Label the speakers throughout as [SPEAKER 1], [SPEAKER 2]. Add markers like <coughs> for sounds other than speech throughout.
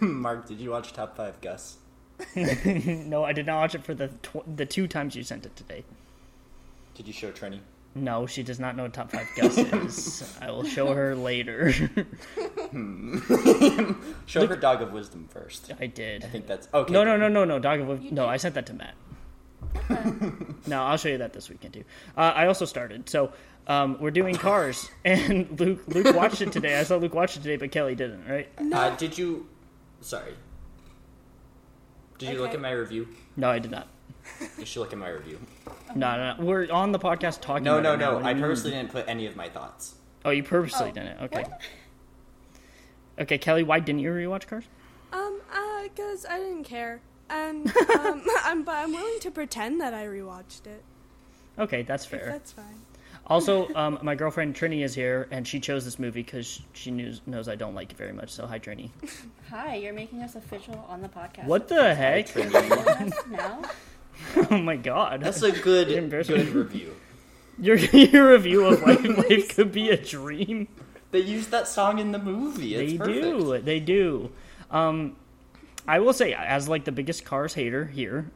[SPEAKER 1] Mark, did you watch Top Five Gus?
[SPEAKER 2] no, I did not watch it for the tw- the two times you sent it today.
[SPEAKER 1] Did you show Trini?
[SPEAKER 2] No, she does not know what top five
[SPEAKER 1] <laughs>
[SPEAKER 2] guess is. I will show her later. <laughs>
[SPEAKER 1] Show her Dog of Wisdom first.
[SPEAKER 2] I did.
[SPEAKER 1] I think that's okay. Uh,
[SPEAKER 2] No, no, no, no, no. Dog of Wi- no. I sent that to Matt.
[SPEAKER 1] <laughs>
[SPEAKER 2] no, I'll show you that this weekend too. Uh, I also started. So um, we're
[SPEAKER 1] <laughs>
[SPEAKER 2] doing cars, and Luke Luke watched it today. I saw Luke watch it today, but Kelly didn't. Right?
[SPEAKER 1] Uh, did you? Sorry. Did you look
[SPEAKER 3] Okay.
[SPEAKER 1] at my review?
[SPEAKER 2] No, I did not.
[SPEAKER 1] You should look at my
[SPEAKER 2] <laughs>
[SPEAKER 1] review.
[SPEAKER 2] No, no, no. We're on the podcast talking.
[SPEAKER 1] No, no,
[SPEAKER 2] about it now.
[SPEAKER 1] no.
[SPEAKER 2] What do
[SPEAKER 1] I
[SPEAKER 2] you mean?
[SPEAKER 1] purposely didn't put any of my thoughts.
[SPEAKER 2] Oh, you purposely
[SPEAKER 3] Oh,
[SPEAKER 2] didn't. Okay.
[SPEAKER 3] what?
[SPEAKER 2] Okay, Kelly. Why didn't you rewatch Cars?
[SPEAKER 3] Um, uh, cause I didn't care, and um, <laughs> I'm but I'm willing to pretend that I rewatched it.
[SPEAKER 2] Okay, that's fair.
[SPEAKER 3] That's fine.
[SPEAKER 2] Also, um, my girlfriend Trini is here, and she chose this movie because she knows, knows I don't like it very much. So, hi, Trini.
[SPEAKER 4] Hi, you're making us official on the podcast.
[SPEAKER 2] What the heck?
[SPEAKER 1] Trini.
[SPEAKER 2] <laughs>
[SPEAKER 4] now?
[SPEAKER 2] Oh my god, <laughs>
[SPEAKER 1] That's a good,
[SPEAKER 2] Embarrassing.
[SPEAKER 1] good review.
[SPEAKER 2] your your review of
[SPEAKER 1] <laughs>
[SPEAKER 2] life, life could be a dream.
[SPEAKER 1] They used that song in the movie. It's
[SPEAKER 2] they
[SPEAKER 1] perfect.
[SPEAKER 2] do, they do. Um, I will say, as like the biggest Cars hater here,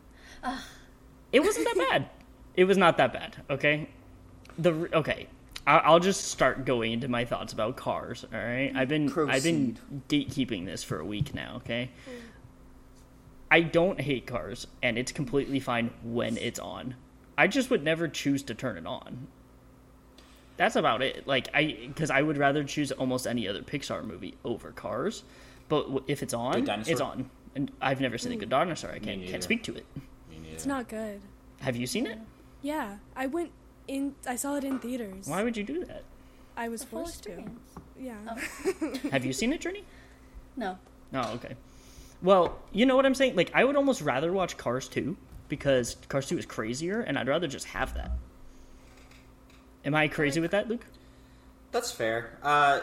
[SPEAKER 2] it wasn't that bad. It was not that bad. Okay, the re- okay. I- I'll just start going into my thoughts about cars. All right, I've been I've been gatekeeping this for a week now. Okay, I don't hate cars, and it's completely fine when it's on. I just would never choose to turn it on. That's about it. Like I, because I would rather choose almost any other Pixar movie over Cars, but w- if it's on,
[SPEAKER 1] Dinosaur?
[SPEAKER 2] it's on. And I've never seen a good dinosaur. I can't
[SPEAKER 1] neither.
[SPEAKER 2] can't speak to it.
[SPEAKER 3] It's not good.
[SPEAKER 2] Have you seen it?
[SPEAKER 3] Yeah, I went in. I saw it in theaters.
[SPEAKER 2] Why would you do that?
[SPEAKER 3] I was
[SPEAKER 4] The full
[SPEAKER 3] forced to.
[SPEAKER 4] experience.
[SPEAKER 3] Yeah.
[SPEAKER 2] Have you seen it, Journey?
[SPEAKER 4] No.
[SPEAKER 2] No, okay. Well, you know what I'm saying? Like, I would almost rather watch Cars 2 because Cars 2 is crazier, and I'd rather just have that. Am I crazy with that, Luke?
[SPEAKER 1] That's fair. Uh,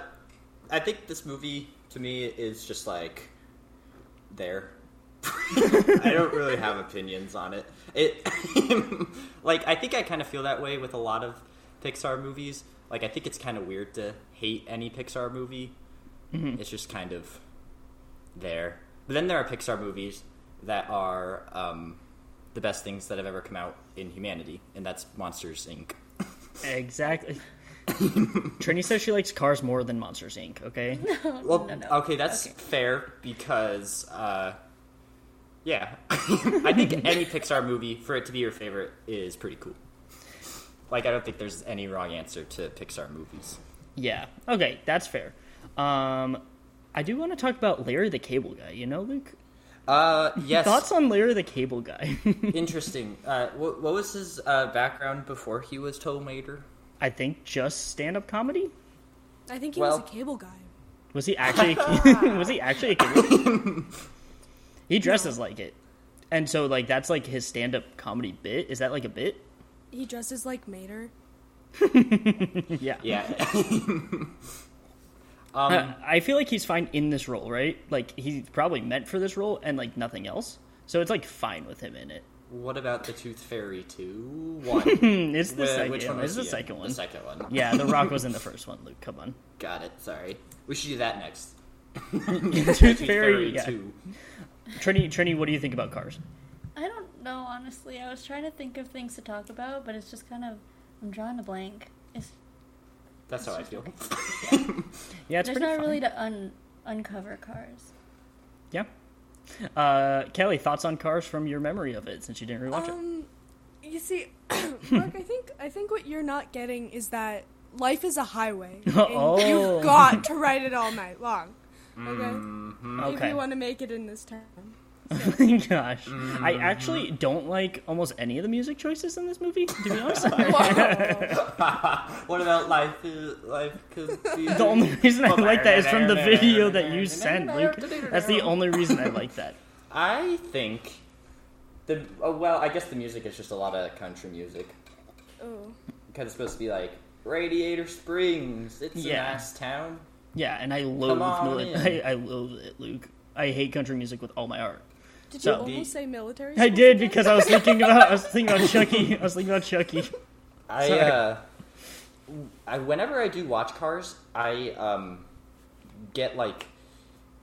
[SPEAKER 1] I think this movie to me is just like there. <laughs> I don't really have opinions on it. It <laughs> like I think I kind of feel that way with a lot of Pixar movies. Like I think it's kind of weird to hate any Pixar movie. It's just kind of there. But then there are Pixar movies that are um, the best things that have ever come out in humanity, and that's Monsters Inc.
[SPEAKER 2] Exactly. Trini says she likes Cars more than Monsters, Inc., okay?
[SPEAKER 1] Well,
[SPEAKER 4] no, no.
[SPEAKER 1] okay, that's fair because, uh, yeah, <laughs> I
[SPEAKER 2] <laughs>
[SPEAKER 1] think any Pixar movie for it to be your favorite is pretty cool. Like, I don't think there's any wrong answer to Pixar movies.
[SPEAKER 2] Yeah. Okay, that's fair. Um, I do want to talk about Larry the Cable Guy, you know, Luke? <laughs>
[SPEAKER 1] Uh, yes,
[SPEAKER 2] Thoughts on Larry the Cable Guy? <laughs>
[SPEAKER 1] interesting. Uh, what, what was his uh, background before he was Tollmater?
[SPEAKER 2] I think just stand up comedy?
[SPEAKER 3] I think he
[SPEAKER 1] Well-
[SPEAKER 3] was a cable guy.
[SPEAKER 2] Was he actually? A, <laughs> was he actually a comedian? he dresses like it, and so like that's like his stand-up comedy bit. Is that like a bit?
[SPEAKER 3] He dresses like Mater.
[SPEAKER 2] Yeah.
[SPEAKER 1] Yeah.
[SPEAKER 2] Uh, I feel like he's fine in this role, right? Like he's probably meant for this role and like nothing else. So it's like fine with him in it.
[SPEAKER 1] <laughs> what about the Tooth Fairy
[SPEAKER 2] <laughs>
[SPEAKER 1] 2? One.
[SPEAKER 2] Hmm, It's the
[SPEAKER 1] Wh-
[SPEAKER 2] second.
[SPEAKER 1] Which one was
[SPEAKER 2] it's the
[SPEAKER 1] he in?
[SPEAKER 2] second one.
[SPEAKER 1] The second one.
[SPEAKER 2] yeah, The Rock was in the first one.
[SPEAKER 1] <laughs>
[SPEAKER 2] Luke, come on.
[SPEAKER 1] Got it, sorry. We should do that next.
[SPEAKER 2] Tooth Fairy. Yeah.
[SPEAKER 1] 2.
[SPEAKER 2] Trini, Trini, what do you think about Cars?
[SPEAKER 4] I don't know, honestly. I was trying to think of things to talk about, but it's just kind of, I'm drawing a blank. It's,
[SPEAKER 1] That's how I feel.
[SPEAKER 2] Yeah, it's
[SPEAKER 4] there's
[SPEAKER 2] pretty
[SPEAKER 4] not
[SPEAKER 2] fun.
[SPEAKER 4] really to un, uncover cars.
[SPEAKER 2] Yeah. Uh, Kelly, thoughts on Cars from your memory of it since you didn't rewatch it?
[SPEAKER 3] Um, you see, <coughs> Mark, I think I think what you're not getting is that life is
[SPEAKER 2] <laughs>
[SPEAKER 3] a highway, and
[SPEAKER 2] Oh. Mm, <laughs>
[SPEAKER 3] you've got to ride it all night long. Okay. Um, If
[SPEAKER 2] Okay. Oh <laughs>
[SPEAKER 3] you want to make it in this town.
[SPEAKER 2] Gosh,
[SPEAKER 1] Mm.
[SPEAKER 2] I actually don't like almost any of the music choices in this movie. To
[SPEAKER 1] <laughs>
[SPEAKER 2] be honest,
[SPEAKER 3] Oh.
[SPEAKER 1] What about life? Is, life could be
[SPEAKER 2] <laughs> the only reason I like that is
[SPEAKER 1] <laughs>
[SPEAKER 2] from the video that you sent, Luke. That's the only reason I like that.
[SPEAKER 1] I think the oh, well, I guess the music is just a lot of country music
[SPEAKER 3] Oh.
[SPEAKER 1] because it's supposed to be like Radiator Springs. It's
[SPEAKER 2] Yeah.
[SPEAKER 1] a nice town.
[SPEAKER 2] Yeah, and I loathe,
[SPEAKER 1] on
[SPEAKER 2] mili-
[SPEAKER 1] in.
[SPEAKER 2] <laughs> I, I loathe it, Luke. I hate country music with all my heart.
[SPEAKER 3] Did
[SPEAKER 2] So-
[SPEAKER 3] you almost say military?
[SPEAKER 2] I
[SPEAKER 3] school
[SPEAKER 2] did
[SPEAKER 3] again?
[SPEAKER 2] because I was thinking about I was thinking about Chucky. I was thinking about Chucky.
[SPEAKER 1] I
[SPEAKER 2] Sorry.
[SPEAKER 1] uh, I whenever I do watch cars, I um get like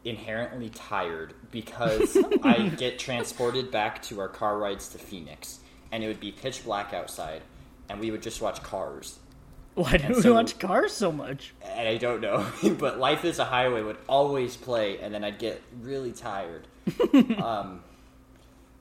[SPEAKER 1] inherently tired
[SPEAKER 2] <laughs>
[SPEAKER 1] because I get transported back to our car rides to Phoenix, and it would be pitch black outside, and we would just watch cars.
[SPEAKER 2] Why do we
[SPEAKER 1] so-
[SPEAKER 2] watch cars so much?
[SPEAKER 1] And I don't know, <laughs> but Life is a Highway would always play, and then I'd get really
[SPEAKER 2] <laughs>
[SPEAKER 1] tired. um,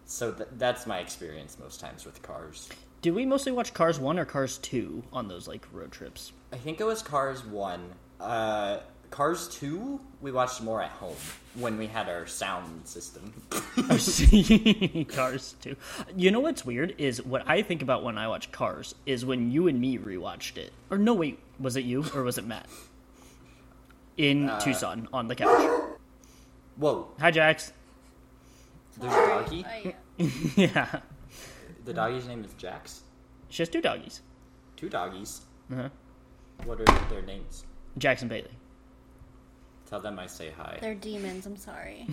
[SPEAKER 1] so th- that's my experience most times with cars.
[SPEAKER 2] Do we mostly watch Cars One or Cars Two on those like road <laughs> trips?
[SPEAKER 1] I think it was Cars 1. Uh, Cars 2, we watched more at home when we had our sound system. <laughs>
[SPEAKER 2] cars Two. You know what's weird is what I think about when I watch Cars is when you and me rewatched it. Or no, wait, was it you or was it Matt? In Tucson on the couch.
[SPEAKER 1] Whoa,
[SPEAKER 2] Hi, Jax.
[SPEAKER 1] there's a doggy?
[SPEAKER 4] I,
[SPEAKER 2] <laughs> yeah,
[SPEAKER 1] The doggy's name is Jax.
[SPEAKER 2] she has two doggies,
[SPEAKER 1] Two doggies.
[SPEAKER 2] Uh-huh.
[SPEAKER 1] What are their names?
[SPEAKER 2] Jax and Bailey.
[SPEAKER 1] Tell them I say hi.
[SPEAKER 4] they're demons.
[SPEAKER 2] <laughs>
[SPEAKER 4] I'm sorry.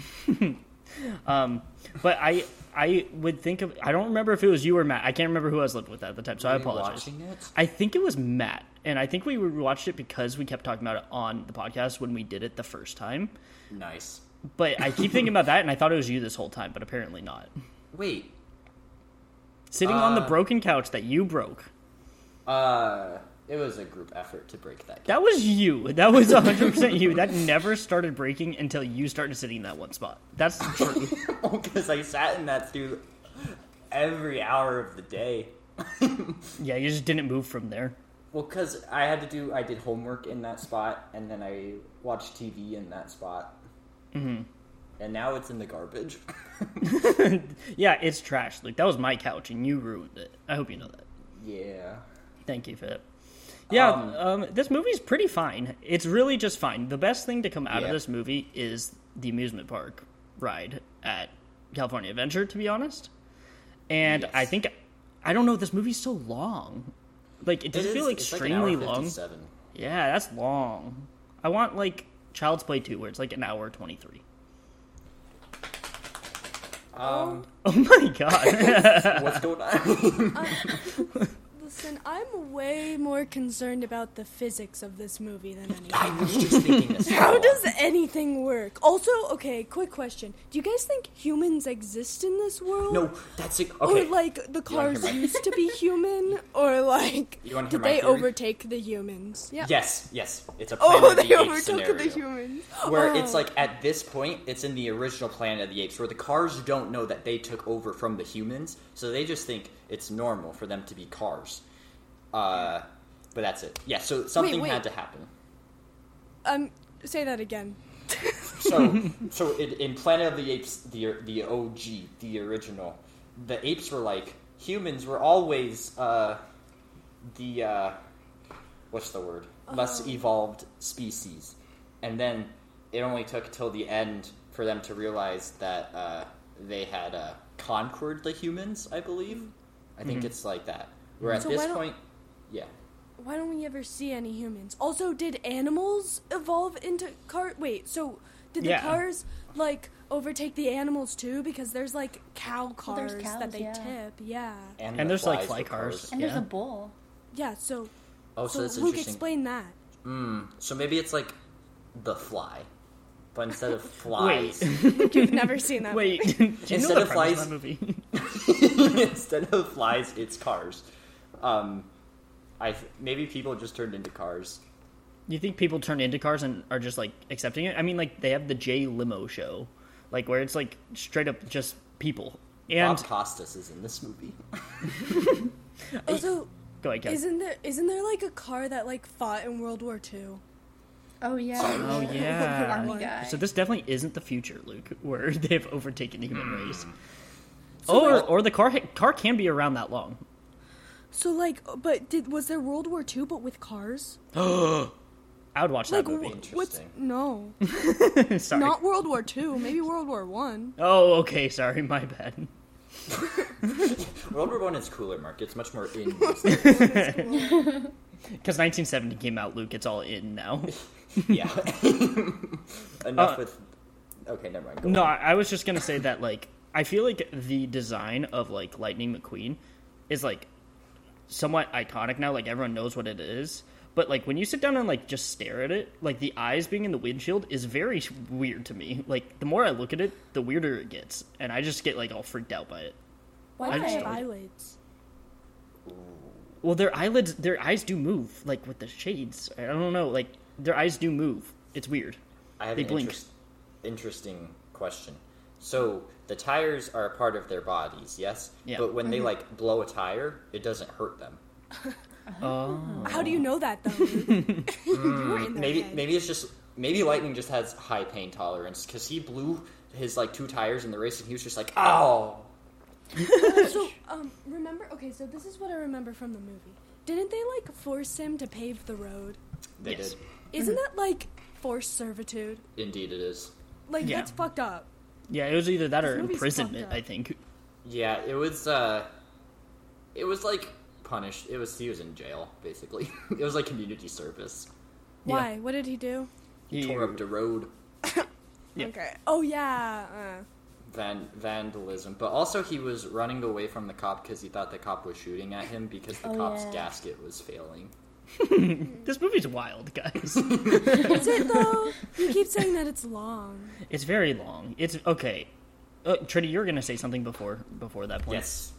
[SPEAKER 2] Um, but I I would think of I don't remember if it was you or Matt. I can't remember who I was living with at the time, so I
[SPEAKER 1] Were you
[SPEAKER 2] apologize.
[SPEAKER 1] Watching it?
[SPEAKER 2] I think it was Matt, and I think we watched it because we kept talking about it on the podcast when we did it the first time.
[SPEAKER 1] Nice.
[SPEAKER 2] But I keep thinking about that, and I thought it was you this whole time, but apparently not.
[SPEAKER 1] Wait.
[SPEAKER 2] Sitting on the
[SPEAKER 1] Uh,
[SPEAKER 2] broken couch that you broke.
[SPEAKER 1] Uh, it was a group effort to break that.
[SPEAKER 2] That was you. That was 100% you. That never started breaking until you started sitting in that one spot. That's true.
[SPEAKER 1] <laughs> Because I sat in that through every hour of the day.
[SPEAKER 2] yeah, you just didn't move from there.
[SPEAKER 1] Well, because I had to do, I did homework in that spot, and then I watched TV in that spot. Mm-hmm. And now it's in the garbage. <laughs>
[SPEAKER 2] Yeah, it's trash. Like, that was my couch, and you ruined it. I hope you know that.
[SPEAKER 1] yeah.
[SPEAKER 2] Thank you for that. Yeah,
[SPEAKER 1] Um,
[SPEAKER 2] um, this movie's pretty fine. It's really just fine. The best thing to come out of
[SPEAKER 1] Yeah.
[SPEAKER 2] this movie is the amusement park ride at California Adventure, to be honest. And I
[SPEAKER 1] Yes.
[SPEAKER 2] think I don't know. This movie's so long. Like it does
[SPEAKER 1] is-
[SPEAKER 2] feel
[SPEAKER 1] it's an hour
[SPEAKER 2] extremely long.
[SPEAKER 1] 57.
[SPEAKER 2] Yeah, that's long. I want like Child's Play two, where it's like an hour twenty three.
[SPEAKER 1] Um,
[SPEAKER 2] <laughs> Oh my god!
[SPEAKER 1] what's going on?
[SPEAKER 3] Listen, I'm way more concerned about the physics of this movie than
[SPEAKER 1] <laughs>
[SPEAKER 3] anything.
[SPEAKER 1] I was just thinking this.
[SPEAKER 3] How does anything work? Also, okay, quick question. Do you guys think humans exist in this
[SPEAKER 1] <laughs>
[SPEAKER 3] world?
[SPEAKER 1] No, that's it. Okay.
[SPEAKER 3] Or like
[SPEAKER 1] wanna
[SPEAKER 3] the
[SPEAKER 1] hear
[SPEAKER 3] cars
[SPEAKER 1] my-
[SPEAKER 3] used to be
[SPEAKER 1] <laughs>
[SPEAKER 3] human, or like
[SPEAKER 1] You wanna hear
[SPEAKER 3] did
[SPEAKER 1] my
[SPEAKER 3] they
[SPEAKER 1] theory?
[SPEAKER 3] overtake the humans? Yeah.
[SPEAKER 1] Yes, yes. It's a Planet
[SPEAKER 3] Oh, <laughs>
[SPEAKER 1] of the
[SPEAKER 3] they
[SPEAKER 1] Apes
[SPEAKER 3] overtook
[SPEAKER 1] scenario.
[SPEAKER 3] the humans.
[SPEAKER 1] Where
[SPEAKER 3] Oh.
[SPEAKER 1] it's like at this point, it's in the original Planet of the Apes, where the cars don't know that they took over from the humans, so they just think it's normal for them to be cars. Uh, but that's it. Yeah. So something
[SPEAKER 3] wait.
[SPEAKER 1] had to happen.
[SPEAKER 3] um, say that again.
[SPEAKER 2] <laughs>
[SPEAKER 1] So, so in, in Planet of the Apes, the the OG, the original, the apes were like humans were always uh, the uh, what's the word
[SPEAKER 3] Oh.
[SPEAKER 1] less evolved species, and then it only took till the end for them to realize that uh, they had uh, conquered the humans. I believe. I
[SPEAKER 2] Mm-hmm.
[SPEAKER 1] think it's like that. Where at
[SPEAKER 3] So why
[SPEAKER 1] this
[SPEAKER 3] don't-
[SPEAKER 1] point, yeah.
[SPEAKER 3] Why don't we ever see any humans? Also, did animals evolve into car? Wait, so did the
[SPEAKER 2] Yeah.
[SPEAKER 3] cars like overtake the animals too? Because there's like cow
[SPEAKER 4] Well,
[SPEAKER 3] cars
[SPEAKER 4] there's
[SPEAKER 3] that
[SPEAKER 4] cows,
[SPEAKER 3] they
[SPEAKER 4] yeah.
[SPEAKER 3] tip. Yeah.
[SPEAKER 2] And
[SPEAKER 1] the
[SPEAKER 2] there's, like,
[SPEAKER 1] flies
[SPEAKER 2] fly
[SPEAKER 1] were
[SPEAKER 2] cars.
[SPEAKER 1] cars.
[SPEAKER 4] And there's
[SPEAKER 2] Yeah.
[SPEAKER 4] a bull.
[SPEAKER 3] Yeah. So,
[SPEAKER 1] Oh, so,
[SPEAKER 3] so,
[SPEAKER 1] that's
[SPEAKER 3] Luke,
[SPEAKER 1] interesting.
[SPEAKER 3] explain that.
[SPEAKER 1] So maybe it's like the fly, but instead
[SPEAKER 2] <laughs>
[SPEAKER 1] of flies, <laughs>
[SPEAKER 3] You've never seen that.
[SPEAKER 2] Wait, <laughs> do you know
[SPEAKER 1] Instead
[SPEAKER 2] the
[SPEAKER 1] of
[SPEAKER 2] premise
[SPEAKER 1] flies-
[SPEAKER 2] of that movie?
[SPEAKER 1] instead of flies, it's cars. Um, I th- maybe people just turned into cars.
[SPEAKER 2] You think people turn into cars and are just like accepting it? I mean, like they have the J limo show, like where it's like straight up just people. And
[SPEAKER 1] Bob Costas is in this movie. <laughs>
[SPEAKER 3] Also,
[SPEAKER 2] go ahead, Kevin.
[SPEAKER 3] isn't there isn't there like a car that like fought in World War II?
[SPEAKER 4] Oh yeah.
[SPEAKER 2] Oh
[SPEAKER 3] <laughs>
[SPEAKER 4] the
[SPEAKER 2] yeah.
[SPEAKER 4] army guy.
[SPEAKER 2] So this definitely isn't the future, Luke, <laughs> where they've overtaken the human race. or or the car car can be around that long.
[SPEAKER 3] So like, but did was there World War II but with cars?
[SPEAKER 2] <gasps> I would watch
[SPEAKER 3] Like,
[SPEAKER 2] that movie.
[SPEAKER 3] wh- what's
[SPEAKER 1] Interesting.
[SPEAKER 3] no,
[SPEAKER 2] <laughs> sorry.
[SPEAKER 3] not World War II. Maybe World War One.
[SPEAKER 2] Oh, okay. Sorry, <laughs> my bad.
[SPEAKER 1] World War One is cooler, Mark. It's much more in.
[SPEAKER 2] Because 1970 came out, Luke. It's all in now. <laughs>
[SPEAKER 1] yeah. <laughs> Enough
[SPEAKER 2] Uh,
[SPEAKER 1] with. Okay, never mind. Go
[SPEAKER 2] No,
[SPEAKER 1] on.
[SPEAKER 2] I I was just gonna say that like I feel like the design of like Lightning McQueen is like somewhat iconic now. Like everyone knows what it is, But like when you sit down and like just stare at it, like the eyes being in the windshield is very sh- weird to me. Like the more I look at it, the weirder it gets, and I just get like all freaked out by it.
[SPEAKER 3] Why
[SPEAKER 2] I
[SPEAKER 3] do they have
[SPEAKER 2] just-
[SPEAKER 3] eyelids?
[SPEAKER 2] Well, their eyelids, their eyes do move, like with the shades. I don't know, like their eyes do move. It's weird.
[SPEAKER 1] I have
[SPEAKER 2] They
[SPEAKER 1] an
[SPEAKER 2] blink.
[SPEAKER 1] interest- interesting question. So the tires are a part of their bodies, yes.
[SPEAKER 2] Yeah. Mm-hmm.
[SPEAKER 1] But when they like blow a tire, it doesn't hurt them.
[SPEAKER 2] Oh,
[SPEAKER 3] How do you know that though? Luke? you were in their
[SPEAKER 1] Mm, Maybe
[SPEAKER 3] head.
[SPEAKER 1] maybe it's just maybe Lightning just has high pain tolerance because he blew his like two tires in the race and he was just like, "Oh!" ow.
[SPEAKER 3] So, um, remember? Okay, so this is what I remember from the movie. Didn't they like force him to pave the road?
[SPEAKER 1] They
[SPEAKER 2] Yes.
[SPEAKER 1] did.
[SPEAKER 3] Isn't that like forced servitude?
[SPEAKER 1] Indeed, it is.
[SPEAKER 3] Like
[SPEAKER 2] Yeah.
[SPEAKER 3] that's fucked up.
[SPEAKER 2] yeah. It was either that or
[SPEAKER 3] This movie's
[SPEAKER 2] imprisonment.
[SPEAKER 3] fucked up.
[SPEAKER 2] I think.
[SPEAKER 1] Yeah, it was. uh It was like punished. It was he was in jail basically. <laughs> it was like community service.
[SPEAKER 2] Yeah.
[SPEAKER 3] Why? What did he do?
[SPEAKER 2] He-
[SPEAKER 1] Tore up the road.
[SPEAKER 2] Yeah.
[SPEAKER 3] Okay. Oh yeah. Uh,
[SPEAKER 1] van- vandalism, but also he was running away from the cop because he thought the cop was shooting at him because the
[SPEAKER 4] Oh,
[SPEAKER 1] cop's
[SPEAKER 4] yeah.
[SPEAKER 1] gasket was failing.
[SPEAKER 2] This movie's wild,
[SPEAKER 1] <laughs>
[SPEAKER 2] guys.
[SPEAKER 3] is it though? you keep saying that it's long.
[SPEAKER 2] it's very long. It's okay. Uh, Trinity, you were gonna say something before before that point.
[SPEAKER 1] Yes.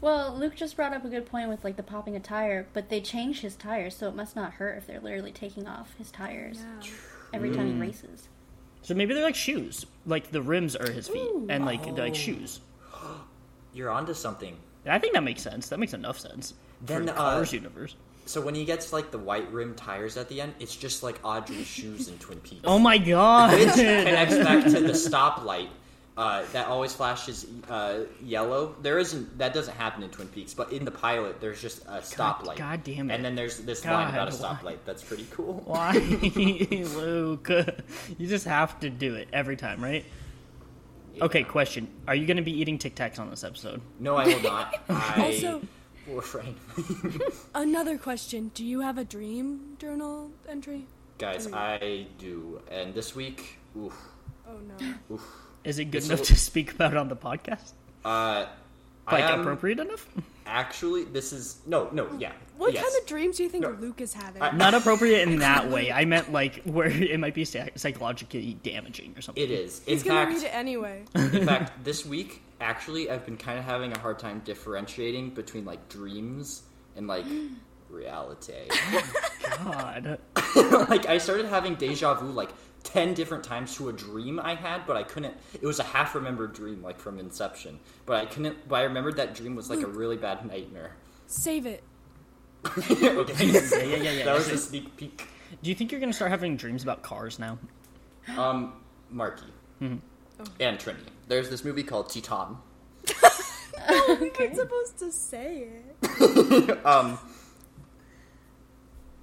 [SPEAKER 4] Well, Luke just brought up a good point with like the popping a tire, but they change his tires, so it must not hurt if they're literally taking off his tires
[SPEAKER 3] Yeah.
[SPEAKER 4] every time
[SPEAKER 2] Mm.
[SPEAKER 4] he races.
[SPEAKER 2] So maybe they're like shoes. Like the rims are his feet, and like they're like shoes.
[SPEAKER 1] You're onto something.
[SPEAKER 2] And I think that makes sense. That makes enough sense.
[SPEAKER 1] Then,
[SPEAKER 2] for
[SPEAKER 1] uh,
[SPEAKER 2] Cars universe.
[SPEAKER 1] So when he gets like the white rim tires at the end, it's just like
[SPEAKER 2] <laughs>
[SPEAKER 1] Audrey's shoes in Twin Peaks.
[SPEAKER 2] Oh my
[SPEAKER 1] <laughs>
[SPEAKER 2] god! <laughs>
[SPEAKER 1] Which connects back to the stoplight uh, that always flashes uh, yellow. There isn't that doesn't happen in Twin Peaks, but in the pilot, there's just a stoplight.
[SPEAKER 2] God damn it.
[SPEAKER 1] And then there's this line about a
[SPEAKER 2] God,
[SPEAKER 1] stoplight. That's pretty cool.
[SPEAKER 2] Why, <laughs> Luke? You just have to do it every time, right? Okay, question: Are you going to be eating Tic Tacs on this episode?
[SPEAKER 1] No, I will
[SPEAKER 2] <laughs>
[SPEAKER 1] not. I
[SPEAKER 3] Also-
[SPEAKER 1] will refrain.
[SPEAKER 3] Another question: Do you have a dream journal
[SPEAKER 1] <gasps>
[SPEAKER 3] entry?
[SPEAKER 1] <laughs> Guys,
[SPEAKER 2] Oh,
[SPEAKER 1] I do. And this week, oof,
[SPEAKER 3] Oh no.
[SPEAKER 2] Is it good
[SPEAKER 1] It's a
[SPEAKER 2] enough
[SPEAKER 1] li-
[SPEAKER 2] to speak about on the podcast?
[SPEAKER 1] uh, I
[SPEAKER 2] Like
[SPEAKER 1] am
[SPEAKER 2] appropriate enough?
[SPEAKER 1] actually, this is no, no, yeah.
[SPEAKER 3] What
[SPEAKER 1] yes.
[SPEAKER 3] kind of dreams do you think
[SPEAKER 1] No.
[SPEAKER 3] Luke is having?
[SPEAKER 1] I-
[SPEAKER 2] Not appropriate in that way. I meant like where <laughs> it might be psych- psychologically damaging or something.
[SPEAKER 1] It is.
[SPEAKER 3] He's
[SPEAKER 1] in
[SPEAKER 3] gonna
[SPEAKER 1] fact,
[SPEAKER 3] read it anyway. <laughs>
[SPEAKER 1] in fact, this week actually, I've been kind of having a hard time differentiating between like dreams and like <gasps> reality. <laughs>
[SPEAKER 2] God.
[SPEAKER 1] like I started having deja vu like ten different times to a dream I had, but I couldn't. It was a half remembered dream, like from Inception, but I couldn't. But I remembered that dream was like a really bad nightmare. <laughs>
[SPEAKER 3] Save it.
[SPEAKER 1] okay,
[SPEAKER 2] Yeah, yeah, yeah. yeah.
[SPEAKER 1] that was a sneak peek.
[SPEAKER 2] Do you think you're going to start having dreams about cars now?
[SPEAKER 3] <laughs>
[SPEAKER 1] Um, Marky and Trinity. There's this movie called Teton.
[SPEAKER 3] You're not supposed to say it.
[SPEAKER 1] Um,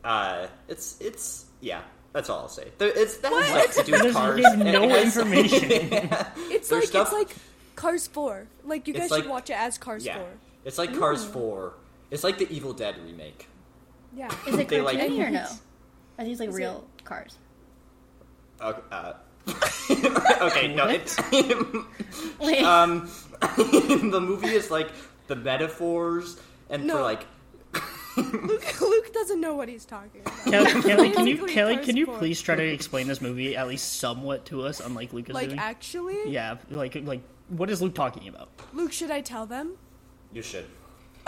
[SPEAKER 1] uh, it's it's yeah. That's all I'll say. There, it's that has nothing to do with
[SPEAKER 2] There's,
[SPEAKER 1] cars.
[SPEAKER 2] there's
[SPEAKER 1] and it
[SPEAKER 2] no
[SPEAKER 1] has-
[SPEAKER 2] information.
[SPEAKER 3] It's
[SPEAKER 1] There's
[SPEAKER 3] like
[SPEAKER 1] stuff-
[SPEAKER 3] it's like Cars Four. Like you
[SPEAKER 1] It's
[SPEAKER 3] guys
[SPEAKER 1] like-
[SPEAKER 3] should watch it as
[SPEAKER 1] <laughs>
[SPEAKER 3] Cars
[SPEAKER 1] yeah,
[SPEAKER 3] Four.
[SPEAKER 1] it's like Cars Four. It's like the Evil Dead remake.
[SPEAKER 3] Yeah.
[SPEAKER 4] Is it
[SPEAKER 1] They,
[SPEAKER 4] cartoony
[SPEAKER 1] like-
[SPEAKER 4] or no? Are these like
[SPEAKER 3] Is
[SPEAKER 4] real cars? <laughs>
[SPEAKER 1] Uh,
[SPEAKER 3] <laughs>
[SPEAKER 1] uh, <laughs> okay, no, it's <laughs>
[SPEAKER 4] Wait,
[SPEAKER 1] um, the movie is like the metaphors and for
[SPEAKER 3] No.
[SPEAKER 1] like
[SPEAKER 3] <laughs> Luke, Luke doesn't know what he's talking about.
[SPEAKER 2] Kelly, Kelly, can you
[SPEAKER 3] Basically,
[SPEAKER 2] Kelly, can you
[SPEAKER 3] cars
[SPEAKER 2] please try to explain this movie at least somewhat to us, unlike Lucas
[SPEAKER 3] Like
[SPEAKER 2] doing?
[SPEAKER 3] actually,
[SPEAKER 2] yeah, like like what is Luke talking about?
[SPEAKER 3] Luke, should I tell them?
[SPEAKER 1] you should.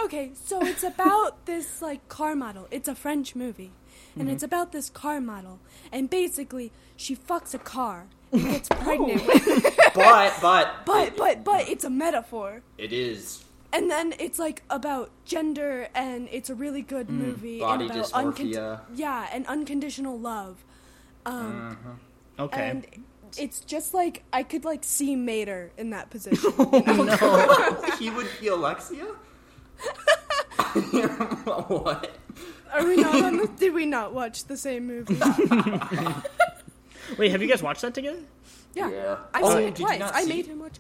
[SPEAKER 3] Okay, so it's about <laughs> this like car model. It's a French movie, and
[SPEAKER 1] Mm-hmm.
[SPEAKER 3] it's about this car model. And basically, she fucks a car, and
[SPEAKER 1] <laughs> Oh.
[SPEAKER 3] gets pregnant. with-
[SPEAKER 1] But but
[SPEAKER 3] But but but it's a metaphor.
[SPEAKER 1] it
[SPEAKER 3] <laughs>
[SPEAKER 1] is
[SPEAKER 3] And then it's like about gender, and it's a really good movie.
[SPEAKER 1] Mm-hmm. body
[SPEAKER 3] and about
[SPEAKER 1] dysmorphia. Mm,
[SPEAKER 3] yeah, and unconditional love. Um,
[SPEAKER 2] Okay.
[SPEAKER 3] And it's just like I could like see Mater in that position. <laughs>
[SPEAKER 1] he would be Alexia. <laughs> what?
[SPEAKER 3] Are we not on? The, did we not watch the
[SPEAKER 2] <laughs>
[SPEAKER 3] same movie?
[SPEAKER 2] Wait, have you guys watched that together?
[SPEAKER 3] Yeah,
[SPEAKER 1] Yeah.
[SPEAKER 3] I've
[SPEAKER 1] Oh,
[SPEAKER 3] seen
[SPEAKER 1] did
[SPEAKER 3] it
[SPEAKER 1] you
[SPEAKER 3] twice.
[SPEAKER 1] not
[SPEAKER 3] I
[SPEAKER 1] see
[SPEAKER 3] made
[SPEAKER 1] it?
[SPEAKER 3] him watch.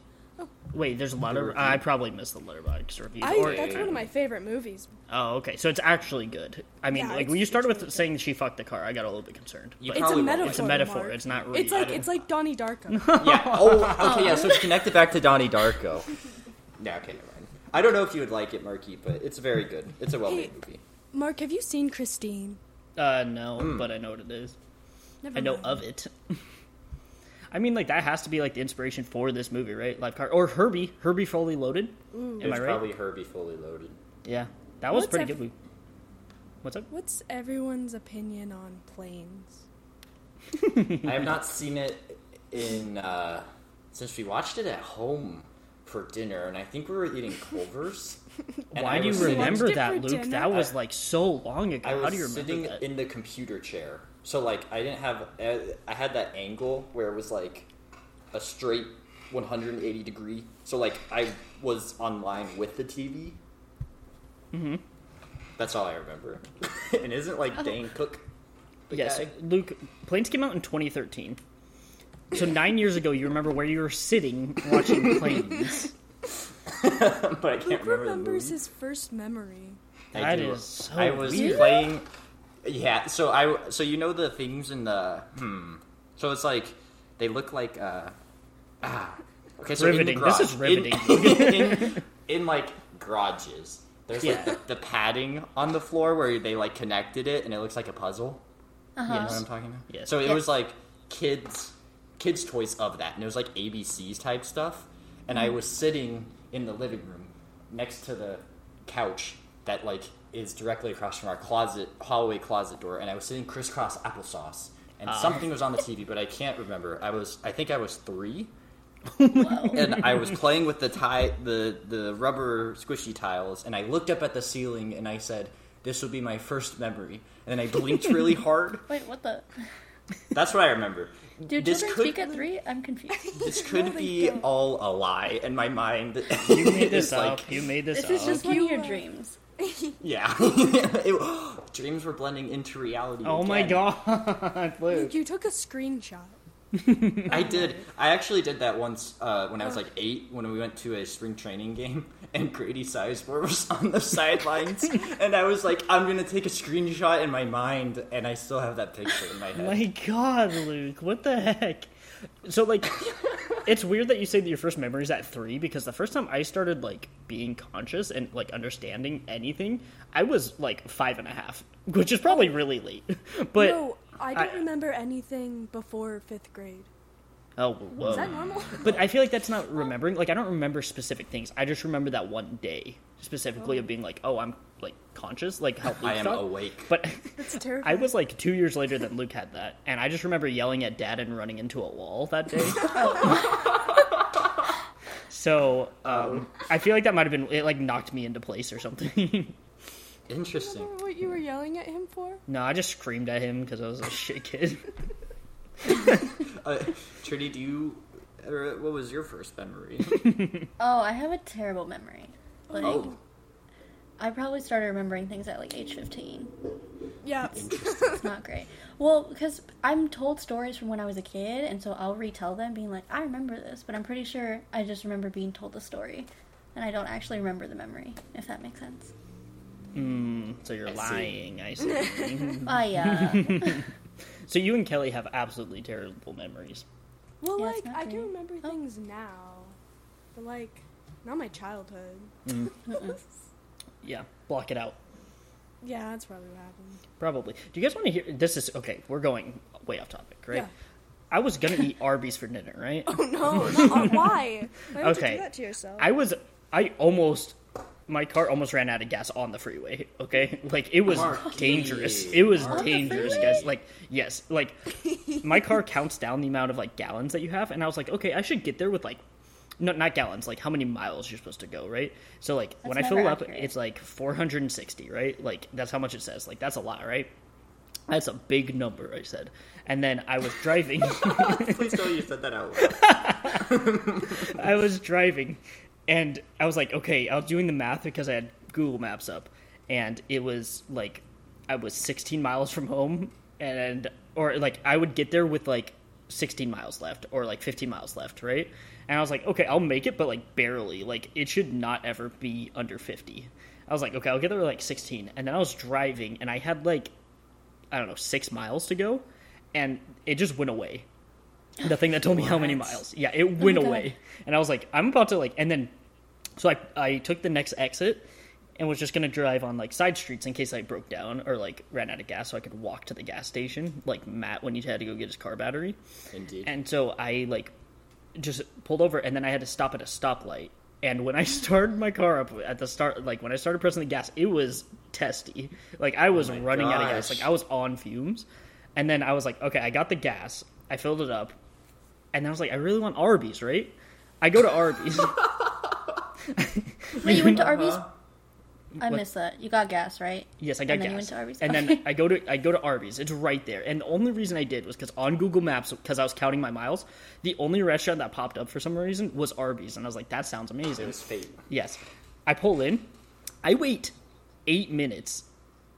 [SPEAKER 2] Wait, there's a lot of
[SPEAKER 1] review.
[SPEAKER 2] I probably missed the Letterboxd review.
[SPEAKER 3] I,
[SPEAKER 2] or-
[SPEAKER 3] that's one of my favorite movies.
[SPEAKER 2] oh, okay. So it's actually good. I mean,
[SPEAKER 3] Yeah,
[SPEAKER 2] like
[SPEAKER 3] it's-
[SPEAKER 2] when you started
[SPEAKER 3] it's
[SPEAKER 2] with
[SPEAKER 3] really
[SPEAKER 2] saying she fucked the car, I got a little bit concerned.
[SPEAKER 1] You
[SPEAKER 2] But
[SPEAKER 1] probably
[SPEAKER 3] It's a
[SPEAKER 1] won't
[SPEAKER 3] metaphor.
[SPEAKER 1] like
[SPEAKER 2] it's a metaphor.
[SPEAKER 3] Mark.
[SPEAKER 2] It's not really.
[SPEAKER 3] It's like it's like Donnie
[SPEAKER 2] <laughs>
[SPEAKER 3] Darko.
[SPEAKER 1] Yeah. Oh, okay, yeah, so it's connected back to Donnie Darko. Yeah, okay, never mind. I don't know if you would like it, Marky, but it's very good. It's a well made
[SPEAKER 3] Hey.
[SPEAKER 1] movie.
[SPEAKER 3] Mark, have you seen Christine?
[SPEAKER 2] Uh, no,
[SPEAKER 1] Hmm.
[SPEAKER 2] but I know what it is.
[SPEAKER 3] Never
[SPEAKER 2] I know
[SPEAKER 3] mind.
[SPEAKER 2] of it. <laughs> I mean, like that has to be like the inspiration for this movie, right? Live car or Herbie, Herbie Fully Loaded. Am I
[SPEAKER 1] it's
[SPEAKER 2] right?
[SPEAKER 1] probably Herbie fully loaded.
[SPEAKER 2] Yeah, that was
[SPEAKER 3] What's
[SPEAKER 2] pretty
[SPEAKER 3] ev-
[SPEAKER 2] good. We- What's up?
[SPEAKER 3] What's everyone's opinion on planes?
[SPEAKER 1] I have not seen it in uh, since we watched it at home for dinner, and I think we were eating Clover's.
[SPEAKER 2] <laughs>
[SPEAKER 1] and I
[SPEAKER 2] Why do you
[SPEAKER 1] was sitting-
[SPEAKER 2] remember
[SPEAKER 3] Watched it
[SPEAKER 2] that,
[SPEAKER 3] for
[SPEAKER 2] Luke?
[SPEAKER 3] dinner?
[SPEAKER 2] That was
[SPEAKER 1] I-
[SPEAKER 2] like so long ago.
[SPEAKER 1] I
[SPEAKER 2] How
[SPEAKER 1] was
[SPEAKER 2] do you remember
[SPEAKER 1] sitting
[SPEAKER 2] that?
[SPEAKER 1] in the computer chair, so like I didn't have I I had that angle where it was like a straight 180 degree. So like I was online with the TV.
[SPEAKER 2] hmm
[SPEAKER 1] That's all I remember. <laughs> and isn't like Dane Cook? the
[SPEAKER 2] Yes,
[SPEAKER 1] guy? <laughs>
[SPEAKER 2] Luke. Planes came out in 2013. So nine years ago, you remember where you were sitting watching
[SPEAKER 1] <laughs>
[SPEAKER 2] planes.
[SPEAKER 1] but I can't
[SPEAKER 3] Luke
[SPEAKER 1] remember the
[SPEAKER 3] remembers
[SPEAKER 1] movie.
[SPEAKER 3] his first memory.
[SPEAKER 1] I
[SPEAKER 2] That
[SPEAKER 1] do.
[SPEAKER 2] is so
[SPEAKER 1] I was
[SPEAKER 2] weird.
[SPEAKER 1] playing. Yeah, so I so you know the things in the hmm. So it's like they look like uh ah. Okay, so in the
[SPEAKER 2] Riveting. This is
[SPEAKER 1] garage- In, <laughs> in, in, like garages, there's like
[SPEAKER 2] Yeah.
[SPEAKER 1] the, the padding on the floor where they like connected it, and it looks like a puzzle.
[SPEAKER 4] Uh-huh.
[SPEAKER 1] You know what
[SPEAKER 2] Yes.
[SPEAKER 1] I'm talking about?
[SPEAKER 2] Yes.
[SPEAKER 1] So it
[SPEAKER 4] Yes.
[SPEAKER 1] was like kids, kids toys of that, and it was like ABCs type stuff. And I was sitting in the living room next to the couch that like is directly across from our closet hallway closet door, and I was sitting crisscross applesauce. And something was on the TV, but I can't remember. I was, I think I was three, and I was playing with the tie, the the rubber squishy tiles, and I looked up at the ceiling, and I said, "This will be my first memory." And then I blinked really hard,
[SPEAKER 4] Wait, what the?
[SPEAKER 1] that's what I remember.
[SPEAKER 4] Do
[SPEAKER 1] this
[SPEAKER 4] children
[SPEAKER 1] could
[SPEAKER 4] speak at three? I'm
[SPEAKER 1] <laughs>
[SPEAKER 4] confused.
[SPEAKER 1] this could be all a lie in my mind. <laughs>
[SPEAKER 2] You made this
[SPEAKER 1] It's like,
[SPEAKER 2] up. You made this,
[SPEAKER 4] This is
[SPEAKER 2] up.
[SPEAKER 4] just one
[SPEAKER 3] You
[SPEAKER 4] of your
[SPEAKER 3] are-
[SPEAKER 4] dreams.
[SPEAKER 1] yeah. <laughs> It- <gasps> dreams were blending into reality.
[SPEAKER 2] oh my
[SPEAKER 1] again.
[SPEAKER 2] god, Luke.
[SPEAKER 3] Luke, you took a screenshot.
[SPEAKER 1] I did. I actually did that once uh, when I
[SPEAKER 4] Oh.
[SPEAKER 1] was like eight, when we went to a spring training game, <laughs> and Grady Sizemore was on the
[SPEAKER 2] <laughs>
[SPEAKER 1] sidelines, and I was like, "I'm gonna take a screenshot in my mind," and I still have that picture
[SPEAKER 2] <laughs>
[SPEAKER 1] in my head.
[SPEAKER 2] My god, Luke. What the heck? So like, it's weird that you say that your first memory is at three because the first time I started like being conscious and like understanding anything, I was like five and a half, which is probably really late. <laughs> But
[SPEAKER 3] no, I don't
[SPEAKER 2] I-
[SPEAKER 3] remember anything before fifth grade.
[SPEAKER 2] oh, whoa.
[SPEAKER 3] Is that Oh. normal? <laughs>
[SPEAKER 2] But I feel like that's not remembering. Like I don't remember specific things. I just remember that one day specifically of being like, oh, I'm like conscious, like how Luke
[SPEAKER 1] I am
[SPEAKER 2] felt.
[SPEAKER 1] awake.
[SPEAKER 2] But <laughs>
[SPEAKER 3] That's terrifying.
[SPEAKER 2] I was like two years later that Luke had that, and I just remember yelling at Dad and running into a wall that day. so um, I feel like that might have been it. Like knocked me into place or something. <laughs>
[SPEAKER 1] Interesting.
[SPEAKER 4] <laughs>
[SPEAKER 3] remember what you were yelling at him for?
[SPEAKER 2] no, I just screamed at him because I was a shit kid.
[SPEAKER 1] Uh, Trinity, do you? Or what was your first
[SPEAKER 4] <laughs>
[SPEAKER 1] memory?
[SPEAKER 4] Oh, I have a terrible memory. Like,
[SPEAKER 1] oh,
[SPEAKER 4] I probably started remembering things at like age 15.
[SPEAKER 3] Yeah.
[SPEAKER 4] It's not great. Well, because I'm told stories from when I was a kid, and so I'll retell them, being like, I remember this, but I'm pretty sure I just remember being told the story, and I don't actually remember the memory, if that makes sense.
[SPEAKER 2] Mm, so you're
[SPEAKER 1] I see.
[SPEAKER 2] lying. I see.
[SPEAKER 4] Oh, yeah.
[SPEAKER 2] so you and Kelly have absolutely terrible memories.
[SPEAKER 3] <laughs> Well,
[SPEAKER 4] Yeah, it's
[SPEAKER 3] like
[SPEAKER 4] not
[SPEAKER 3] I can
[SPEAKER 4] great.
[SPEAKER 3] remember
[SPEAKER 4] Oh.
[SPEAKER 3] things now, but like not my childhood.
[SPEAKER 2] Yeah, block it out.
[SPEAKER 3] Yeah, that's probably what happened.
[SPEAKER 2] Probably. Do you guys want to hear? This is okay. We're going way off topic, right?
[SPEAKER 3] Yeah.
[SPEAKER 2] I was gonna eat Arby's for dinner, right?
[SPEAKER 3] <laughs> Oh
[SPEAKER 2] <laughs>
[SPEAKER 3] no! not- why? Why would
[SPEAKER 2] Okay.
[SPEAKER 3] you do that to yourself?
[SPEAKER 2] I was. I almost. My car almost ran out of gas on the freeway. Okay, <laughs> like it was
[SPEAKER 1] Marky.
[SPEAKER 2] dangerous. It was
[SPEAKER 1] On the
[SPEAKER 2] dangerous, guys. Like yes, like my car counts down the amount of like gallons that you have, and I was like, okay, I should get there with like. No, not gallons. Like how many miles you're supposed to go, right? So like when I
[SPEAKER 4] That's
[SPEAKER 2] fill
[SPEAKER 4] never
[SPEAKER 2] up,
[SPEAKER 4] accurate.
[SPEAKER 2] it's like 460, right? Like that's how much it says. Like that's a lot, right? That's a big number, I said. And then I was driving.
[SPEAKER 1] please tell me you said that out loud.
[SPEAKER 2] I was driving, and I was like, okay, I was doing the math because I had Google Maps up, and it was like I was 16 miles from home, and or like I would get there with like 16 miles left or like 15 miles left, right? And I was like, okay, I'll make it, but like barely. Like it should not ever be under 50. I was like, okay, I'll get there with like 16, and then I was driving, and I had like I don't know six miles to go, and it just went away. The thing that told me how many miles. Yeah, it went
[SPEAKER 4] God.
[SPEAKER 2] away. And I was like, I'm about to like, and then, so I I took the next exit, and was just gonna drive on like side streets in case I broke down or like ran out of gas so I could walk to the gas station, like Matt when he had to go get his car battery.
[SPEAKER 1] <laughs> Indeed.
[SPEAKER 2] And so I like just pulled over, and then I had to stop at a stoplight. And when I <laughs> started my car up at the start, like when I started pressing the gas, it was testy. Like
[SPEAKER 4] Oh
[SPEAKER 2] I was
[SPEAKER 1] my
[SPEAKER 2] running out of gas.
[SPEAKER 1] gosh.
[SPEAKER 2] Like I was on fumes. And then I was like, okay, I got the gas. I filled it up. And I was like, I really want Arby's, right? I go to
[SPEAKER 4] <laughs>
[SPEAKER 2] Arby's.
[SPEAKER 4] Wait, you went to Arby's?
[SPEAKER 1] Uh-huh.
[SPEAKER 4] I
[SPEAKER 2] What?
[SPEAKER 4] missed that. You got gas, right?
[SPEAKER 2] Yes, I got
[SPEAKER 4] and then
[SPEAKER 2] gas.
[SPEAKER 4] You went to Arby's?
[SPEAKER 2] And
[SPEAKER 4] Okay.
[SPEAKER 2] <laughs> then I go to I go to Arby's. It's right there. And the only reason I did was because on Google Maps, because I was counting my miles, the only restaurant that popped up for some reason was Arby's, and I was like, that sounds
[SPEAKER 1] It
[SPEAKER 2] amazing.
[SPEAKER 1] was fate.
[SPEAKER 2] Yes, I pull in, I wait eight minutes,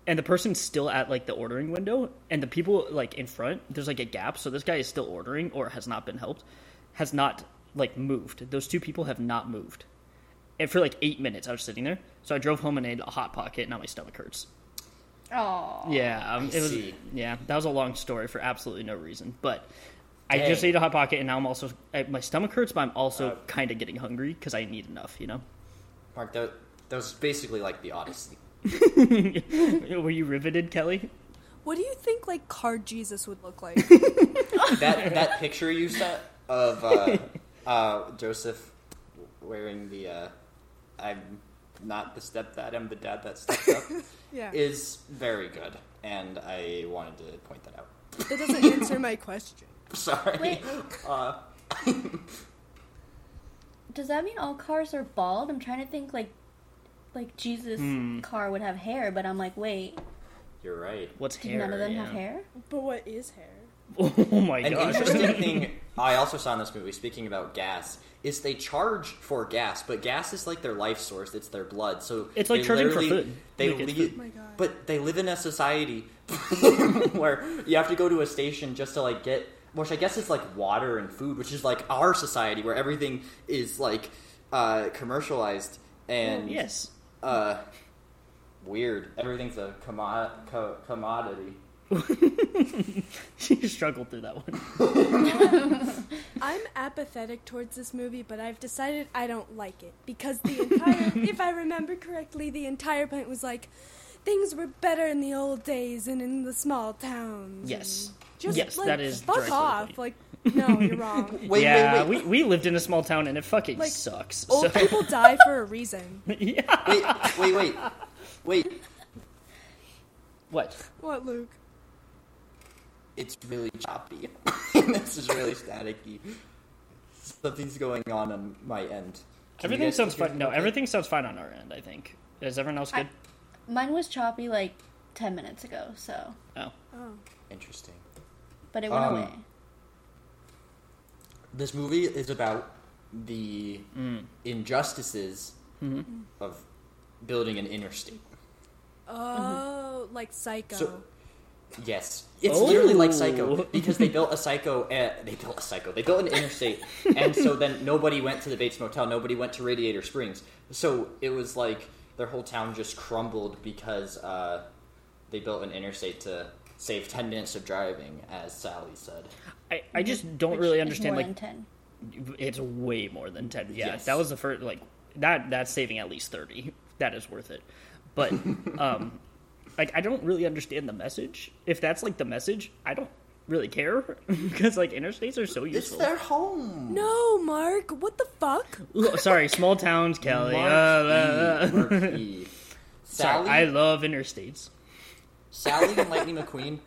[SPEAKER 2] and the person's still at like the ordering window, and the people like in front, there's like a gap, so this guy is still ordering or has not been helped, has not like moved. Those two people have not moved, and for like eight minutes, I was sitting there. So I drove home and ate a hot pocket, and now my stomach hurts.
[SPEAKER 4] Aw.
[SPEAKER 2] Yeah, um, it was.
[SPEAKER 1] see.
[SPEAKER 2] Yeah, that was a long story for absolutely no reason. But I
[SPEAKER 1] Dang. Uh,
[SPEAKER 2] just ate a hot pocket, and now I'm also I, my stomach hurts, but I'm also kind of getting hungry because I need enough. You know,
[SPEAKER 1] Mark, that, that was basically like the Odyssey.
[SPEAKER 2] <laughs> were you riveted, Kelly?
[SPEAKER 3] What do you think like card Jesus would
[SPEAKER 2] <laughs>
[SPEAKER 3] look like?
[SPEAKER 1] That that picture you sent of uh, uh, Joseph wearing the uh, I'm not the stepdad, I'm the dad that stepped up
[SPEAKER 3] <laughs> Yeah.
[SPEAKER 1] is very good, and I wanted to point that out. <laughs>
[SPEAKER 3] That doesn't answer my question.
[SPEAKER 1] Sorry.
[SPEAKER 2] <laughs>
[SPEAKER 4] Wait.
[SPEAKER 1] Uh,
[SPEAKER 4] Does that mean all cars are bald? I'm trying to think like like Jesus'
[SPEAKER 2] Hmm.
[SPEAKER 4] car would have hair, but I'm like, wait,
[SPEAKER 1] you're right.
[SPEAKER 2] What's
[SPEAKER 4] did
[SPEAKER 2] hair?
[SPEAKER 4] none of them
[SPEAKER 2] yeah.
[SPEAKER 4] have hair?
[SPEAKER 3] But what is hair?
[SPEAKER 2] <laughs> Oh my
[SPEAKER 1] An
[SPEAKER 2] gosh!
[SPEAKER 1] interesting thing I also saw in this movie, speaking about gas, is they charge for gas, but gas is like their life source. It's their blood. So
[SPEAKER 2] It's like
[SPEAKER 1] they
[SPEAKER 2] charging for
[SPEAKER 1] literally-
[SPEAKER 2] food.
[SPEAKER 1] They
[SPEAKER 2] Like, it's
[SPEAKER 1] li-
[SPEAKER 3] food. Oh my God.
[SPEAKER 1] but they live in a society <laughs> where you have to go to a station just to like get, which I guess is like water and food, which is like our society where everything is like uh, commercialized and
[SPEAKER 2] <laughs> yes. <laughs>
[SPEAKER 1] uh, weird. Everything's a commo- co- commodity.
[SPEAKER 2] she struggled through that one.
[SPEAKER 3] I'm apathetic towards this movie, but I've decided I don't like it because
[SPEAKER 2] <laughs>
[SPEAKER 3] the entire, if I remember correctly, the entire point was like, things were better in the old days and in the small towns.
[SPEAKER 2] Yes.
[SPEAKER 3] and Just
[SPEAKER 2] Yes,
[SPEAKER 3] like,
[SPEAKER 2] that is
[SPEAKER 3] fuck
[SPEAKER 2] directly the
[SPEAKER 3] off.
[SPEAKER 2] point.
[SPEAKER 3] Like, no,
[SPEAKER 2] <laughs>
[SPEAKER 3] you're wrong.
[SPEAKER 1] Wait,
[SPEAKER 2] yeah,
[SPEAKER 1] wait, wait.
[SPEAKER 2] we we lived in a small town and it fucking
[SPEAKER 3] Like,
[SPEAKER 2] sucks.
[SPEAKER 4] oh,
[SPEAKER 2] So,
[SPEAKER 3] Old people die for
[SPEAKER 2] <laughs>
[SPEAKER 3] a reason.
[SPEAKER 2] yeah.
[SPEAKER 1] wait, wait, wait, wait.
[SPEAKER 2] What?
[SPEAKER 3] What, Luke?
[SPEAKER 1] it's really choppy. <laughs> this is really staticky. Something's going on on my end. Can you
[SPEAKER 2] everything
[SPEAKER 1] guys
[SPEAKER 2] sounds
[SPEAKER 1] hear
[SPEAKER 2] fine.
[SPEAKER 1] me
[SPEAKER 2] No,
[SPEAKER 1] okay?
[SPEAKER 2] everything sounds fine on our end. I think. Is everyone else
[SPEAKER 4] I-
[SPEAKER 2] good?
[SPEAKER 4] Mine was choppy like ten minutes ago, so
[SPEAKER 2] Oh.
[SPEAKER 3] Oh.
[SPEAKER 1] Interesting.
[SPEAKER 4] but it went
[SPEAKER 1] Um,
[SPEAKER 4] away.
[SPEAKER 1] This movie is about the
[SPEAKER 2] Mm.
[SPEAKER 1] injustices
[SPEAKER 2] Mm-hmm.
[SPEAKER 1] of building an interstate.
[SPEAKER 3] Oh, like Psycho.
[SPEAKER 1] So- Yes, it's
[SPEAKER 2] Oh.
[SPEAKER 1] literally like Psycho because they built a Psycho. Uh, they built a Psycho. They built an interstate, and so then nobody went to the Bates Motel. Nobody went to Radiator Springs. So it was like their whole town just crumbled because uh, they built an interstate to save ten minutes of driving, as Sally said.
[SPEAKER 2] I, I just don't
[SPEAKER 4] Which
[SPEAKER 2] really
[SPEAKER 4] is
[SPEAKER 2] understand
[SPEAKER 4] more
[SPEAKER 2] like
[SPEAKER 4] than 10.
[SPEAKER 2] It's way more than ten. Yeah,
[SPEAKER 1] Yes.
[SPEAKER 2] that was the first. Like that. That's saving at least thirty. That is worth it.
[SPEAKER 1] <laughs>
[SPEAKER 2] But um, like I don't really understand the message. If that's like the message, I don't really care <laughs> because like interstates are so
[SPEAKER 1] It's
[SPEAKER 2] useful.
[SPEAKER 1] their home.
[SPEAKER 3] no, Mark. What the fuck?
[SPEAKER 2] Ooh, sorry,
[SPEAKER 1] <laughs>
[SPEAKER 2] small towns, Kelly.
[SPEAKER 1] Mark
[SPEAKER 2] Uh, uh,
[SPEAKER 1] E, Mark E.
[SPEAKER 2] <laughs> sorry,
[SPEAKER 1] Sally,
[SPEAKER 2] I love interstates.
[SPEAKER 1] Sally and Lightning McQueen.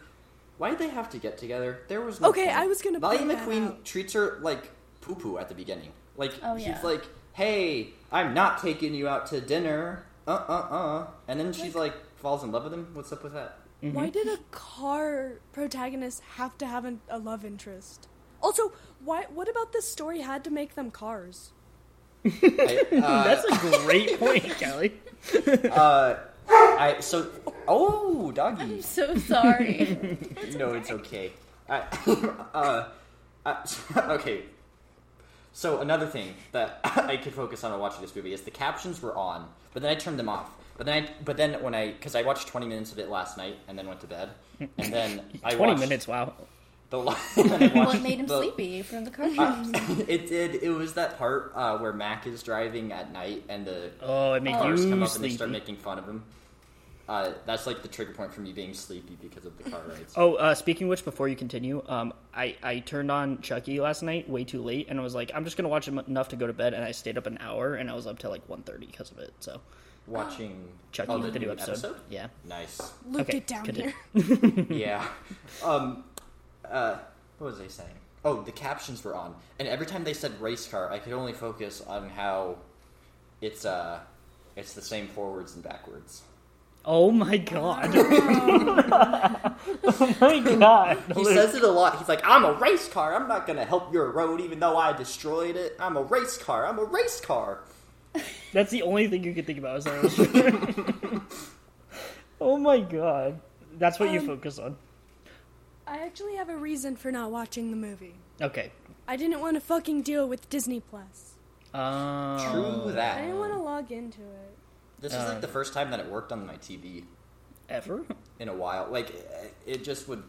[SPEAKER 1] Why did they have to get together? There was no
[SPEAKER 3] Okay,
[SPEAKER 1] point.
[SPEAKER 3] I was gonna
[SPEAKER 1] Lightning
[SPEAKER 3] point that
[SPEAKER 1] McQueen
[SPEAKER 3] out.
[SPEAKER 1] treats her like poo poo at the beginning. Like
[SPEAKER 4] Oh,
[SPEAKER 1] she's
[SPEAKER 4] yeah.
[SPEAKER 1] like, "Hey, I'm not taking you out to dinner." Uh uh uh. And then she's like falls in love with him. What's up with that?
[SPEAKER 3] Why did a car protagonist have to have an, a love interest? Also, why? What about this story had to make them cars?
[SPEAKER 1] I, uh,
[SPEAKER 2] That's a
[SPEAKER 1] <laughs>
[SPEAKER 2] great point, Kelly.
[SPEAKER 1] I so oh doggy.
[SPEAKER 4] I'm so
[SPEAKER 2] <laughs>
[SPEAKER 4] <laughs> sorry.
[SPEAKER 1] No, it's okay. I, <laughs> uh, I, <laughs> okay. So another thing that <laughs> I could focus on while watching this movie is the captions were on, but then I turned them off. But then, I, but then
[SPEAKER 2] <laughs>
[SPEAKER 1] when I, because I watched 20 minutes of it last night and then went to bed, and then I
[SPEAKER 2] Twenty
[SPEAKER 1] watched,
[SPEAKER 2] minutes. Wow.
[SPEAKER 1] The <laughs> li- when I
[SPEAKER 4] Well,
[SPEAKER 1] watched
[SPEAKER 4] it made him
[SPEAKER 1] the-
[SPEAKER 4] sleepy from the
[SPEAKER 1] Uh,
[SPEAKER 4] <laughs> cartoons.
[SPEAKER 1] <laughs> it did. It was that part uh, where Mac is driving at night and the
[SPEAKER 2] Oh, it made
[SPEAKER 4] Oh.
[SPEAKER 1] cars come
[SPEAKER 2] you
[SPEAKER 1] up and they start
[SPEAKER 2] sleepy.
[SPEAKER 1] making fun of him. Uh, that's like the trigger point for me being sleepy because of the car rides.
[SPEAKER 2] Oh, uh, speaking of which, before you continue, um, I, I turned on Chucky last night way too late, and I was like, I'm just gonna watch em- enough to go to bed, and I stayed up an hour, and I was up till like 1.30 because of it. So
[SPEAKER 1] Watching
[SPEAKER 2] Chucky,
[SPEAKER 1] oh,
[SPEAKER 2] the, new episode. yeah.
[SPEAKER 1] Nice.
[SPEAKER 3] Luke
[SPEAKER 2] Okay,
[SPEAKER 3] it down
[SPEAKER 2] continue.
[SPEAKER 3] here.
[SPEAKER 1] yeah. Um, uh, what was I saying? Oh, the captions were on, and every time they said race car, I could only focus on how it's uh, it's the same forwards and backwards.
[SPEAKER 2] Oh my god.
[SPEAKER 3] <laughs>
[SPEAKER 2] <laughs>
[SPEAKER 3] Uh,
[SPEAKER 2] oh my god.
[SPEAKER 1] He
[SPEAKER 2] Luke.
[SPEAKER 1] says it a lot. He's like, "I'm a race car. I'm not gonna help your road, even though I destroyed it. I'm a race car. I'm a race car."
[SPEAKER 2] That's the only thing you could think about. Is that- oh my god. That's what you
[SPEAKER 3] Um,
[SPEAKER 2] focus on.
[SPEAKER 3] I actually have a reason for not watching the movie.
[SPEAKER 2] Okay.
[SPEAKER 3] I didn't want to fucking deal with Disney Plus.
[SPEAKER 2] Um,
[SPEAKER 1] True
[SPEAKER 3] I
[SPEAKER 1] that.
[SPEAKER 3] didn't want to
[SPEAKER 2] Uh.
[SPEAKER 3] log into it.
[SPEAKER 1] This is like the first time that it worked on my TV
[SPEAKER 2] Ever?
[SPEAKER 1] in a while. Like, it- it just would.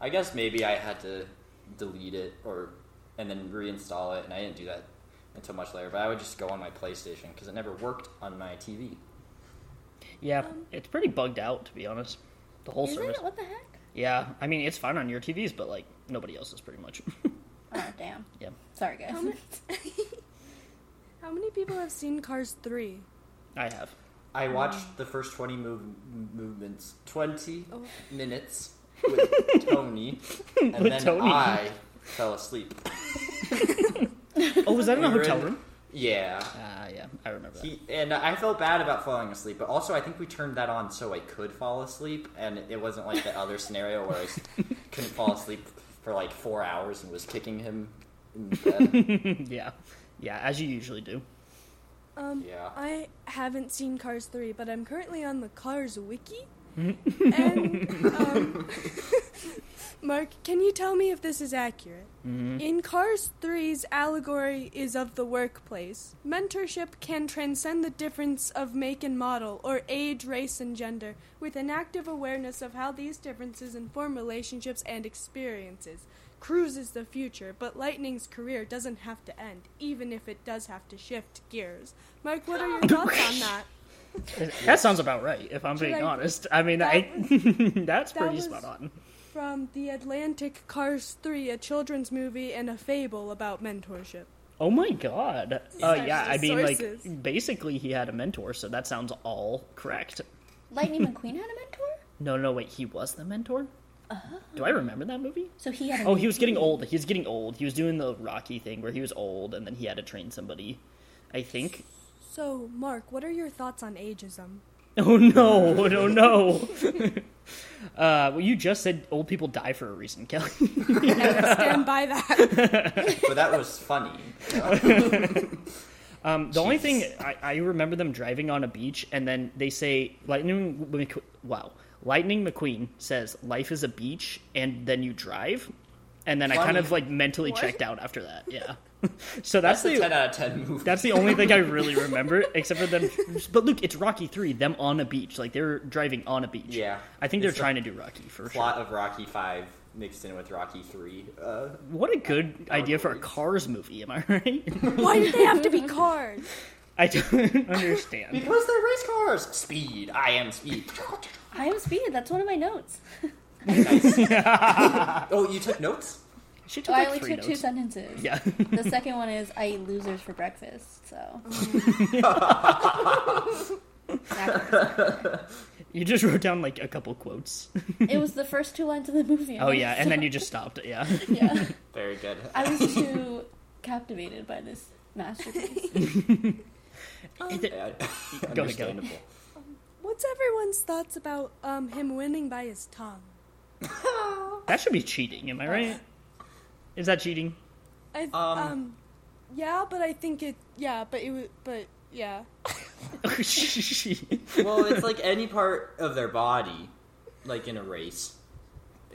[SPEAKER 1] I guess maybe I had to delete it or and then reinstall it, and I didn't do that until much later. But I would just go on my PlayStation because it never worked on my TV.
[SPEAKER 2] Yeah. it's pretty bugged out, to be honest. The whole
[SPEAKER 4] Is
[SPEAKER 2] service.
[SPEAKER 4] it? What the heck?
[SPEAKER 2] Yeah. I mean, it's fine on your TVs, but like nobody else's, pretty much. <laughs>
[SPEAKER 4] Oh damn.
[SPEAKER 2] yeah.
[SPEAKER 4] Sorry guys.
[SPEAKER 3] How many, <laughs> how many people have seen Cars 3?
[SPEAKER 2] I have.
[SPEAKER 1] I
[SPEAKER 2] Mm.
[SPEAKER 1] watched the first twenty move, movements, twenty
[SPEAKER 3] Oh.
[SPEAKER 1] minutes
[SPEAKER 2] <laughs>
[SPEAKER 1] with Tony, and
[SPEAKER 2] With
[SPEAKER 1] then
[SPEAKER 2] Tony.
[SPEAKER 1] I fell asleep.
[SPEAKER 2] Oh, was that in a
[SPEAKER 1] We were
[SPEAKER 2] hotel room?
[SPEAKER 1] Yeah,
[SPEAKER 2] Ah, yeah. I remember that.
[SPEAKER 1] he, and I felt bad about falling asleep, but also I think we turned that on so I could fall asleep, and it wasn't like the other scenario where I
[SPEAKER 2] <laughs>
[SPEAKER 1] s- couldn't fall asleep for like four hours and was kicking him. In bed.
[SPEAKER 2] <laughs> yeah. Yeah, as you usually do.
[SPEAKER 3] Um,
[SPEAKER 1] Yeah.
[SPEAKER 3] I haven't seen Cars 3, but I'm currently on the Cars wiki. and um, <laughs> Mark, can you tell me if this is accurate? In Cars 3's allegory is of the workplace. Mentorship can transcend the difference of make and model, or age, race, and gender, with an active awareness of how these differences inform relationships and experiences. Cruise is the future, but Lightning's career doesn't have to end, even if it does have to shift gears. Mark, what are your thoughts on that?
[SPEAKER 2] That sounds about right, if I'm being
[SPEAKER 3] I-
[SPEAKER 2] honest. I mean,
[SPEAKER 3] that
[SPEAKER 2] I, <laughs> that's
[SPEAKER 3] that
[SPEAKER 2] pretty
[SPEAKER 3] was-
[SPEAKER 2] spot on.
[SPEAKER 3] From The Atlantic Cars 3, a children's movie and a fable about mentorship.
[SPEAKER 2] Oh my god. Uh,
[SPEAKER 3] Sources,
[SPEAKER 2] yeah, I mean,
[SPEAKER 3] sources.
[SPEAKER 2] like, basically he had a mentor, so that sounds all correct.
[SPEAKER 4] Lightning McQueen had a mentor?
[SPEAKER 2] No, no, wait, he was the mentor?
[SPEAKER 3] Uh-huh.
[SPEAKER 2] Do I remember that movie?
[SPEAKER 4] So he had a
[SPEAKER 2] Oh, he was getting
[SPEAKER 4] mentee.
[SPEAKER 2] old. He was getting old. He was doing the Rocky thing where he was old and then he had to train somebody, I think.
[SPEAKER 3] So, Mark, what are your thoughts on ageism?
[SPEAKER 2] <laughs> Oh no, no, no. <laughs> Uh, well, you just said old people die for a reason, Kelly. <laughs>
[SPEAKER 3] Stand by <laughs> that.
[SPEAKER 1] but that was funny.
[SPEAKER 2] Um, the only thing I, I remember them driving on a beach, and then they say Lightning. McQu- wow, Lightning McQueen says life is a beach, and then you drive, and then I kind
[SPEAKER 1] Funny.
[SPEAKER 2] of like mentally
[SPEAKER 3] What?
[SPEAKER 2] checked out after that. Yeah, <laughs> so that's,
[SPEAKER 1] That's a
[SPEAKER 2] the
[SPEAKER 1] ten out of ten movie.
[SPEAKER 2] that's the only thing I really remember, except for them. <laughs> But look, it's Rocky Three. Them on a beach, like they're driving on a beach.
[SPEAKER 1] Yeah.
[SPEAKER 2] I think they're
[SPEAKER 1] It's the
[SPEAKER 2] trying to do Rocky for
[SPEAKER 1] plot of Rocky Five mixed in with Rocky Three. Uh,
[SPEAKER 2] sure. What a good idea for a
[SPEAKER 1] Outrageous.
[SPEAKER 2] Cars movie. Am I right? <laughs>
[SPEAKER 3] Why did they have to be cars?
[SPEAKER 2] I don't understand.
[SPEAKER 1] because they're race cars. Speed. I am
[SPEAKER 2] <laughs>
[SPEAKER 1] speed.
[SPEAKER 4] I am speed, that's one of my notes.
[SPEAKER 1] oh, you took notes.
[SPEAKER 2] She took
[SPEAKER 4] So I
[SPEAKER 2] like
[SPEAKER 4] only
[SPEAKER 2] three
[SPEAKER 4] took two
[SPEAKER 2] notes.
[SPEAKER 4] sentences.
[SPEAKER 2] Yeah. <laughs>
[SPEAKER 4] The second one is I eat losers for breakfast, so
[SPEAKER 2] Mm.
[SPEAKER 4] Backwards.
[SPEAKER 2] You just wrote down like a couple quotes.
[SPEAKER 4] <laughs> It was the first two lines of the movie.
[SPEAKER 2] Oh yeah, and then you just stopped it.
[SPEAKER 4] <laughs>
[SPEAKER 2] Yeah.
[SPEAKER 4] Yeah.
[SPEAKER 2] <laughs>
[SPEAKER 1] Very good.
[SPEAKER 4] I was too captivated by this masterpiece.
[SPEAKER 1] Yeah,
[SPEAKER 2] go.
[SPEAKER 1] Understandable.
[SPEAKER 3] What's everyone's thoughts about um, him winning by his tongue?
[SPEAKER 2] That should be cheating.
[SPEAKER 4] Oh.
[SPEAKER 2] Am I right? Is that cheating? <laughs>
[SPEAKER 3] I um, yeah, but I think it yeah, but it was but yeah.
[SPEAKER 2] Oh,
[SPEAKER 1] well, it's like any part of their body, like in a race.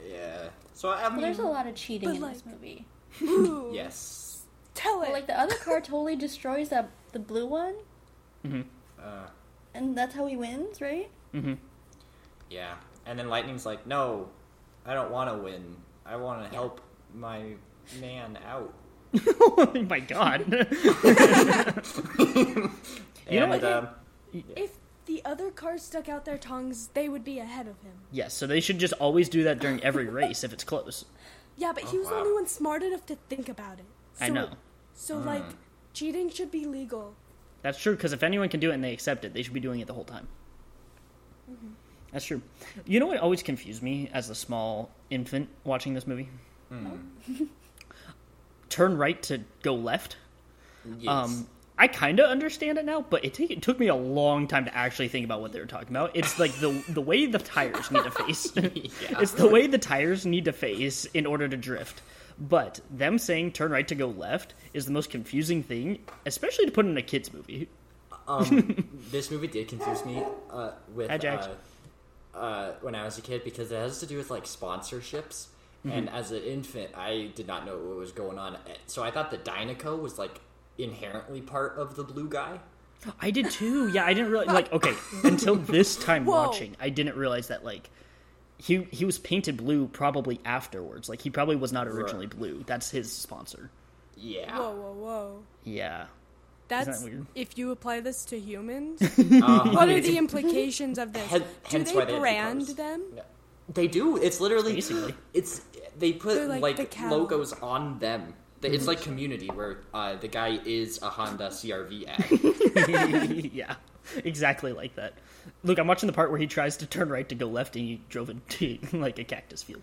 [SPEAKER 1] Yeah. So I
[SPEAKER 4] Well,
[SPEAKER 1] mean,
[SPEAKER 4] there's a lot of cheating
[SPEAKER 3] But,
[SPEAKER 4] in this
[SPEAKER 3] like-
[SPEAKER 4] movie.
[SPEAKER 3] Ooh,
[SPEAKER 1] yes.
[SPEAKER 3] <clears throat> Tell it.
[SPEAKER 4] But like the other car totally destroys that the blue one,
[SPEAKER 1] Uh,
[SPEAKER 4] and that's how he wins, right?
[SPEAKER 1] yeah. And then Lightning's like, no, I don't want to win. I want to
[SPEAKER 4] Yeah.
[SPEAKER 1] help my man out.
[SPEAKER 2] <laughs> oh my god. <laughs> You know
[SPEAKER 1] and
[SPEAKER 2] what?
[SPEAKER 1] um,
[SPEAKER 3] If the other cars stuck out their tongues, they would be ahead of him.
[SPEAKER 2] yes, so they should just always do that during every race if it's close.
[SPEAKER 3] Yeah, but he was the
[SPEAKER 1] wow.
[SPEAKER 3] only one smart enough to think about it.
[SPEAKER 2] I
[SPEAKER 3] So-
[SPEAKER 2] know.
[SPEAKER 3] So, like, cheating should be legal.
[SPEAKER 2] That's true because if anyone can do it and they accept it, they should be doing it the whole time. That's true. You know what always confused me as a small infant watching this movie? <laughs> Turn right to go left.
[SPEAKER 1] yes.
[SPEAKER 2] Um, I kind of understand it now, but it, take, it took me a long time to actually think about what they were talking about. It's like the the way the tires need to face. It's the way the tires need to face in order to drift. But them saying turn right to go left is the most confusing thing, especially to put in a kids movie.
[SPEAKER 1] um, this movie did confuse me uh, with
[SPEAKER 2] Hi, Jax.
[SPEAKER 1] uh, uh, when I was a kid because it has to do with like sponsorships.
[SPEAKER 2] Mm-hmm.
[SPEAKER 1] And as an infant, I did not know what was going on, so I thought that Dynaco was like inherently part of the blue guy.
[SPEAKER 2] I did too. Yeah, I didn't realize. Like, okay,
[SPEAKER 3] <laughs>
[SPEAKER 2] until this time
[SPEAKER 3] Whoa.
[SPEAKER 2] watching, I didn't realize that like he he was painted blue probably afterwards. Like, he probably was not originally blue. That's his sponsor.
[SPEAKER 1] Yeah.
[SPEAKER 3] Whoa, whoa, whoa.
[SPEAKER 2] Yeah, <laughs>
[SPEAKER 3] That's
[SPEAKER 2] weird?
[SPEAKER 3] if you apply this to humans.
[SPEAKER 1] Uh,
[SPEAKER 3] what are the implications of this?
[SPEAKER 1] Hen-
[SPEAKER 3] Do
[SPEAKER 1] hence
[SPEAKER 3] they
[SPEAKER 1] why they had two
[SPEAKER 3] brand
[SPEAKER 1] cars.
[SPEAKER 3] them?
[SPEAKER 1] They do. It's literally
[SPEAKER 2] Basically.
[SPEAKER 1] it's they put
[SPEAKER 3] They're
[SPEAKER 1] like,
[SPEAKER 3] like the cattle.
[SPEAKER 1] logos on them. They- It's like community where uh, the guy is a Honda CRV ad.
[SPEAKER 2] yeah, exactly like that. Look, I'm watching the part where he tries to turn right to go left, and he drove into <laughs> like a cactus field.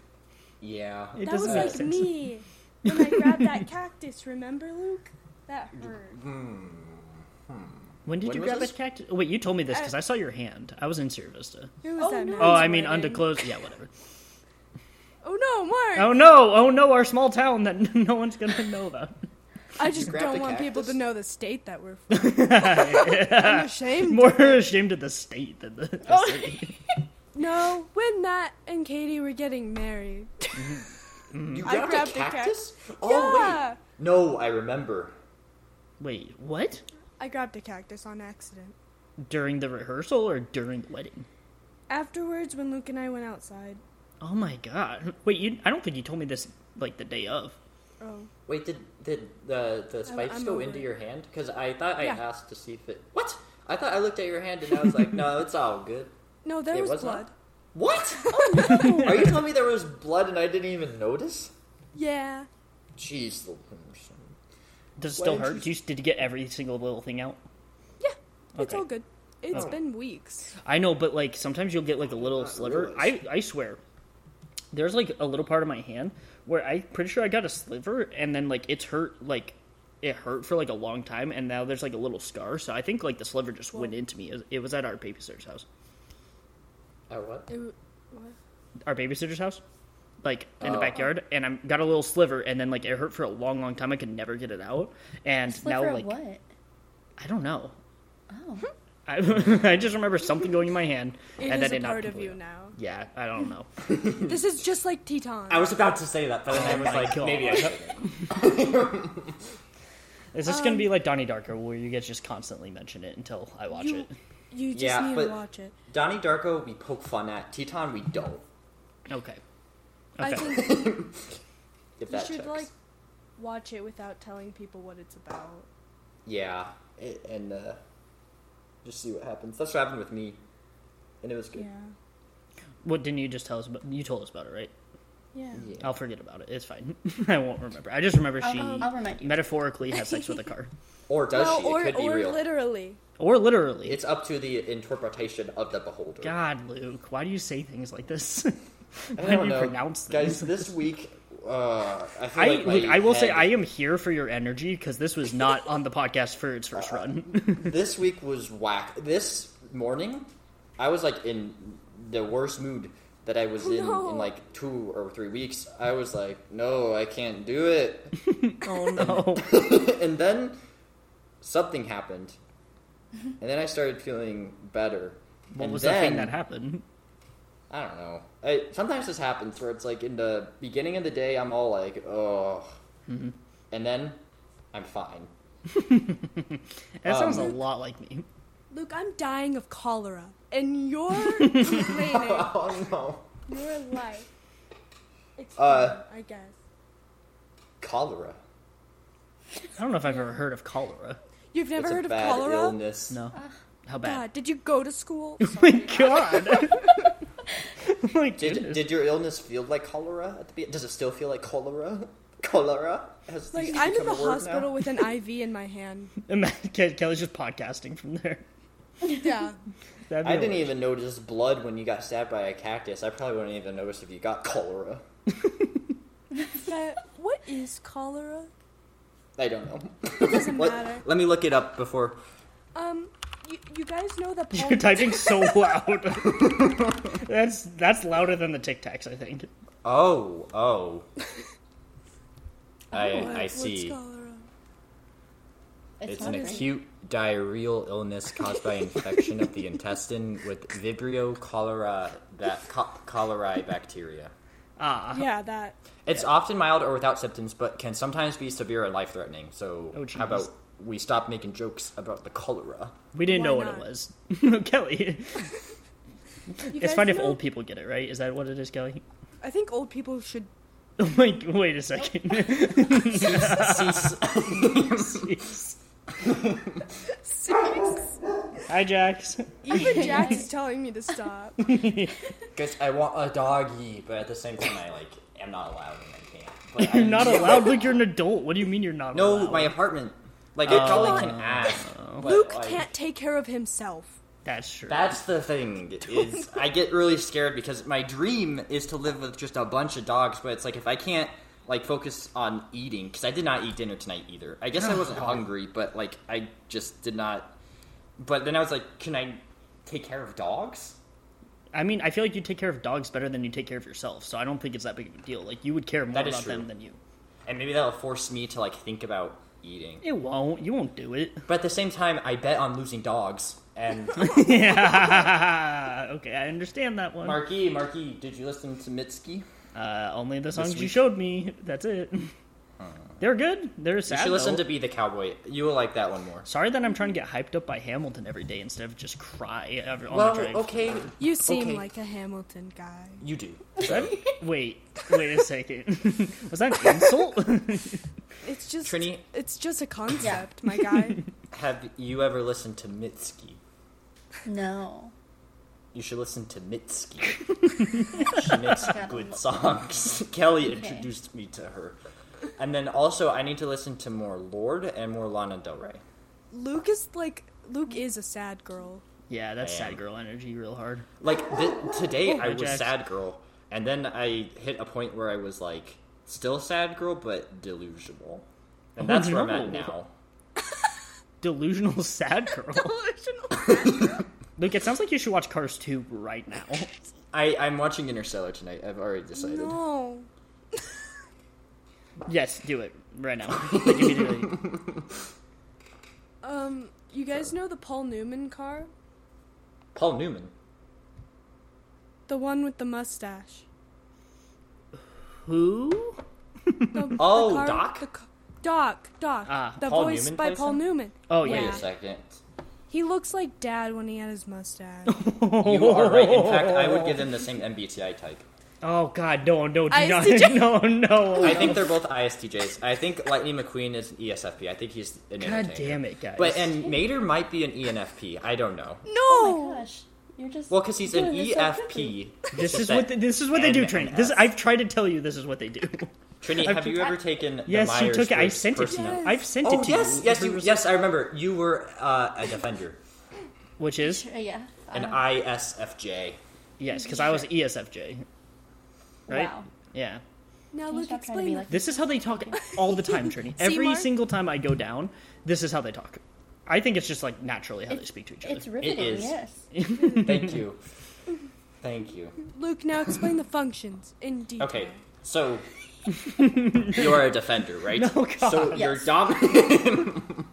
[SPEAKER 1] yeah.
[SPEAKER 2] It
[SPEAKER 3] That was
[SPEAKER 2] doesn't make
[SPEAKER 3] like
[SPEAKER 2] sense.
[SPEAKER 3] me when I
[SPEAKER 2] <laughs>
[SPEAKER 3] grabbed that cactus. Remember, Luke? That
[SPEAKER 1] Mm-hmm.
[SPEAKER 3] hurt.
[SPEAKER 2] When did
[SPEAKER 1] When
[SPEAKER 2] you
[SPEAKER 1] was
[SPEAKER 2] grab
[SPEAKER 1] this?
[SPEAKER 2] a cactus? Wait, you told me this because I saw your hand. I was in Sierra Vista.
[SPEAKER 3] Who was
[SPEAKER 4] Oh,
[SPEAKER 3] that?
[SPEAKER 4] no.
[SPEAKER 3] man?
[SPEAKER 2] Oh, I mean
[SPEAKER 4] wedding.
[SPEAKER 2] undisclosed. Yeah, whatever.
[SPEAKER 3] Oh no, Mark!
[SPEAKER 2] Oh no! Oh no! Our small town that <laughs> no one's gonna know about.
[SPEAKER 3] I just
[SPEAKER 1] grabbed
[SPEAKER 3] don't
[SPEAKER 1] the
[SPEAKER 3] want people to
[SPEAKER 1] cactus?
[SPEAKER 3] know the state that
[SPEAKER 1] <laughs>
[SPEAKER 3] we're from. I'm
[SPEAKER 2] <laughs>
[SPEAKER 3] ashamed.
[SPEAKER 2] More
[SPEAKER 3] <laughs>
[SPEAKER 2] ashamed of the state than the, the
[SPEAKER 3] Oh.
[SPEAKER 2] city.
[SPEAKER 3] No, when Matt and Katie were getting married.
[SPEAKER 1] You
[SPEAKER 3] I
[SPEAKER 1] grabbed,
[SPEAKER 3] grabbed a
[SPEAKER 1] a
[SPEAKER 3] cac-
[SPEAKER 1] cactus? oh
[SPEAKER 3] Yeah.
[SPEAKER 1] wait. No, I remember.
[SPEAKER 2] Wait, what?
[SPEAKER 3] I grabbed a cactus on accident.
[SPEAKER 2] During the rehearsal or during the wedding?
[SPEAKER 3] Afterwards, when Luke and I went outside.
[SPEAKER 2] Oh my god! Wait, you? I don't think you told me this like the day of.
[SPEAKER 3] Oh.
[SPEAKER 1] Wait, did did the the spikes
[SPEAKER 3] I'm
[SPEAKER 1] go
[SPEAKER 3] over
[SPEAKER 1] into
[SPEAKER 3] it.
[SPEAKER 1] your hand? Because I thought I
[SPEAKER 3] Yeah.
[SPEAKER 1] asked to see if it. What? I thought I looked at your hand and I was like, no, it's all good.
[SPEAKER 3] No, there
[SPEAKER 1] it
[SPEAKER 3] was,
[SPEAKER 1] was not?
[SPEAKER 3] blood. <laughs>
[SPEAKER 1] What? Oh no! Are you telling me there was blood and I didn't even notice?
[SPEAKER 3] Yeah.
[SPEAKER 1] Jeez, little person.
[SPEAKER 2] Does it
[SPEAKER 1] Why
[SPEAKER 2] still
[SPEAKER 1] didn't
[SPEAKER 2] hurt? Did you, did you get every single little thing out?
[SPEAKER 3] Yeah. It's
[SPEAKER 2] Okay.
[SPEAKER 3] all good. It's
[SPEAKER 1] Oh.
[SPEAKER 3] been weeks.
[SPEAKER 2] I know, but like sometimes you'll get like a little
[SPEAKER 1] not
[SPEAKER 2] sliver. I
[SPEAKER 1] realized.
[SPEAKER 2] I swear, there's like a little part of my hand where I pretty sure I got a sliver, and then like it's hurt like it hurt for like a long time, and now there's like a little scar. So I think like the sliver just went into me. It was, it was at our babysitter's house.
[SPEAKER 1] I Uh, what?
[SPEAKER 3] It w- what?
[SPEAKER 2] our babysitter's house, like in the
[SPEAKER 1] Oh.
[SPEAKER 2] backyard, and I got a little sliver, and then like it hurt for a long, long time. I could never get it out, and
[SPEAKER 4] Sliver
[SPEAKER 2] now
[SPEAKER 4] of
[SPEAKER 2] like
[SPEAKER 4] what?
[SPEAKER 2] I don't know. <laughs>
[SPEAKER 4] Oh.
[SPEAKER 2] I, I just remember something going in my hand,
[SPEAKER 3] It
[SPEAKER 2] and
[SPEAKER 3] is
[SPEAKER 2] then
[SPEAKER 3] a
[SPEAKER 2] it knocked
[SPEAKER 3] part
[SPEAKER 2] me
[SPEAKER 3] of you
[SPEAKER 2] completely out.
[SPEAKER 3] now.
[SPEAKER 2] Yeah, I don't
[SPEAKER 1] <laughs>
[SPEAKER 2] know.
[SPEAKER 3] This is just like Teton.
[SPEAKER 1] I was about to say that, but then I was
[SPEAKER 2] my
[SPEAKER 1] like,
[SPEAKER 2] God.
[SPEAKER 1] maybe I should.
[SPEAKER 2] <laughs> Is this
[SPEAKER 3] Um,
[SPEAKER 2] gonna be like Donnie Darko, where you guys just constantly mention it until I watch
[SPEAKER 3] you,
[SPEAKER 2] it?
[SPEAKER 3] You just
[SPEAKER 1] Yeah,
[SPEAKER 3] need
[SPEAKER 1] but-
[SPEAKER 3] to watch it.
[SPEAKER 1] Donnie Darko, we poke fun at. Teton, we don't.
[SPEAKER 2] Okay.
[SPEAKER 3] I
[SPEAKER 1] <laughs>
[SPEAKER 2] Okay.
[SPEAKER 3] think
[SPEAKER 1] If
[SPEAKER 3] you
[SPEAKER 1] that
[SPEAKER 3] should
[SPEAKER 1] checks.
[SPEAKER 3] like watch it without telling people what it's about.
[SPEAKER 1] Yeah, it, and uh, just see what happens. That's what happened with me, and it was
[SPEAKER 3] Yeah.
[SPEAKER 1] good.
[SPEAKER 2] What didn't you just tell us? About, you told us about it, right?
[SPEAKER 3] Yeah.
[SPEAKER 1] Yeah.
[SPEAKER 2] I'll forget about it. It's fine. <laughs> I won't remember. I just remember she
[SPEAKER 3] Um,
[SPEAKER 4] I'll- I'll remind you.
[SPEAKER 2] metaphorically has sex with a
[SPEAKER 3] <laughs>
[SPEAKER 2] car,
[SPEAKER 1] Or does
[SPEAKER 3] well,
[SPEAKER 1] she?
[SPEAKER 3] or
[SPEAKER 1] it could be
[SPEAKER 3] or
[SPEAKER 1] real.
[SPEAKER 3] literally.
[SPEAKER 2] or literally.
[SPEAKER 1] It's up to the interpretation of the beholder.
[SPEAKER 2] God, Luke, why do you say things like this? <laughs>
[SPEAKER 1] I
[SPEAKER 2] Why do you pronounce
[SPEAKER 1] guys.
[SPEAKER 2] things?
[SPEAKER 1] This week, uh, I feel
[SPEAKER 2] I,
[SPEAKER 1] like my
[SPEAKER 2] look, I will say
[SPEAKER 1] head-
[SPEAKER 2] I am here for your energy because this was not on the podcast for its first run. <laughs>
[SPEAKER 1] this week was whack. This morning, I was like in the worst mood that I was in
[SPEAKER 3] Oh, No.
[SPEAKER 1] in like two or three weeks. I was like, no, I can't do it.
[SPEAKER 3] <laughs>
[SPEAKER 2] oh no!
[SPEAKER 1] and then something happened,
[SPEAKER 3] Mm-hmm.
[SPEAKER 1] and then I started feeling better.
[SPEAKER 2] What
[SPEAKER 1] And
[SPEAKER 2] was
[SPEAKER 1] then,
[SPEAKER 2] the thing that happened?
[SPEAKER 1] I don't know. I, sometimes this happens where it's like in the beginning of the day, I'm all like, oh,
[SPEAKER 2] Mm-hmm.
[SPEAKER 1] and then I'm fine. <laughs> Um,
[SPEAKER 2] That sounds a lot like me.
[SPEAKER 3] Luke, I'm dying
[SPEAKER 1] <laughs>
[SPEAKER 3] of cholera, and you're complaining
[SPEAKER 1] Oh no.
[SPEAKER 3] your life It's
[SPEAKER 1] Uh,
[SPEAKER 3] fine, I guess.
[SPEAKER 1] Cholera.
[SPEAKER 2] I don't know if I've ever heard of cholera.
[SPEAKER 3] You've never
[SPEAKER 1] it's
[SPEAKER 3] heard
[SPEAKER 1] a
[SPEAKER 3] of
[SPEAKER 1] bad
[SPEAKER 3] cholera?
[SPEAKER 1] illness.
[SPEAKER 2] No. How bad?
[SPEAKER 3] God, did you go to school?
[SPEAKER 2] Oh my Ah, <laughs> god.
[SPEAKER 1] <laughs>
[SPEAKER 2] Oh my
[SPEAKER 1] Did,
[SPEAKER 2] goodness.
[SPEAKER 1] did your illness feel like cholera at the beginning? Does it still feel like cholera? <laughs> Cholera? Has
[SPEAKER 3] Like
[SPEAKER 1] these
[SPEAKER 3] I'm in
[SPEAKER 1] become
[SPEAKER 3] the
[SPEAKER 1] a word now?
[SPEAKER 3] hospital with an IV in my hand.
[SPEAKER 2] <laughs> Imagine- Ke- Kelly's just podcasting from there.
[SPEAKER 3] Yeah.
[SPEAKER 2] That'd be
[SPEAKER 1] I didn't
[SPEAKER 2] hilarious.
[SPEAKER 1] even notice blood when you got stabbed by a cactus. I probably wouldn't even notice if you got cholera.
[SPEAKER 3] But what is cholera?
[SPEAKER 1] <laughs> I don't know.
[SPEAKER 3] <laughs> doesn't
[SPEAKER 1] let,
[SPEAKER 3] matter.
[SPEAKER 1] let me look it up before.
[SPEAKER 3] Um, you, you guys know that
[SPEAKER 2] <laughs>
[SPEAKER 3] Paul
[SPEAKER 2] You're typing so loud. <laughs> that's that's louder than the Tic Tacs, I think.
[SPEAKER 1] Oh,
[SPEAKER 3] <laughs>
[SPEAKER 1] oh. I,
[SPEAKER 4] Oh,
[SPEAKER 1] I
[SPEAKER 3] What's
[SPEAKER 1] see.
[SPEAKER 3] cholera?
[SPEAKER 1] It's
[SPEAKER 4] not
[SPEAKER 1] an
[SPEAKER 4] great.
[SPEAKER 1] acute diarrheal illness caused by infection of
[SPEAKER 3] <laughs>
[SPEAKER 1] the intestine with Vibrio cholera that co- cholerae bacteria.
[SPEAKER 2] Ah,
[SPEAKER 3] Yeah, that.
[SPEAKER 1] It's often mild or without symptoms, but can sometimes be severe and life-threatening. So,
[SPEAKER 2] Oh,
[SPEAKER 1] how
[SPEAKER 2] jeez.
[SPEAKER 1] about we stop making jokes about the cholera?
[SPEAKER 2] we didn't
[SPEAKER 3] Why
[SPEAKER 2] know what
[SPEAKER 3] not?
[SPEAKER 2] it was. <laughs> No, Kelly,
[SPEAKER 3] You
[SPEAKER 2] it's
[SPEAKER 3] guys
[SPEAKER 2] fine if
[SPEAKER 3] know-
[SPEAKER 2] old people get it, right? Is that what it is, Kelly? <laughs>
[SPEAKER 3] I think old people should.
[SPEAKER 2] Wait, wait a second.
[SPEAKER 1] <laughs>
[SPEAKER 2] <laughs>
[SPEAKER 1] Cease.
[SPEAKER 2] Jeez. Hi, Jax.
[SPEAKER 3] <laughs> Even Jax is telling me to stop.
[SPEAKER 1] Because I want a doggy, but at the same time, I like am not allowed and I
[SPEAKER 2] <laughs>
[SPEAKER 1] can't. But
[SPEAKER 2] You're
[SPEAKER 1] I-
[SPEAKER 2] not allowed. Like you're an adult. What do you mean you're not
[SPEAKER 1] No,
[SPEAKER 2] allowed?
[SPEAKER 1] my apartment. Like
[SPEAKER 2] Oh.
[SPEAKER 1] I probably can ask. but,
[SPEAKER 3] <laughs> Luke
[SPEAKER 1] like,
[SPEAKER 3] can't take care of himself.
[SPEAKER 2] That's true.
[SPEAKER 1] That's the thing. Is I get really scared because my dream is to live with just a bunch of dogs, but it's like if I can't like focus on eating because I did not eat dinner tonight either. I guess I wasn't hungry, but like I just did not. But then I was like, can I take care of dogs?
[SPEAKER 2] I mean, I feel like you take care of dogs better than you take care of yourself. So I don't think it's that big of a deal. Like you would care more
[SPEAKER 1] That is
[SPEAKER 2] about them
[SPEAKER 1] true.
[SPEAKER 2] than you.
[SPEAKER 1] And maybe that'll force me to like think about eating.
[SPEAKER 2] It won't. You won't do it.
[SPEAKER 1] But at the same time, I bet on losing dogs. And
[SPEAKER 2] Yeah. Uh, okay, I understand that one.
[SPEAKER 1] Marquis, Marquis, did you listen to Mitski?
[SPEAKER 2] Uh, only the songs you
[SPEAKER 1] week.
[SPEAKER 2] showed me. That's it. <laughs> They're good. They're
[SPEAKER 1] You
[SPEAKER 2] sad.
[SPEAKER 1] should listen
[SPEAKER 2] though.
[SPEAKER 1] to Be the Cowboy. You will like that one more.
[SPEAKER 2] Sorry that I'm trying to get hyped up by Hamilton every day instead of just cry every, on
[SPEAKER 1] Well,
[SPEAKER 2] the drive.
[SPEAKER 1] okay,
[SPEAKER 3] You seem
[SPEAKER 1] Okay.
[SPEAKER 3] like a Hamilton guy.
[SPEAKER 1] you do.
[SPEAKER 2] That- wait, wait a second. <laughs> Was that an insult? <laughs>
[SPEAKER 3] It's just.
[SPEAKER 1] Trini-
[SPEAKER 3] It's just a concept, <laughs> my guy.
[SPEAKER 1] Have you ever listened to Mitski?
[SPEAKER 4] No.
[SPEAKER 1] You should listen to
[SPEAKER 2] <laughs>
[SPEAKER 1] Mitski. she makes
[SPEAKER 4] Yeah.
[SPEAKER 1] good songs. <laughs> Kelly
[SPEAKER 4] Okay.
[SPEAKER 1] introduced me to her. And then also, I need to listen to more Lord and more Lana Del Rey.
[SPEAKER 3] Luke is like. Luke is a sad girl.
[SPEAKER 2] yeah, that's
[SPEAKER 1] Man.
[SPEAKER 2] sad girl energy, real hard.
[SPEAKER 1] Like th- today, I
[SPEAKER 2] Hi,
[SPEAKER 1] was
[SPEAKER 2] Jax.
[SPEAKER 1] sad girl, and then I hit a point where I was like, still sad girl, but delusional, and
[SPEAKER 2] Oh,
[SPEAKER 1] that's where I'm at
[SPEAKER 2] no.
[SPEAKER 1] now.
[SPEAKER 2] Delusional <laughs> sad girl. Luke, it sounds like you should watch Cars 2 right now.
[SPEAKER 1] I I'm watching Interstellar tonight. I've already decided.
[SPEAKER 3] No.
[SPEAKER 2] Yes, do it right now. <laughs> Like immediately.
[SPEAKER 3] Um, you guys know the Paul Newman car?
[SPEAKER 1] Paul Newman.
[SPEAKER 3] The one with the mustache.
[SPEAKER 2] Who?
[SPEAKER 3] The,
[SPEAKER 1] Oh,
[SPEAKER 3] the car,
[SPEAKER 1] Doc?
[SPEAKER 3] The, ca- Doc, Doc.
[SPEAKER 2] Ah,
[SPEAKER 3] the
[SPEAKER 1] Paul
[SPEAKER 3] voice
[SPEAKER 1] Newman
[SPEAKER 3] by
[SPEAKER 1] plays
[SPEAKER 3] Paul
[SPEAKER 1] him?
[SPEAKER 3] Newman.
[SPEAKER 2] Oh,
[SPEAKER 1] Wait
[SPEAKER 2] yeah.
[SPEAKER 1] a second.
[SPEAKER 3] He looks like Dad when he had his mustache.
[SPEAKER 1] You are right. In fact, I would give them the same MBTI type.
[SPEAKER 2] Oh God, no, no, do not,
[SPEAKER 3] ISTJ.
[SPEAKER 2] <laughs> no, no.
[SPEAKER 1] I think they're both ISTJs. I think Lightning McQueen is an E ESFP. I think he's an
[SPEAKER 2] God
[SPEAKER 1] entertainer.
[SPEAKER 2] damn it, guys.
[SPEAKER 1] But and Mater might be an E ENFP. I don't know.
[SPEAKER 3] no.
[SPEAKER 4] Oh my gosh. You're just.
[SPEAKER 1] Well, because he's an E
[SPEAKER 4] doing this so quickly.
[SPEAKER 1] EFP.
[SPEAKER 2] this
[SPEAKER 1] It's
[SPEAKER 2] is
[SPEAKER 1] just
[SPEAKER 2] what
[SPEAKER 1] that
[SPEAKER 2] they, this is what they do,
[SPEAKER 1] N and
[SPEAKER 2] Trini. This
[SPEAKER 1] S.
[SPEAKER 2] I've tried to tell you. This is what
[SPEAKER 1] <laughs>
[SPEAKER 2] they do.
[SPEAKER 1] Trini,
[SPEAKER 2] I've
[SPEAKER 1] have you
[SPEAKER 2] t-
[SPEAKER 1] ever taken?
[SPEAKER 2] yes,
[SPEAKER 1] the
[SPEAKER 2] you took it. I
[SPEAKER 1] Myers-Briggs
[SPEAKER 2] sent it. to you.
[SPEAKER 1] personality-
[SPEAKER 3] Yes.
[SPEAKER 2] I've sent
[SPEAKER 1] Oh
[SPEAKER 2] it to
[SPEAKER 1] yes,
[SPEAKER 2] you.
[SPEAKER 1] yes, you, yes. I remember. You were uh, a defender,
[SPEAKER 2] Which is
[SPEAKER 4] Uh, yeah.
[SPEAKER 1] an
[SPEAKER 4] Uh,
[SPEAKER 1] ISFJ.
[SPEAKER 2] yes, because I was E ESFJ. Right?
[SPEAKER 4] Wow.
[SPEAKER 2] Yeah.
[SPEAKER 3] Now
[SPEAKER 4] Can you
[SPEAKER 3] Luke,
[SPEAKER 4] stop trying to be
[SPEAKER 3] explain.
[SPEAKER 4] like
[SPEAKER 2] This is how they talk all the time, Trini. Every
[SPEAKER 3] Mark?
[SPEAKER 2] single time I go down, this is how they talk. I think it's just like naturally how they speak to each other.
[SPEAKER 4] It's riveting,
[SPEAKER 1] is.
[SPEAKER 4] yes.
[SPEAKER 1] Thank you, thank you.
[SPEAKER 3] Luke, now explain the functions in detail.
[SPEAKER 1] Okay,
[SPEAKER 2] <laughs>
[SPEAKER 1] so you are a defender, right?
[SPEAKER 2] No, God.
[SPEAKER 1] So you're
[SPEAKER 4] Yes.
[SPEAKER 1] dominant. <laughs>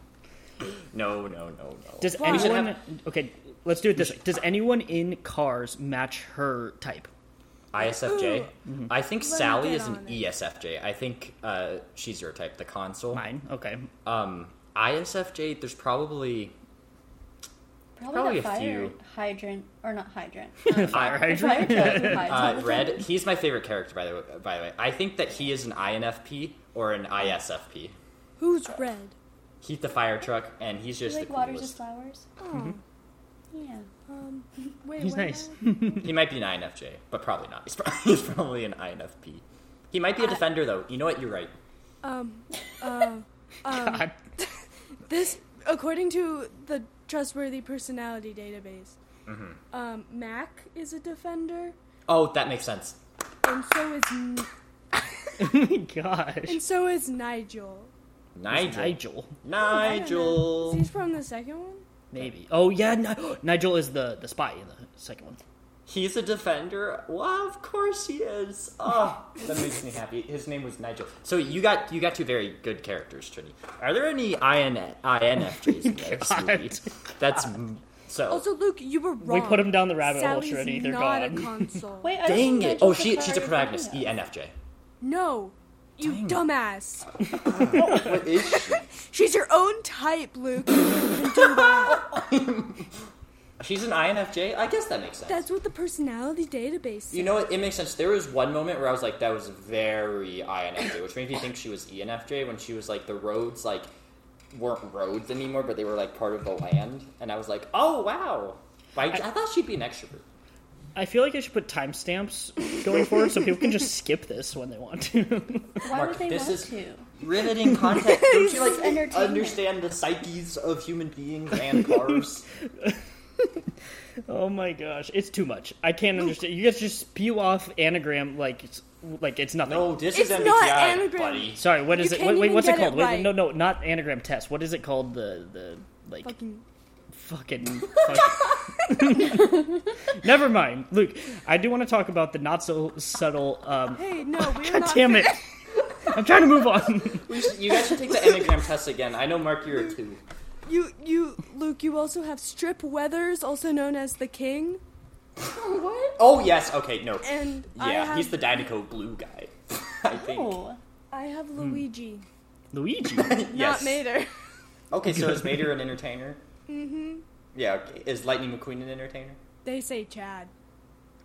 [SPEAKER 1] no, no, no, no.
[SPEAKER 2] Does
[SPEAKER 3] Why?
[SPEAKER 2] anyone?
[SPEAKER 1] have-
[SPEAKER 2] okay, let's do it this way. Does anyone in cars match her type?
[SPEAKER 3] <gasps>
[SPEAKER 1] ISFJ. Mm-hmm. I think
[SPEAKER 3] me
[SPEAKER 1] Sally
[SPEAKER 3] get
[SPEAKER 1] is an E
[SPEAKER 3] on it.
[SPEAKER 1] ESFJ. I think uh, she's your type, the console.
[SPEAKER 2] Mine. Okay.
[SPEAKER 1] Um, ISFJ. There's probably Probably
[SPEAKER 4] Probably, that
[SPEAKER 1] a
[SPEAKER 4] fire
[SPEAKER 1] few.
[SPEAKER 4] hydrant or not hydrant.
[SPEAKER 2] <laughs> Fire
[SPEAKER 4] The
[SPEAKER 2] <laughs> hydrant.
[SPEAKER 4] fire truck who hides all
[SPEAKER 1] Uh,
[SPEAKER 4] the
[SPEAKER 1] Red,
[SPEAKER 4] time.
[SPEAKER 1] he's my favorite character, by the, way, by the way. I think that he is an INFP or an ISFP.
[SPEAKER 3] Who's red?
[SPEAKER 1] Heat the fire truck, and he's
[SPEAKER 4] You
[SPEAKER 1] just
[SPEAKER 4] like
[SPEAKER 1] the
[SPEAKER 4] waters his
[SPEAKER 1] coolest.
[SPEAKER 4] flowers.
[SPEAKER 3] Oh,
[SPEAKER 4] Yeah.
[SPEAKER 3] um,
[SPEAKER 2] Mm-hmm.
[SPEAKER 3] wait,
[SPEAKER 2] He's
[SPEAKER 3] where am
[SPEAKER 2] nice.
[SPEAKER 3] I?
[SPEAKER 1] He might be an INFJ, but probably not. He's <laughs> probably, he's probably an INFP. He might be a defender, though. You know what? You're right.
[SPEAKER 3] Um, uh, um,
[SPEAKER 2] God.
[SPEAKER 3] this, according to the trustworthy personality database,
[SPEAKER 1] Mm-hmm.
[SPEAKER 3] um, Mac is a defender,
[SPEAKER 1] Oh, that makes sense.
[SPEAKER 3] and so is N-
[SPEAKER 2] Oh Gosh.
[SPEAKER 3] and so is Nigel.
[SPEAKER 1] Nigel.
[SPEAKER 2] Nigel.
[SPEAKER 3] I don't know.
[SPEAKER 1] Nigel.
[SPEAKER 3] Is he from the second one?
[SPEAKER 2] Maybe. Oh yeah, Ni- <gasps> Nigel is the the spy in the second one.
[SPEAKER 1] He's a defender. Well, of course he is. Oh, <laughs> that makes me happy. His name was Nigel. So you got you got two very good characters, Trini. Are there any IN, INFJs in <laughs> there? Sweetie? That's m- so.
[SPEAKER 3] Also, Luke, you were wrong.
[SPEAKER 2] put him down the rabbit hole,
[SPEAKER 3] Sally's
[SPEAKER 2] Trinity, they're
[SPEAKER 3] not a
[SPEAKER 2] gone.
[SPEAKER 3] console.
[SPEAKER 4] <laughs> Wait, I
[SPEAKER 1] Dang
[SPEAKER 4] think
[SPEAKER 1] it!
[SPEAKER 4] Nigel's
[SPEAKER 1] Oh, she, she's a
[SPEAKER 4] fiery
[SPEAKER 1] protagonist. E
[SPEAKER 4] tornado.
[SPEAKER 1] ENFJ.
[SPEAKER 3] no, you dumbass.
[SPEAKER 1] <laughs> What is she?
[SPEAKER 3] She's your own type, Luke.
[SPEAKER 1] She's an INFJ. I guess that makes sense.
[SPEAKER 3] That's what the personality database. Says.
[SPEAKER 1] you know what? It makes sense. There was one moment where I was like, that was very INFJ, which made me think she was E ENFJ when she was like, the roads like weren't roads anymore, but they were like part of the land, and I was like, oh wow. I, I thought she'd be an extrovert.
[SPEAKER 2] I feel like I should put timestamps going forward so people can just skip this when they want to.
[SPEAKER 4] Why
[SPEAKER 1] Mark,
[SPEAKER 4] would they
[SPEAKER 1] this
[SPEAKER 4] want
[SPEAKER 1] is-
[SPEAKER 4] to?
[SPEAKER 1] Riveting content. Don't you <laughs>
[SPEAKER 4] This is
[SPEAKER 1] like
[SPEAKER 4] entertainment.
[SPEAKER 1] understand the psyches of human beings and <laughs> cars?
[SPEAKER 2] oh my gosh, it's too much. I can't understand. You guys just spew off anagram like it's like it's nothing.
[SPEAKER 1] no, this
[SPEAKER 3] It's
[SPEAKER 1] is MBTI,
[SPEAKER 3] not anagram.
[SPEAKER 1] buddy.
[SPEAKER 2] Sorry, what
[SPEAKER 3] You
[SPEAKER 2] is it?
[SPEAKER 3] can't
[SPEAKER 2] Wait, wait,
[SPEAKER 3] even
[SPEAKER 2] what's it
[SPEAKER 3] get it
[SPEAKER 2] called?
[SPEAKER 3] right.
[SPEAKER 2] Wait, no, no, not anagram test. What is it called? The the like
[SPEAKER 3] Fucking
[SPEAKER 2] fucking.
[SPEAKER 3] <laughs>
[SPEAKER 2] fuck- Never mind, Luke. I do want to talk about the not so subtle. Um,
[SPEAKER 3] Hey, no, we're
[SPEAKER 2] God
[SPEAKER 3] not.
[SPEAKER 2] damn it! I'm trying to move on. <laughs>
[SPEAKER 1] We should- you guys should take the Enneagram test again. I know, Mark, you're a two.
[SPEAKER 3] You, you, Luke. You also have Strip Weathers, also known as the King,
[SPEAKER 4] What?
[SPEAKER 1] Oh, yes, okay, no.
[SPEAKER 3] and I
[SPEAKER 1] Yeah,
[SPEAKER 3] have,
[SPEAKER 1] he's the Dynaco blue guy. <laughs> I think.
[SPEAKER 4] Oh.
[SPEAKER 3] I have
[SPEAKER 2] Hmm.
[SPEAKER 3] Luigi,
[SPEAKER 2] Luigi.
[SPEAKER 1] <laughs> yes.
[SPEAKER 3] not Mater. <laughs>
[SPEAKER 1] Okay, so is Mater an entertainer? Mm-hmm. Yeah, okay. Is Lightning McQueen an entertainer?
[SPEAKER 3] they say Chad.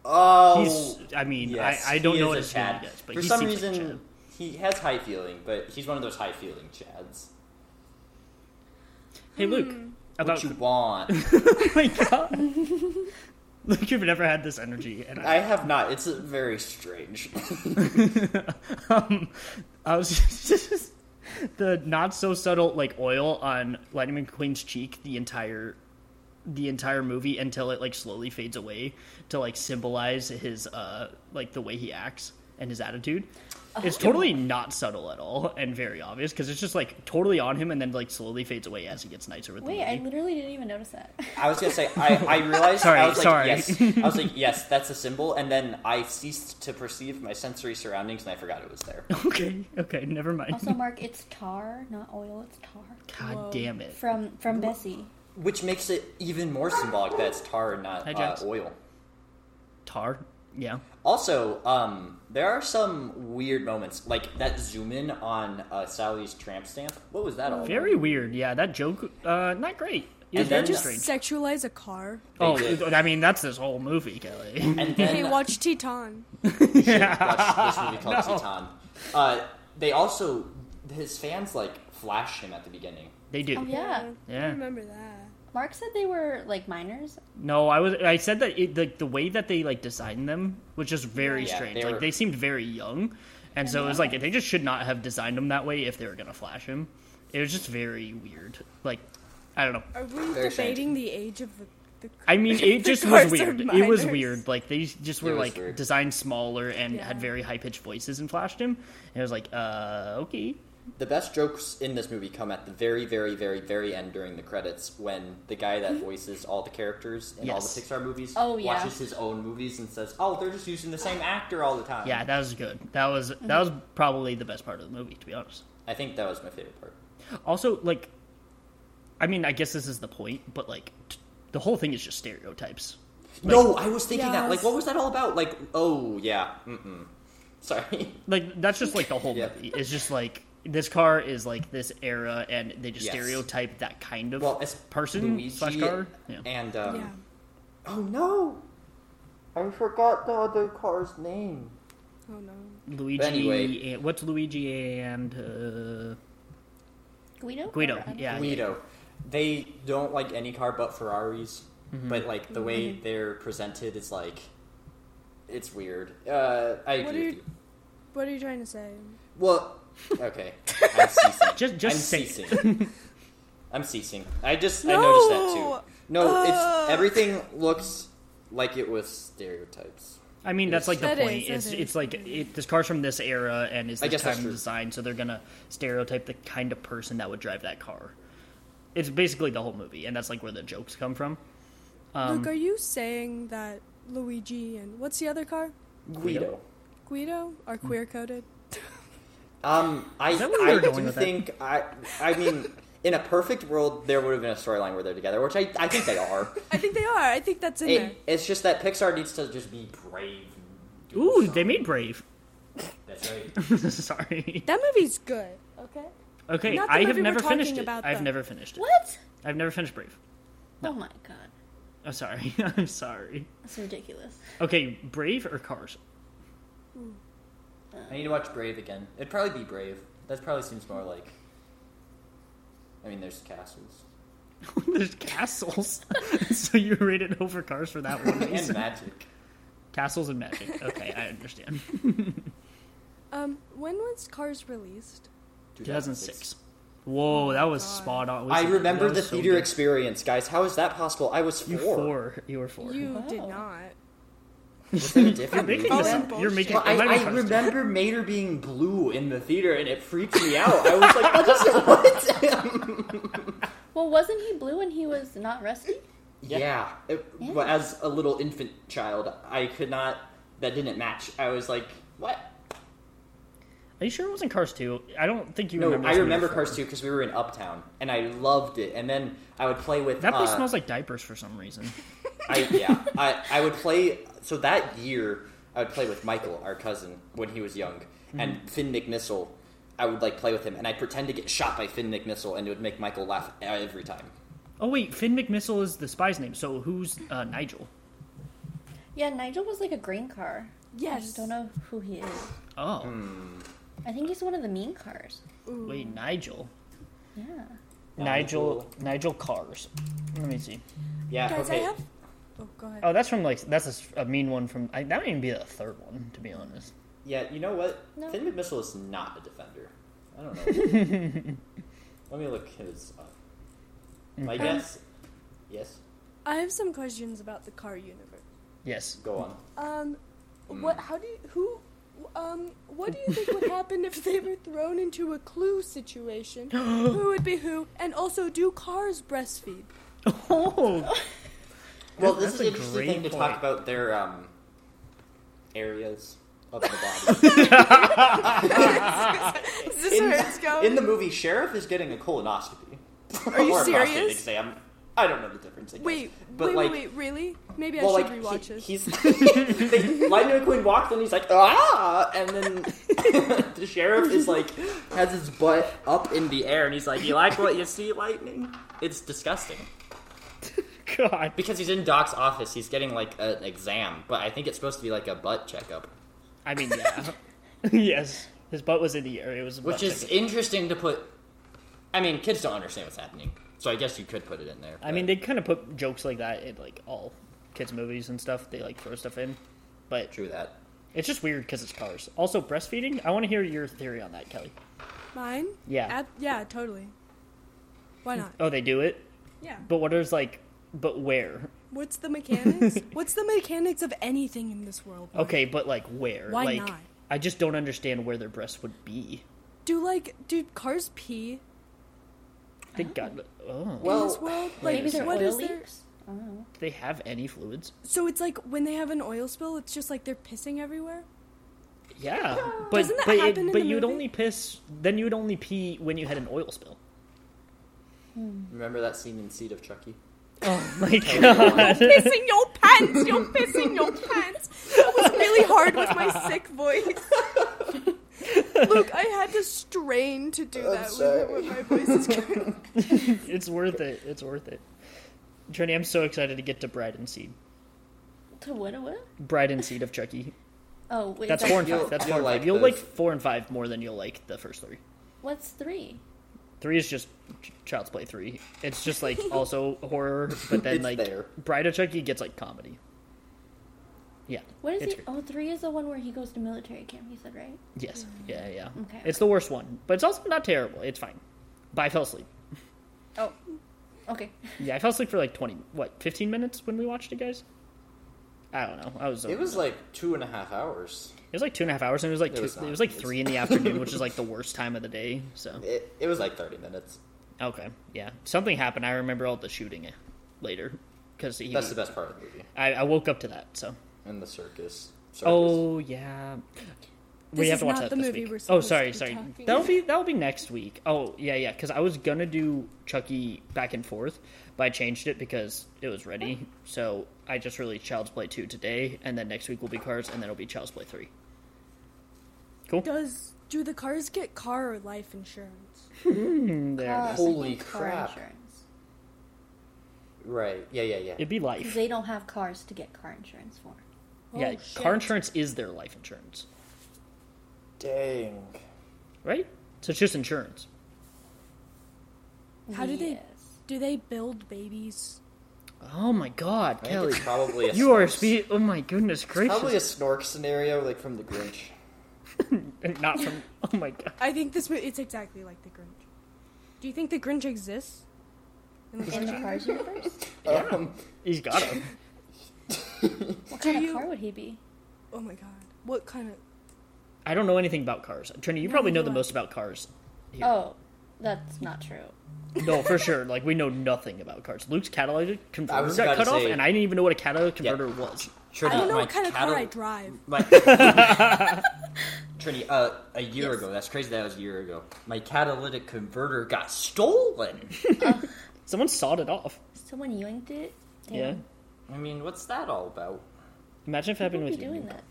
[SPEAKER 1] Oh,
[SPEAKER 2] He's. I mean,
[SPEAKER 1] yes,
[SPEAKER 2] I, I don't
[SPEAKER 1] he
[SPEAKER 2] know
[SPEAKER 1] is
[SPEAKER 2] what
[SPEAKER 1] a
[SPEAKER 2] his
[SPEAKER 1] Chad.
[SPEAKER 2] name is, but
[SPEAKER 1] For
[SPEAKER 2] he
[SPEAKER 1] some
[SPEAKER 2] seems
[SPEAKER 1] reason,
[SPEAKER 2] like Chad.
[SPEAKER 1] he has high feeling, but he's one of those high feeling Chads.
[SPEAKER 2] Hey, Luke.
[SPEAKER 3] Hmm.
[SPEAKER 2] About
[SPEAKER 1] What
[SPEAKER 2] <laughs>
[SPEAKER 1] you want?
[SPEAKER 2] oh my god. <laughs> Luke, you've never had this energy, and
[SPEAKER 1] I
[SPEAKER 2] I.
[SPEAKER 1] have not. It's very strange.
[SPEAKER 2] um, I was <laughs> just the not so subtle like oil on Lightning McQueen's cheek the entire the entire movie until it like slowly fades away to like symbolize his uh like the way he acts and his attitude. It's
[SPEAKER 4] Oh.
[SPEAKER 2] totally not subtle at all and very obvious because it's just like totally on him and then like slowly fades away as he gets nicer with the
[SPEAKER 4] Wait,
[SPEAKER 2] movie. <laughs>
[SPEAKER 4] I
[SPEAKER 1] Mm-hmm.
[SPEAKER 4] literally didn't even notice
[SPEAKER 1] <laughs>
[SPEAKER 4] that.
[SPEAKER 1] I was gonna say I, I realized
[SPEAKER 2] Sorry,
[SPEAKER 1] I was like
[SPEAKER 2] sorry.
[SPEAKER 1] yes I was like yes that's a symbol and then I ceased to perceive my sensory surroundings and I forgot it was
[SPEAKER 2] <laughs>
[SPEAKER 1] there.
[SPEAKER 2] Okay, okay, never mind.
[SPEAKER 4] Also, Mark, it's tar, not oil. It's tar.
[SPEAKER 2] God
[SPEAKER 3] Whoa.
[SPEAKER 2] damn it.
[SPEAKER 4] From from Bessie.
[SPEAKER 1] Which makes it even more symbolic that it's tar and not
[SPEAKER 2] Hi,
[SPEAKER 1] uh,
[SPEAKER 2] Jax.
[SPEAKER 1] oil.
[SPEAKER 2] Tar? Yeah.
[SPEAKER 1] Also, um, there are some weird moments, like that zoom in on uh, Sally's tramp stamp. What was that all? about?
[SPEAKER 2] Very weird. Yeah, that joke, uh, not great. It was
[SPEAKER 1] And then
[SPEAKER 2] very
[SPEAKER 1] just
[SPEAKER 2] strange.
[SPEAKER 3] Sexualize a car.
[SPEAKER 2] Oh,
[SPEAKER 1] They did.
[SPEAKER 2] I mean, that's this whole movie, Kelly. <laughs>
[SPEAKER 1] And
[SPEAKER 3] Hey,
[SPEAKER 1] then
[SPEAKER 3] watch Teton.
[SPEAKER 1] <laughs> watch this movie called Titan. Uh, they also his fans like flash him at the beginning.
[SPEAKER 2] They do.
[SPEAKER 4] Oh yeah.
[SPEAKER 3] I
[SPEAKER 2] Yeah.
[SPEAKER 3] remember that.
[SPEAKER 4] Mark said they were like minors.
[SPEAKER 2] No, I was. I said that it, like the way that they like designed them was just very
[SPEAKER 1] Yeah,
[SPEAKER 2] strange.
[SPEAKER 1] they
[SPEAKER 2] like
[SPEAKER 1] were-
[SPEAKER 2] they seemed very young, and so it was like they just should not have designed him that way if they were gonna flash him. It was just very weird. Like, I don't know.
[SPEAKER 3] Are we
[SPEAKER 1] Very
[SPEAKER 3] debating the age of the? the
[SPEAKER 1] <laughs>
[SPEAKER 2] I mean, it
[SPEAKER 3] <laughs> The
[SPEAKER 2] just was
[SPEAKER 3] cars are
[SPEAKER 2] weird. It was
[SPEAKER 3] minors.
[SPEAKER 2] weird. Like they just were
[SPEAKER 1] was
[SPEAKER 2] like
[SPEAKER 1] weird.
[SPEAKER 2] designed smaller and
[SPEAKER 3] Yeah.
[SPEAKER 2] had very high pitched voices and flashed him. And it was like, uh, okay.
[SPEAKER 1] The best jokes in this movie come at the very, very, very, very end during the credits when the guy that voices all the characters in all
[SPEAKER 2] Yes.
[SPEAKER 1] the Pixar movies
[SPEAKER 4] Oh, yeah.
[SPEAKER 1] watches his own movies and says, "Oh, they're just using the same actor all the time."
[SPEAKER 2] Yeah, that was good. That was that was probably the best part of the movie, to be honest.
[SPEAKER 1] I think that was my favorite part.
[SPEAKER 2] Also, like, I mean, I guess this is the point, but like, t- the whole thing is just stereotypes.
[SPEAKER 1] no, I was thinking that. Like,
[SPEAKER 3] Yes.
[SPEAKER 1] what was that all about? Like, oh yeah, mm-mm. <laughs> sorry.
[SPEAKER 2] Like that's just like the whole
[SPEAKER 1] Yeah.
[SPEAKER 2] movie. It's just like this car is like this era, and they just
[SPEAKER 1] Yes.
[SPEAKER 2] stereotype that kind of
[SPEAKER 1] Well, it's
[SPEAKER 2] person
[SPEAKER 1] Luigi
[SPEAKER 2] slash car. Yeah.
[SPEAKER 1] and um,
[SPEAKER 3] yeah.
[SPEAKER 1] oh no, I forgot the other car's name.
[SPEAKER 3] Oh no.
[SPEAKER 2] Luigi.
[SPEAKER 1] anyway.
[SPEAKER 2] and- what's Luigi and uh,
[SPEAKER 4] Guido?
[SPEAKER 2] Guido?
[SPEAKER 4] Or, I don't-
[SPEAKER 2] Yeah, yeah.
[SPEAKER 1] Guido. They don't like any car but Ferraris,
[SPEAKER 2] Mm-hmm.
[SPEAKER 1] but like the way they're presented is like it's weird. Uh, I agree
[SPEAKER 3] What are
[SPEAKER 1] with
[SPEAKER 3] you?
[SPEAKER 1] you.
[SPEAKER 3] What are you trying to say?
[SPEAKER 1] Well, okay. I'm ceasing.
[SPEAKER 2] <laughs> Just- just
[SPEAKER 1] I'm
[SPEAKER 2] say it.
[SPEAKER 1] ceasing. I'm ceasing. I just I
[SPEAKER 3] No!
[SPEAKER 1] noticed that too. No,
[SPEAKER 3] Ugh.
[SPEAKER 1] it's everything looks like it was stereotypes.
[SPEAKER 2] I mean, that's like the
[SPEAKER 3] That is,
[SPEAKER 2] point.
[SPEAKER 3] that
[SPEAKER 2] It's
[SPEAKER 3] is.
[SPEAKER 2] it's like it, this car's from this era and is
[SPEAKER 1] I
[SPEAKER 2] this
[SPEAKER 1] guess that's
[SPEAKER 2] time
[SPEAKER 1] true.
[SPEAKER 2] design, so they're gonna stereotype the kind of person that would drive that car. It's basically the whole movie, and that's like where the jokes come from. Um,
[SPEAKER 3] Luke, are you saying that Luigi and what's the other car?
[SPEAKER 1] Guido.
[SPEAKER 3] Guido are
[SPEAKER 1] Hmm.
[SPEAKER 3] queer coded?
[SPEAKER 1] Um, I
[SPEAKER 2] that where we
[SPEAKER 1] I
[SPEAKER 2] were going
[SPEAKER 1] do
[SPEAKER 2] with that?
[SPEAKER 1] think I I mean in a perfect world there would have been a storyline where they're together, which I I think they are.
[SPEAKER 3] <laughs> I think <laughs> they are. I think that's in there.
[SPEAKER 1] It, it's just that Pixar needs to just be brave. and do
[SPEAKER 2] Ooh, they
[SPEAKER 1] something.
[SPEAKER 2] made Brave. <laughs>
[SPEAKER 1] That's right.
[SPEAKER 2] Sorry.
[SPEAKER 3] That movie's good. Okay.
[SPEAKER 2] Okay,
[SPEAKER 3] Not the
[SPEAKER 2] I have
[SPEAKER 3] movie we're
[SPEAKER 2] never
[SPEAKER 3] talking
[SPEAKER 2] finished it.
[SPEAKER 3] about,
[SPEAKER 2] I've
[SPEAKER 3] though.
[SPEAKER 2] never finished it.
[SPEAKER 4] What?
[SPEAKER 2] I've never finished Brave.
[SPEAKER 4] Oh my god.
[SPEAKER 2] I'm sorry. <laughs> I'm sorry.
[SPEAKER 4] That's ridiculous.
[SPEAKER 2] Okay, Brave or Cars? <laughs>
[SPEAKER 1] I need to watch Brave again. It'd probably be Brave. That probably seems more like. I mean, there's castles
[SPEAKER 2] There's castles. <laughs> so you rated over Cars for that <laughs> one
[SPEAKER 1] <laughs> and
[SPEAKER 2] reason.
[SPEAKER 1] magic.
[SPEAKER 2] castles and magic. Okay, I understand.
[SPEAKER 3] Um, when was Cars released?
[SPEAKER 2] 2006. Whoa, that was
[SPEAKER 3] God.
[SPEAKER 2] spot on.
[SPEAKER 1] Oh I remember
[SPEAKER 2] That
[SPEAKER 1] the
[SPEAKER 2] was so
[SPEAKER 1] theater
[SPEAKER 2] good.
[SPEAKER 1] experience, guys. How is that possible? I was four.
[SPEAKER 2] You four. You were four.
[SPEAKER 3] You did
[SPEAKER 4] Wow.
[SPEAKER 3] not.
[SPEAKER 1] Was
[SPEAKER 2] <laughs>
[SPEAKER 1] it a
[SPEAKER 2] You're
[SPEAKER 1] different movie?
[SPEAKER 2] making this
[SPEAKER 3] Oh,
[SPEAKER 2] up. You're
[SPEAKER 3] bullshit.
[SPEAKER 2] making.
[SPEAKER 1] Well,
[SPEAKER 2] it
[SPEAKER 1] I,
[SPEAKER 2] might be
[SPEAKER 1] I
[SPEAKER 2] Cars two.
[SPEAKER 1] remember Mater being blue in the theater, and it freaked me out. I was like, "What is what?"
[SPEAKER 4] Well, wasn't he blue when he was not rusty?
[SPEAKER 1] yeah. It-
[SPEAKER 4] Yeah.
[SPEAKER 1] well, as a little infant child, I could not. That didn't match. I was like, "What?"
[SPEAKER 2] Are you sure it wasn't Cars two? I don't think you
[SPEAKER 1] No,
[SPEAKER 2] remember.
[SPEAKER 1] I
[SPEAKER 2] this movie
[SPEAKER 1] remember
[SPEAKER 2] before.
[SPEAKER 1] Cars 2 because we were in Uptown, and I loved it. And then I would play with
[SPEAKER 2] That place
[SPEAKER 1] uh,
[SPEAKER 2] smells like diapers for some reason. <laughs>
[SPEAKER 1] I, yeah, I, I would play. So that year, I would play with Michael, our cousin, when he was young,
[SPEAKER 2] Mm-hmm.
[SPEAKER 1] and Finn McMissile. I would like play with him, and I'd pretend to get shot by Finn McMissile, and it would make Michael laugh every time.
[SPEAKER 2] Oh wait, Finn McMissile is the spy's name. So who's uh, Nigel?
[SPEAKER 4] Yeah, Nigel was like a green car. I
[SPEAKER 3] Yes.
[SPEAKER 4] just don't know who he is.
[SPEAKER 2] Oh
[SPEAKER 1] Hmm.
[SPEAKER 4] I think he's one of the mean cars.
[SPEAKER 3] Ooh.
[SPEAKER 2] wait, Nigel.
[SPEAKER 4] Yeah.
[SPEAKER 2] Nigel. Nigel Cars. Let me see.
[SPEAKER 1] Yeah.
[SPEAKER 3] Guys,
[SPEAKER 1] okay.
[SPEAKER 3] I have. Oh, go ahead.
[SPEAKER 2] Oh, that's from like that's a s- a, mean one from. I, that might even be the third one, to be honest.
[SPEAKER 1] Yeah. You know what?
[SPEAKER 4] No.
[SPEAKER 1] Finn McMissile is not a defender. I don't know.
[SPEAKER 2] <laughs>
[SPEAKER 1] Let me look his up. My
[SPEAKER 2] Okay.
[SPEAKER 1] guess. Yes.
[SPEAKER 3] I have some questions about the car universe.
[SPEAKER 2] Yes.
[SPEAKER 1] Go on.
[SPEAKER 3] Um,
[SPEAKER 1] Hmm.
[SPEAKER 3] what? How do you? Who? Um, what do you think would happen if they were thrown into a
[SPEAKER 1] <gasps>
[SPEAKER 3] clue situation? who would be who? And also, do cars
[SPEAKER 1] <laughs>
[SPEAKER 3] breastfeed?
[SPEAKER 2] <laughs> Oh,
[SPEAKER 1] Well, this
[SPEAKER 2] That's
[SPEAKER 1] is an
[SPEAKER 2] a
[SPEAKER 1] interesting
[SPEAKER 2] great
[SPEAKER 1] thing to
[SPEAKER 2] point.
[SPEAKER 1] talk about their um, areas of
[SPEAKER 2] <laughs>
[SPEAKER 1] the
[SPEAKER 3] Is
[SPEAKER 1] body.
[SPEAKER 3] this
[SPEAKER 1] in,
[SPEAKER 3] where it's going?
[SPEAKER 1] in the movie, Sheriff is getting a colonoscopy.
[SPEAKER 3] Are
[SPEAKER 1] <laughs>
[SPEAKER 3] you
[SPEAKER 1] or a prostate
[SPEAKER 3] serious?
[SPEAKER 1] exam. I don't know the difference. I guess.
[SPEAKER 3] wait,
[SPEAKER 1] but
[SPEAKER 3] wait,
[SPEAKER 1] like,
[SPEAKER 3] wait, wait, really? Maybe
[SPEAKER 1] well,
[SPEAKER 3] I should
[SPEAKER 1] like
[SPEAKER 3] rewatch
[SPEAKER 1] he, he's <laughs>
[SPEAKER 3] this.
[SPEAKER 1] they, Lightning McQueen walks and he's like ah, and then <laughs> the sheriff is like has his butt up in the air and he's like, "You like what you see, Lightning? It's disgusting."
[SPEAKER 2] God.
[SPEAKER 1] Because he's in Doc's office, he's getting like an exam, but I think it's supposed to be like a butt checkup.
[SPEAKER 2] I mean, yeah. <laughs> yes. His butt was in the air. It was a
[SPEAKER 1] Which
[SPEAKER 2] butt
[SPEAKER 1] is
[SPEAKER 2] check.
[SPEAKER 1] interesting to put. I mean, kids don't understand what's happening, so I guess you could put it in there.
[SPEAKER 2] I mean,
[SPEAKER 1] but-
[SPEAKER 2] they kind of put jokes like that in like all kids' movies and stuff. They like throw stuff in, but
[SPEAKER 1] true that.
[SPEAKER 2] it's just weird because it's cars. Also, breastfeeding. I want to hear your theory on that, Kelly.
[SPEAKER 3] Mine?
[SPEAKER 2] Yeah.
[SPEAKER 3] Ab- yeah, totally.
[SPEAKER 2] <laughs>
[SPEAKER 3] Why not?
[SPEAKER 2] Oh, they do it,
[SPEAKER 3] Yeah.
[SPEAKER 2] but what is like, but where?
[SPEAKER 3] What's the mechanics? <laughs> What's the mechanics of anything in this world?
[SPEAKER 2] Okay, but like where?
[SPEAKER 3] Why
[SPEAKER 2] like,
[SPEAKER 3] not?
[SPEAKER 2] I just don't understand where their breasts would be.
[SPEAKER 3] Do like do cars pee
[SPEAKER 2] They got. Oh,
[SPEAKER 1] Well,
[SPEAKER 3] in this world? Like
[SPEAKER 4] Maybe they're
[SPEAKER 3] what
[SPEAKER 4] oil
[SPEAKER 3] is there?
[SPEAKER 4] leaks? I don't know.
[SPEAKER 2] they have any fluids?
[SPEAKER 3] So it's like when they have an oil spill, it's just like they're
[SPEAKER 2] <laughs>
[SPEAKER 3] pissing everywhere.
[SPEAKER 2] Yeah,
[SPEAKER 3] <gasps>
[SPEAKER 2] but
[SPEAKER 3] Doesn't that
[SPEAKER 2] but
[SPEAKER 3] happen in
[SPEAKER 2] but
[SPEAKER 3] the
[SPEAKER 2] you'd
[SPEAKER 3] movie?
[SPEAKER 2] only piss. Then you'd only pee when you had an oil spill.
[SPEAKER 1] Remember that scene in Seed of Chucky?
[SPEAKER 2] Oh my god.
[SPEAKER 3] pissing your pants. You're pissing your pants. That was really hard with my sick voice. <laughs> Look, I had to strain to do
[SPEAKER 1] I'm
[SPEAKER 3] that
[SPEAKER 1] sorry.
[SPEAKER 3] with, with my voice is <laughs> going.
[SPEAKER 2] it's worth it. It's worth it. Trini, I'm so excited to get to Bride and Seed.
[SPEAKER 4] To what? What?
[SPEAKER 2] Bride and Seed of Chucky.
[SPEAKER 4] Oh wait.
[SPEAKER 2] That's
[SPEAKER 4] that-
[SPEAKER 2] four and
[SPEAKER 1] You'll-
[SPEAKER 2] five. That's
[SPEAKER 1] you'll
[SPEAKER 2] four and
[SPEAKER 1] like
[SPEAKER 2] five. You'll
[SPEAKER 1] those.
[SPEAKER 2] like four and five more than you'll like the first three.
[SPEAKER 4] What's three?
[SPEAKER 2] Three is just Ch- Child's Play three. It's
[SPEAKER 1] <laughs>
[SPEAKER 2] just like also horror, but then
[SPEAKER 1] It's
[SPEAKER 2] like
[SPEAKER 1] there.
[SPEAKER 2] Bride of Chucky gets like comedy. Yeah.
[SPEAKER 4] What is
[SPEAKER 2] it's
[SPEAKER 4] he?
[SPEAKER 2] great.
[SPEAKER 4] Oh, three is the one where he goes to military camp. You said right.
[SPEAKER 2] Yes. Yeah. Yeah.
[SPEAKER 4] Um, Okay.
[SPEAKER 2] It's the worst one, but it's also not terrible. It's fine. But I fell asleep.
[SPEAKER 4] Oh. Okay.
[SPEAKER 2] Yeah, I fell asleep for like twenty, what, fifteen minutes when we watched it, guys. I don't know. I was.
[SPEAKER 1] It was like two and a half hours.
[SPEAKER 2] It was like two and a half hours, and it was like
[SPEAKER 1] It
[SPEAKER 2] two,
[SPEAKER 1] was
[SPEAKER 2] it
[SPEAKER 1] not.
[SPEAKER 2] was like
[SPEAKER 1] It was-
[SPEAKER 2] three in the afternoon, which is like the worst time of the day.
[SPEAKER 1] <laughs>
[SPEAKER 2] So
[SPEAKER 1] It, it was like 30 minutes.
[SPEAKER 2] okay, yeah, something happened. I remember all the shooting later because he.
[SPEAKER 1] That's the best part of the movie.
[SPEAKER 2] I, I woke up to that. So
[SPEAKER 1] And the circus. circus.
[SPEAKER 2] oh yeah, we
[SPEAKER 3] This
[SPEAKER 2] have
[SPEAKER 3] is
[SPEAKER 2] to watch
[SPEAKER 3] not
[SPEAKER 2] that
[SPEAKER 3] the
[SPEAKER 2] this
[SPEAKER 3] movie
[SPEAKER 2] week.
[SPEAKER 3] we're
[SPEAKER 2] oh
[SPEAKER 3] supposed
[SPEAKER 2] sorry,
[SPEAKER 3] to be
[SPEAKER 2] sorry.
[SPEAKER 3] talking
[SPEAKER 2] That'll be that'll be next week. Oh yeah, yeah. Because I was gonna do Chucky back and forth, but I changed it because it was ready. So I just released Child's Play two today, and then next week will be Cars, and then it'll be Child's Play three. Cool.
[SPEAKER 3] Does do the cars get car or life insurance?
[SPEAKER 2] There.
[SPEAKER 4] Uh,
[SPEAKER 1] Holy
[SPEAKER 4] I think car
[SPEAKER 1] crap.
[SPEAKER 4] Insurance.
[SPEAKER 1] Right. Yeah, yeah, yeah.
[SPEAKER 2] It'd be life.
[SPEAKER 4] Because they don't have cars to get car insurance for.
[SPEAKER 2] yeah,
[SPEAKER 3] Oh, shit.
[SPEAKER 2] car insurance is their life insurance,
[SPEAKER 1] Dang.
[SPEAKER 2] right? So it's just insurance.
[SPEAKER 3] How do they-
[SPEAKER 4] Yes.
[SPEAKER 3] Do they build babies?
[SPEAKER 2] Oh my God,
[SPEAKER 1] I think
[SPEAKER 2] Kelly,
[SPEAKER 1] it's
[SPEAKER 3] <laughs>
[SPEAKER 1] probably a
[SPEAKER 2] you are
[SPEAKER 1] snorks.
[SPEAKER 2] spe Oh my goodness gracious!
[SPEAKER 1] Probably a snork scenario, like from The Grinch.
[SPEAKER 2] <laughs> And Not from. Oh my God.
[SPEAKER 3] I think this movie it's exactly like the Grinch. Do you think the Grinch exists? In the
[SPEAKER 4] In
[SPEAKER 3] Grinch
[SPEAKER 4] the Cars universe?
[SPEAKER 2] Yeah.
[SPEAKER 1] Um,
[SPEAKER 2] He's got him.
[SPEAKER 4] What
[SPEAKER 3] Do
[SPEAKER 4] kind
[SPEAKER 3] you-
[SPEAKER 4] of car would he be?
[SPEAKER 3] Oh my god. What kind of
[SPEAKER 2] I don't know anything about cars. Trini, you probably know the
[SPEAKER 3] neither.
[SPEAKER 2] most about cars. Yeah.
[SPEAKER 4] Oh, that's not true.
[SPEAKER 2] No, for sure. Like we know nothing about cars. Luke's catalytic
[SPEAKER 1] I
[SPEAKER 2] converter
[SPEAKER 1] was
[SPEAKER 2] got
[SPEAKER 1] about to
[SPEAKER 2] cut off,
[SPEAKER 1] say-
[SPEAKER 2] and I didn't even know what a catalytic converter was.
[SPEAKER 1] Trini,
[SPEAKER 3] I don't know
[SPEAKER 1] my
[SPEAKER 3] what kind of car
[SPEAKER 1] catal-
[SPEAKER 3] I drive. <laughs>
[SPEAKER 1] My, Trini, uh, a year
[SPEAKER 4] Yes.
[SPEAKER 1] ago. That's crazy. That was a year ago. My catalytic converter got stolen.
[SPEAKER 2] Someone sawed it off.
[SPEAKER 4] Someone yoinked it? Damn.
[SPEAKER 2] Yeah.
[SPEAKER 1] I mean, what's that all about?
[SPEAKER 2] Imagine if it
[SPEAKER 4] People
[SPEAKER 2] happened
[SPEAKER 4] be
[SPEAKER 2] with
[SPEAKER 4] doing
[SPEAKER 2] you.
[SPEAKER 4] that.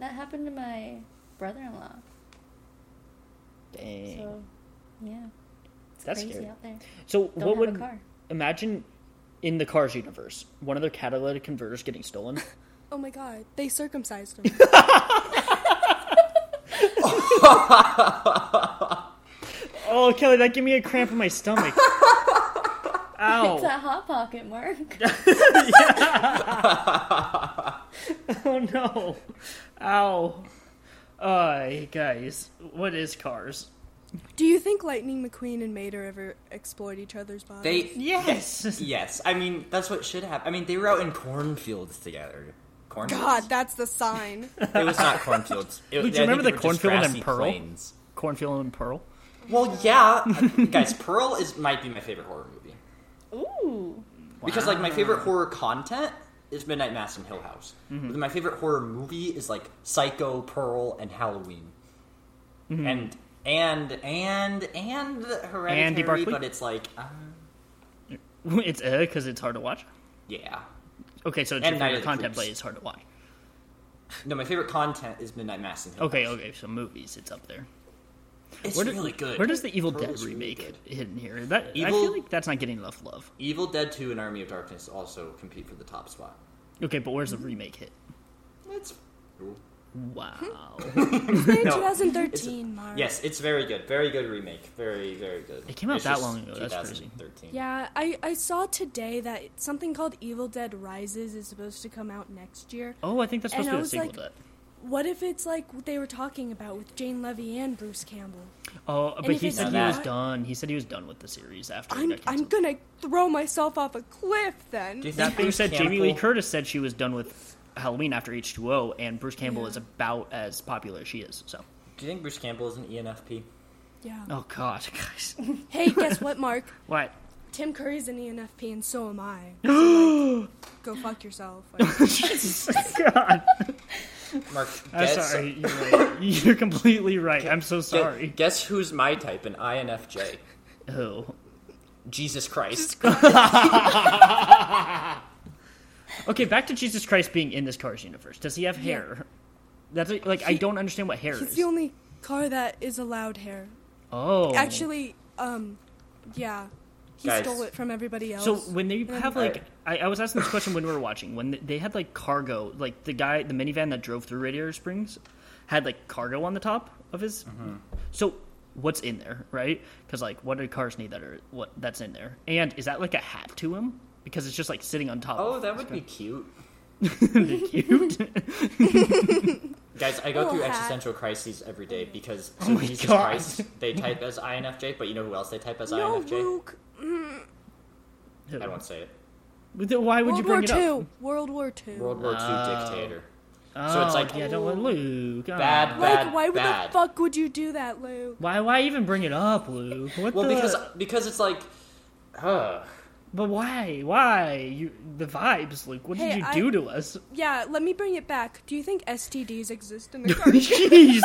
[SPEAKER 4] That happened to my brother-in-law.
[SPEAKER 2] Dang,
[SPEAKER 4] So, yeah. It's
[SPEAKER 2] that's
[SPEAKER 4] crazy
[SPEAKER 2] scary.
[SPEAKER 4] out there.
[SPEAKER 2] So
[SPEAKER 4] Don't
[SPEAKER 2] what
[SPEAKER 4] have
[SPEAKER 2] would
[SPEAKER 4] a car.
[SPEAKER 2] imagine in the cars universe one of their catalytic converters getting stolen? <laughs>
[SPEAKER 3] Oh my god. They circumcised <laughs> him.
[SPEAKER 2] oh, Kelly, that gave me a cramp in my
[SPEAKER 4] <laughs>
[SPEAKER 2] stomach.
[SPEAKER 4] It's
[SPEAKER 2] Ow!
[SPEAKER 4] a Hot Pocket, Mark.
[SPEAKER 2] <laughs> <laughs> Oh no! Ow! Uh, guys, what is cars?
[SPEAKER 3] Do you think Lightning McQueen and Mater ever exploit each other's bodies?
[SPEAKER 1] They
[SPEAKER 2] Yes.
[SPEAKER 1] yes. I mean, that's what should happen. I mean, they were out in cornfields together. Cornfields.
[SPEAKER 3] God, that's the sign.
[SPEAKER 1] <laughs> It was not
[SPEAKER 2] <laughs>
[SPEAKER 1] cornfields. It,
[SPEAKER 2] Wait, do you
[SPEAKER 1] I think
[SPEAKER 2] remember
[SPEAKER 1] they
[SPEAKER 2] the
[SPEAKER 1] were just
[SPEAKER 2] cornfield
[SPEAKER 1] grassy
[SPEAKER 2] in Pearl?
[SPEAKER 1] plains.
[SPEAKER 2] <laughs> Cornfield and Pearl.
[SPEAKER 1] Well,
[SPEAKER 2] <laughs>
[SPEAKER 1] yeah, guys. Pearl is might be my favorite horror movie
[SPEAKER 4] Ooh. Oh
[SPEAKER 1] because like my favorite horror content is Midnight Mass and Hill House.
[SPEAKER 2] Mm-hmm.
[SPEAKER 1] But my favorite horror movie is like Psycho, Pearl, and Halloween,
[SPEAKER 2] Mm-hmm.
[SPEAKER 1] and and and and Hereditary.
[SPEAKER 2] Barkley?
[SPEAKER 1] but it's like uh,
[SPEAKER 2] <laughs> It's uh because it's hard to watch.
[SPEAKER 1] yeah.
[SPEAKER 2] Okay, so it's
[SPEAKER 1] And
[SPEAKER 2] your
[SPEAKER 1] Night
[SPEAKER 2] favorite
[SPEAKER 1] of the
[SPEAKER 2] content
[SPEAKER 1] Creeps.
[SPEAKER 2] play is hard to watch.
[SPEAKER 1] No, my favorite content is Midnight Mass and Hill.
[SPEAKER 2] Okay, okay, so movies, it's up there.
[SPEAKER 1] It's
[SPEAKER 2] Where do-
[SPEAKER 1] really good.
[SPEAKER 2] Where does the Evil
[SPEAKER 1] Pearl
[SPEAKER 2] Dead
[SPEAKER 1] is really
[SPEAKER 2] remake
[SPEAKER 1] good.
[SPEAKER 2] hidden here? That I
[SPEAKER 1] Evil-
[SPEAKER 2] feel like that's not getting enough love.
[SPEAKER 1] Evil Dead Two and Army of Darkness also compete for the top spot.
[SPEAKER 2] Okay, but where's the
[SPEAKER 1] Mm-hmm.
[SPEAKER 2] remake hit?
[SPEAKER 1] That's
[SPEAKER 3] <laughs>
[SPEAKER 2] Wow,
[SPEAKER 1] <laughs>
[SPEAKER 3] They're in
[SPEAKER 1] No,
[SPEAKER 3] 2013, Mark.
[SPEAKER 1] yes, it's very good. Very good remake. Very very good.
[SPEAKER 2] It came out
[SPEAKER 1] It's
[SPEAKER 2] that
[SPEAKER 1] just
[SPEAKER 2] long ago, that's crazy.
[SPEAKER 1] 2013.
[SPEAKER 3] Yeah, I, I saw today that something called Evil Dead Rises is supposed to come out next year.
[SPEAKER 2] Oh, I think that's supposed to be
[SPEAKER 3] And I
[SPEAKER 2] the
[SPEAKER 3] was
[SPEAKER 2] sequel
[SPEAKER 3] like-
[SPEAKER 2] to that.
[SPEAKER 3] What if it's like what they were talking about with Jane Levy and Bruce Campbell?
[SPEAKER 2] Oh, but
[SPEAKER 3] if
[SPEAKER 2] he
[SPEAKER 3] it's
[SPEAKER 2] said he
[SPEAKER 1] not-
[SPEAKER 2] was done. He said he was done with the series after. it
[SPEAKER 3] I'm
[SPEAKER 2] got
[SPEAKER 3] I'm
[SPEAKER 2] canceled.
[SPEAKER 3] gonna throw myself off a cliff then.
[SPEAKER 1] Do you
[SPEAKER 2] That
[SPEAKER 1] think
[SPEAKER 2] being
[SPEAKER 1] Bruce
[SPEAKER 2] said, Jamie Lee
[SPEAKER 1] Campbell-
[SPEAKER 2] Curtis said she was done with Halloween after H2O, and Bruce Campbell
[SPEAKER 3] Yeah.
[SPEAKER 2] is about as popular as she is. So,
[SPEAKER 1] Do you think Bruce Campbell is an E ENFP?
[SPEAKER 3] Yeah.
[SPEAKER 2] oh god, <laughs> guys, <laughs>
[SPEAKER 3] Hey, guess what, Mark?
[SPEAKER 2] what?
[SPEAKER 3] Tim Curry's an ENFP and so
[SPEAKER 2] <gasps>
[SPEAKER 3] am I. Go fuck yourself.
[SPEAKER 2] god.
[SPEAKER 1] Mark,
[SPEAKER 2] I'm
[SPEAKER 1] guess,
[SPEAKER 2] sorry. You're, right. You're completely right. I'm so
[SPEAKER 1] gu-
[SPEAKER 2] sorry.
[SPEAKER 1] Guess who's my type? An INFJ.
[SPEAKER 2] Who?
[SPEAKER 1] Jesus Christ.
[SPEAKER 2] Okay, back to Jesus Christ being in this Cars universe. Does he have hair? That's like, like I don't understand what hair
[SPEAKER 3] He's
[SPEAKER 2] is.
[SPEAKER 3] the only car that is allowed hair.
[SPEAKER 2] Oh,
[SPEAKER 3] Actually, um, yeah, he
[SPEAKER 1] Guys.
[SPEAKER 3] stole it from everybody else.
[SPEAKER 2] So when they have like,
[SPEAKER 1] Alright.
[SPEAKER 2] I, I was asking this question when we were watching. When they had like cargo, like the guy, the minivan that drove through Radiator Springs, had like cargo on the top of his.
[SPEAKER 1] Mm-hmm.
[SPEAKER 2] So what's in there, right? Because like, what do cars need that are what that's in there? And is that like a hat to him? Because it's just like sitting on top.
[SPEAKER 1] Oh,
[SPEAKER 2] of
[SPEAKER 1] that would be cute.
[SPEAKER 2] be cute. <laughs>
[SPEAKER 1] Guys, I go
[SPEAKER 3] Little
[SPEAKER 1] through
[SPEAKER 3] hat.
[SPEAKER 1] existential crises every day because so
[SPEAKER 2] Oh my
[SPEAKER 1] Jesus
[SPEAKER 2] God.
[SPEAKER 1] Christ, they type as INFJ, but you know who else they type as
[SPEAKER 3] no,
[SPEAKER 1] INFJ?
[SPEAKER 3] Luke.
[SPEAKER 1] I won't say it.
[SPEAKER 2] But then Why would
[SPEAKER 3] World
[SPEAKER 2] you
[SPEAKER 3] War
[SPEAKER 2] bring it
[SPEAKER 3] Two.
[SPEAKER 2] up?
[SPEAKER 3] World War Two.
[SPEAKER 1] World War II
[SPEAKER 2] Oh.
[SPEAKER 1] dictator.
[SPEAKER 2] Oh,
[SPEAKER 1] So it's like-
[SPEAKER 2] yeah, don't want Luke. Oh.
[SPEAKER 1] Bad,
[SPEAKER 3] like,
[SPEAKER 1] bad,
[SPEAKER 3] why
[SPEAKER 1] bad.
[SPEAKER 3] the fuck would you do that, Luke?
[SPEAKER 2] Why? Why even bring it up, Luke? What
[SPEAKER 1] Well,
[SPEAKER 2] the?
[SPEAKER 1] because because it's like, huh.
[SPEAKER 2] but why? Why you? The vibes, Luke. What
[SPEAKER 3] Hey,
[SPEAKER 2] did you
[SPEAKER 3] I-
[SPEAKER 2] do to us?
[SPEAKER 3] Yeah, let me bring it back. Do you think STDs
[SPEAKER 2] <laughs>
[SPEAKER 3] exist in the cartoon?
[SPEAKER 2] Jeez.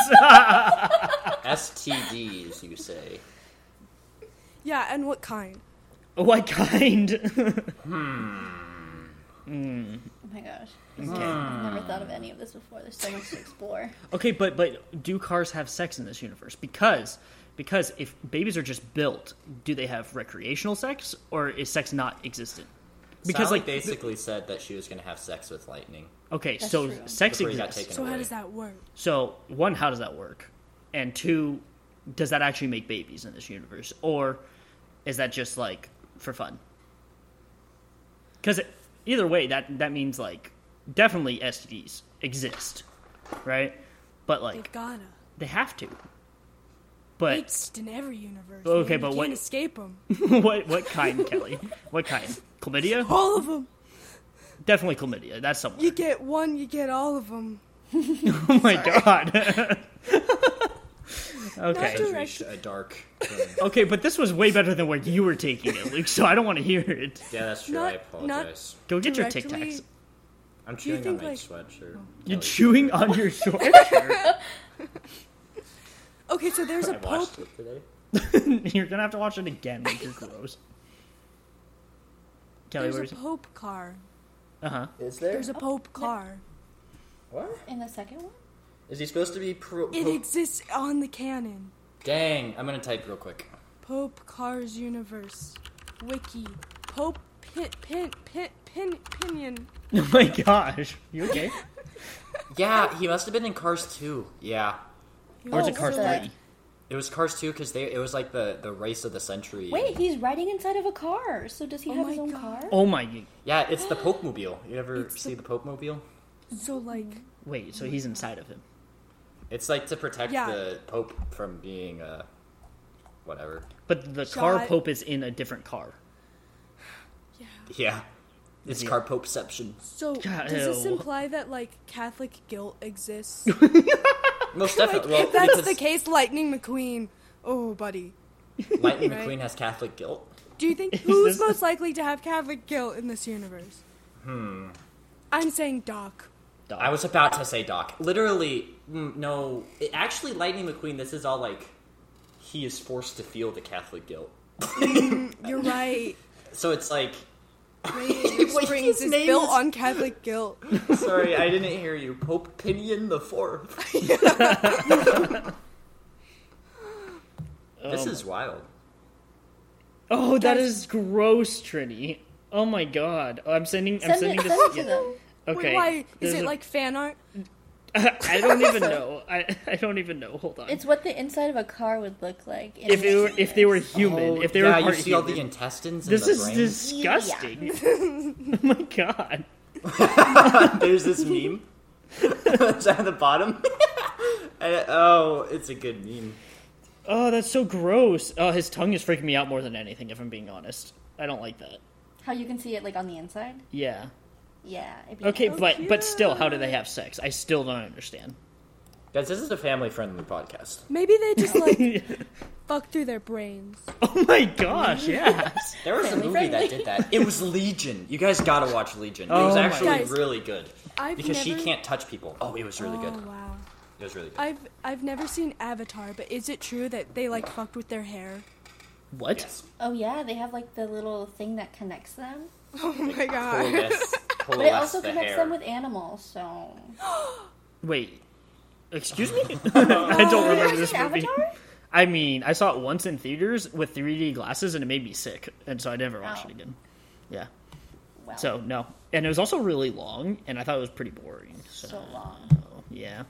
[SPEAKER 1] STDs, you say.
[SPEAKER 3] yeah, and what kind?
[SPEAKER 2] what kind? <laughs>
[SPEAKER 4] Oh my gosh. I've never thought of any of this before. There's so much
[SPEAKER 2] <laughs>
[SPEAKER 4] to explore.
[SPEAKER 2] okay, but but do cars have sex in this universe? Because because if babies are just built, do they have recreational sex or is sex not existent? Because
[SPEAKER 1] Sally
[SPEAKER 2] like
[SPEAKER 1] basically said that she was going to have sex with lightning.
[SPEAKER 2] okay,
[SPEAKER 4] That's
[SPEAKER 2] so
[SPEAKER 4] true.
[SPEAKER 2] sex
[SPEAKER 1] Before he got
[SPEAKER 2] exists.
[SPEAKER 1] taken.
[SPEAKER 3] So how
[SPEAKER 1] away.
[SPEAKER 3] does that work?
[SPEAKER 2] So one, how does that work? And two, does that actually make babies in this universe, or is that just like for fun? Because either way, that that means like definitely STDs exist, right? But
[SPEAKER 3] They
[SPEAKER 2] like
[SPEAKER 3] gotta.
[SPEAKER 2] they have to. But
[SPEAKER 3] Exist in every universe.
[SPEAKER 2] Okay,
[SPEAKER 3] man.
[SPEAKER 2] but
[SPEAKER 3] you
[SPEAKER 2] what-
[SPEAKER 3] can't escape them.
[SPEAKER 2] <laughs> what what kind, Kelly? What kind? Chlamydia?
[SPEAKER 3] All of them.
[SPEAKER 2] Definitely chlamydia. That's somewhere.
[SPEAKER 3] You get one, you get all of them.
[SPEAKER 2] <laughs> oh my
[SPEAKER 3] <laughs>
[SPEAKER 2] god. <laughs> okay.
[SPEAKER 3] Not to-
[SPEAKER 1] It's reached a
[SPEAKER 3] <laughs>
[SPEAKER 1] dark. turn.
[SPEAKER 2] Okay, but this was way better than where you were taking it, Luke. So I don't want to hear it.
[SPEAKER 1] yeah, that's true. I
[SPEAKER 3] Not- not-
[SPEAKER 1] apologize.
[SPEAKER 2] Go get your Tic
[SPEAKER 3] Directly-
[SPEAKER 2] Tacs.
[SPEAKER 1] I'm
[SPEAKER 3] you
[SPEAKER 1] chewing
[SPEAKER 3] think,
[SPEAKER 1] on my
[SPEAKER 3] like-
[SPEAKER 1] sweatshirt. Oh,
[SPEAKER 2] You're
[SPEAKER 1] Kelly.
[SPEAKER 2] chewing on your <laughs> sweatshirt.
[SPEAKER 3] Okay, so there's
[SPEAKER 1] I
[SPEAKER 3] a pope.
[SPEAKER 1] watched it today.
[SPEAKER 2] You're gonna have to watch it again. Like you're gross. Kelly,
[SPEAKER 3] There's
[SPEAKER 2] where's
[SPEAKER 3] a pope car.
[SPEAKER 2] uh huh?
[SPEAKER 1] Is there?
[SPEAKER 3] There's a pope car.
[SPEAKER 1] What?
[SPEAKER 4] In the second one?
[SPEAKER 1] Is he supposed to be pro?
[SPEAKER 3] It
[SPEAKER 1] pro-
[SPEAKER 3] exists on the canon.
[SPEAKER 1] Dang, I'm gonna type real quick.
[SPEAKER 3] Pope Cars Universe. Wiki. Pope Pit Pin Pit Pin Pinion.
[SPEAKER 2] <laughs> Oh my gosh, you okay?
[SPEAKER 1] Yeah, he must have been in Cars 2. Yeah,
[SPEAKER 2] Or is
[SPEAKER 4] Oh,
[SPEAKER 2] it Cars
[SPEAKER 4] so that-
[SPEAKER 2] Three?
[SPEAKER 1] it was Cars 2 because they it was like the the race of the century.
[SPEAKER 4] Wait, he's riding inside of a car. So does he
[SPEAKER 3] Oh
[SPEAKER 4] have
[SPEAKER 3] my
[SPEAKER 4] his own
[SPEAKER 3] God.
[SPEAKER 4] car?
[SPEAKER 2] Oh my. g-
[SPEAKER 1] Yeah, it's the Pope Mobile. You ever
[SPEAKER 3] It's
[SPEAKER 1] see the,
[SPEAKER 3] the-
[SPEAKER 1] Pope Mobile?
[SPEAKER 3] So like
[SPEAKER 2] Wait, so he's inside of him.
[SPEAKER 1] It's like to protect
[SPEAKER 3] Yeah.
[SPEAKER 1] the Pope from being uh whatever.
[SPEAKER 2] But the
[SPEAKER 3] So
[SPEAKER 2] car
[SPEAKER 3] I-
[SPEAKER 2] pope is in a different car.
[SPEAKER 1] Yeah, it's
[SPEAKER 2] Yeah.
[SPEAKER 1] car
[SPEAKER 3] <laughs>
[SPEAKER 1] popeception.
[SPEAKER 3] so
[SPEAKER 2] God,
[SPEAKER 3] does this
[SPEAKER 2] ew.
[SPEAKER 3] imply that like Catholic guilt
[SPEAKER 2] <laughs>
[SPEAKER 3] exists?
[SPEAKER 1] Most
[SPEAKER 3] like
[SPEAKER 1] definitely. well,
[SPEAKER 3] if that's the
[SPEAKER 1] because
[SPEAKER 3] case, Lightning McQueen. Oh buddy.
[SPEAKER 1] Lightning
[SPEAKER 3] right?
[SPEAKER 1] McQueen has Catholic guilt.
[SPEAKER 3] Do you think who's
[SPEAKER 2] this-
[SPEAKER 3] most likely to have Catholic guilt in this universe? Hmm. I'm saying Doc.
[SPEAKER 2] Dog.
[SPEAKER 1] I was about to say Doc. Literally, mm, no. It, actually, Lightning McQueen. This is all like he is forced to feel the Catholic guilt.
[SPEAKER 3] You're right.
[SPEAKER 1] So it's
[SPEAKER 2] <laughs>
[SPEAKER 1] like,
[SPEAKER 3] Radiator
[SPEAKER 1] Wait,
[SPEAKER 3] Springs
[SPEAKER 1] his
[SPEAKER 3] is
[SPEAKER 1] name
[SPEAKER 3] built
[SPEAKER 1] is-
[SPEAKER 3] on Catholic guilt.
[SPEAKER 1] sorry, I didn't hear you. Pope Pinion the
[SPEAKER 3] <laughs>
[SPEAKER 1] Fourth. this is wild.
[SPEAKER 2] Oh, that
[SPEAKER 3] Guys-
[SPEAKER 2] is gross, Trini. Oh my god. Oh, I'm sending. I'm
[SPEAKER 4] Send
[SPEAKER 2] sending
[SPEAKER 4] it,
[SPEAKER 2] this.
[SPEAKER 4] send it to
[SPEAKER 2] yeah.
[SPEAKER 4] them.
[SPEAKER 2] Okay.
[SPEAKER 3] Wait, why is
[SPEAKER 2] There's
[SPEAKER 3] it
[SPEAKER 2] a-
[SPEAKER 3] like fan art?
[SPEAKER 2] <laughs> I don't even know. I, I don't even know. Hold on.
[SPEAKER 4] It's what the inside of a car would look like. in
[SPEAKER 2] if
[SPEAKER 4] this
[SPEAKER 2] they were if they were human.
[SPEAKER 1] Oh,
[SPEAKER 2] if they
[SPEAKER 1] yeah,
[SPEAKER 2] were part
[SPEAKER 1] you see all
[SPEAKER 2] human.
[SPEAKER 1] the intestines.
[SPEAKER 2] This
[SPEAKER 1] and the
[SPEAKER 2] is
[SPEAKER 1] brain.
[SPEAKER 2] disgusting. <laughs>
[SPEAKER 4] <laughs>
[SPEAKER 2] oh my god.
[SPEAKER 1] There's this
[SPEAKER 4] <laughs>
[SPEAKER 1] meme. it's at the bottom. <laughs> And- oh, it's a good meme.
[SPEAKER 2] Oh, that's so gross. Oh, his tongue is freaking me out more than anything, if I'm being honest. I don't like that.
[SPEAKER 4] How you can see it like on the inside?
[SPEAKER 2] Yeah.
[SPEAKER 4] Yeah. it'd be
[SPEAKER 2] Okay,
[SPEAKER 4] nice.
[SPEAKER 2] but but still, how do they have sex? I still don't understand. <laughs>
[SPEAKER 1] Guys, this is a family-friendly podcast.
[SPEAKER 3] Maybe they just like fuck through their brains.
[SPEAKER 2] Oh my
[SPEAKER 4] <laughs>
[SPEAKER 2] gosh, yes.
[SPEAKER 1] There was a movie that did that. It was Legion. You guys gotta watch Legion. it
[SPEAKER 2] Oh
[SPEAKER 1] was
[SPEAKER 2] my-
[SPEAKER 1] actually
[SPEAKER 3] Guys,
[SPEAKER 1] really good
[SPEAKER 3] I've
[SPEAKER 1] because she
[SPEAKER 3] never-
[SPEAKER 1] can't touch people. Oh, it was really
[SPEAKER 3] oh
[SPEAKER 1] good.
[SPEAKER 3] wow.
[SPEAKER 1] It was really good.
[SPEAKER 3] I've I've never seen Avatar, but is it true that they like fucked with their hair?
[SPEAKER 2] what?
[SPEAKER 1] yes.
[SPEAKER 4] Oh yeah, they have like the little thing that connects them.
[SPEAKER 3] Oh my god.
[SPEAKER 1] Coalesce,
[SPEAKER 4] <laughs> But it
[SPEAKER 1] coalesce
[SPEAKER 4] also
[SPEAKER 1] the
[SPEAKER 4] connects
[SPEAKER 1] hair.
[SPEAKER 4] them with animals, so
[SPEAKER 2] Wait. Excuse me?
[SPEAKER 1] <laughs>
[SPEAKER 2] <laughs> I don't
[SPEAKER 4] Have
[SPEAKER 2] remember
[SPEAKER 4] you
[SPEAKER 2] this
[SPEAKER 4] seen
[SPEAKER 2] movie.
[SPEAKER 4] Avatar?
[SPEAKER 2] I mean, I saw it once in theaters with 3D glasses and it made me sick, and so I never watched
[SPEAKER 4] Wow.
[SPEAKER 2] it again. Yeah.
[SPEAKER 4] Wow.
[SPEAKER 2] So, no. And it was also really long, and I thought it was pretty boring. So,
[SPEAKER 4] so long.
[SPEAKER 2] Oh, yeah.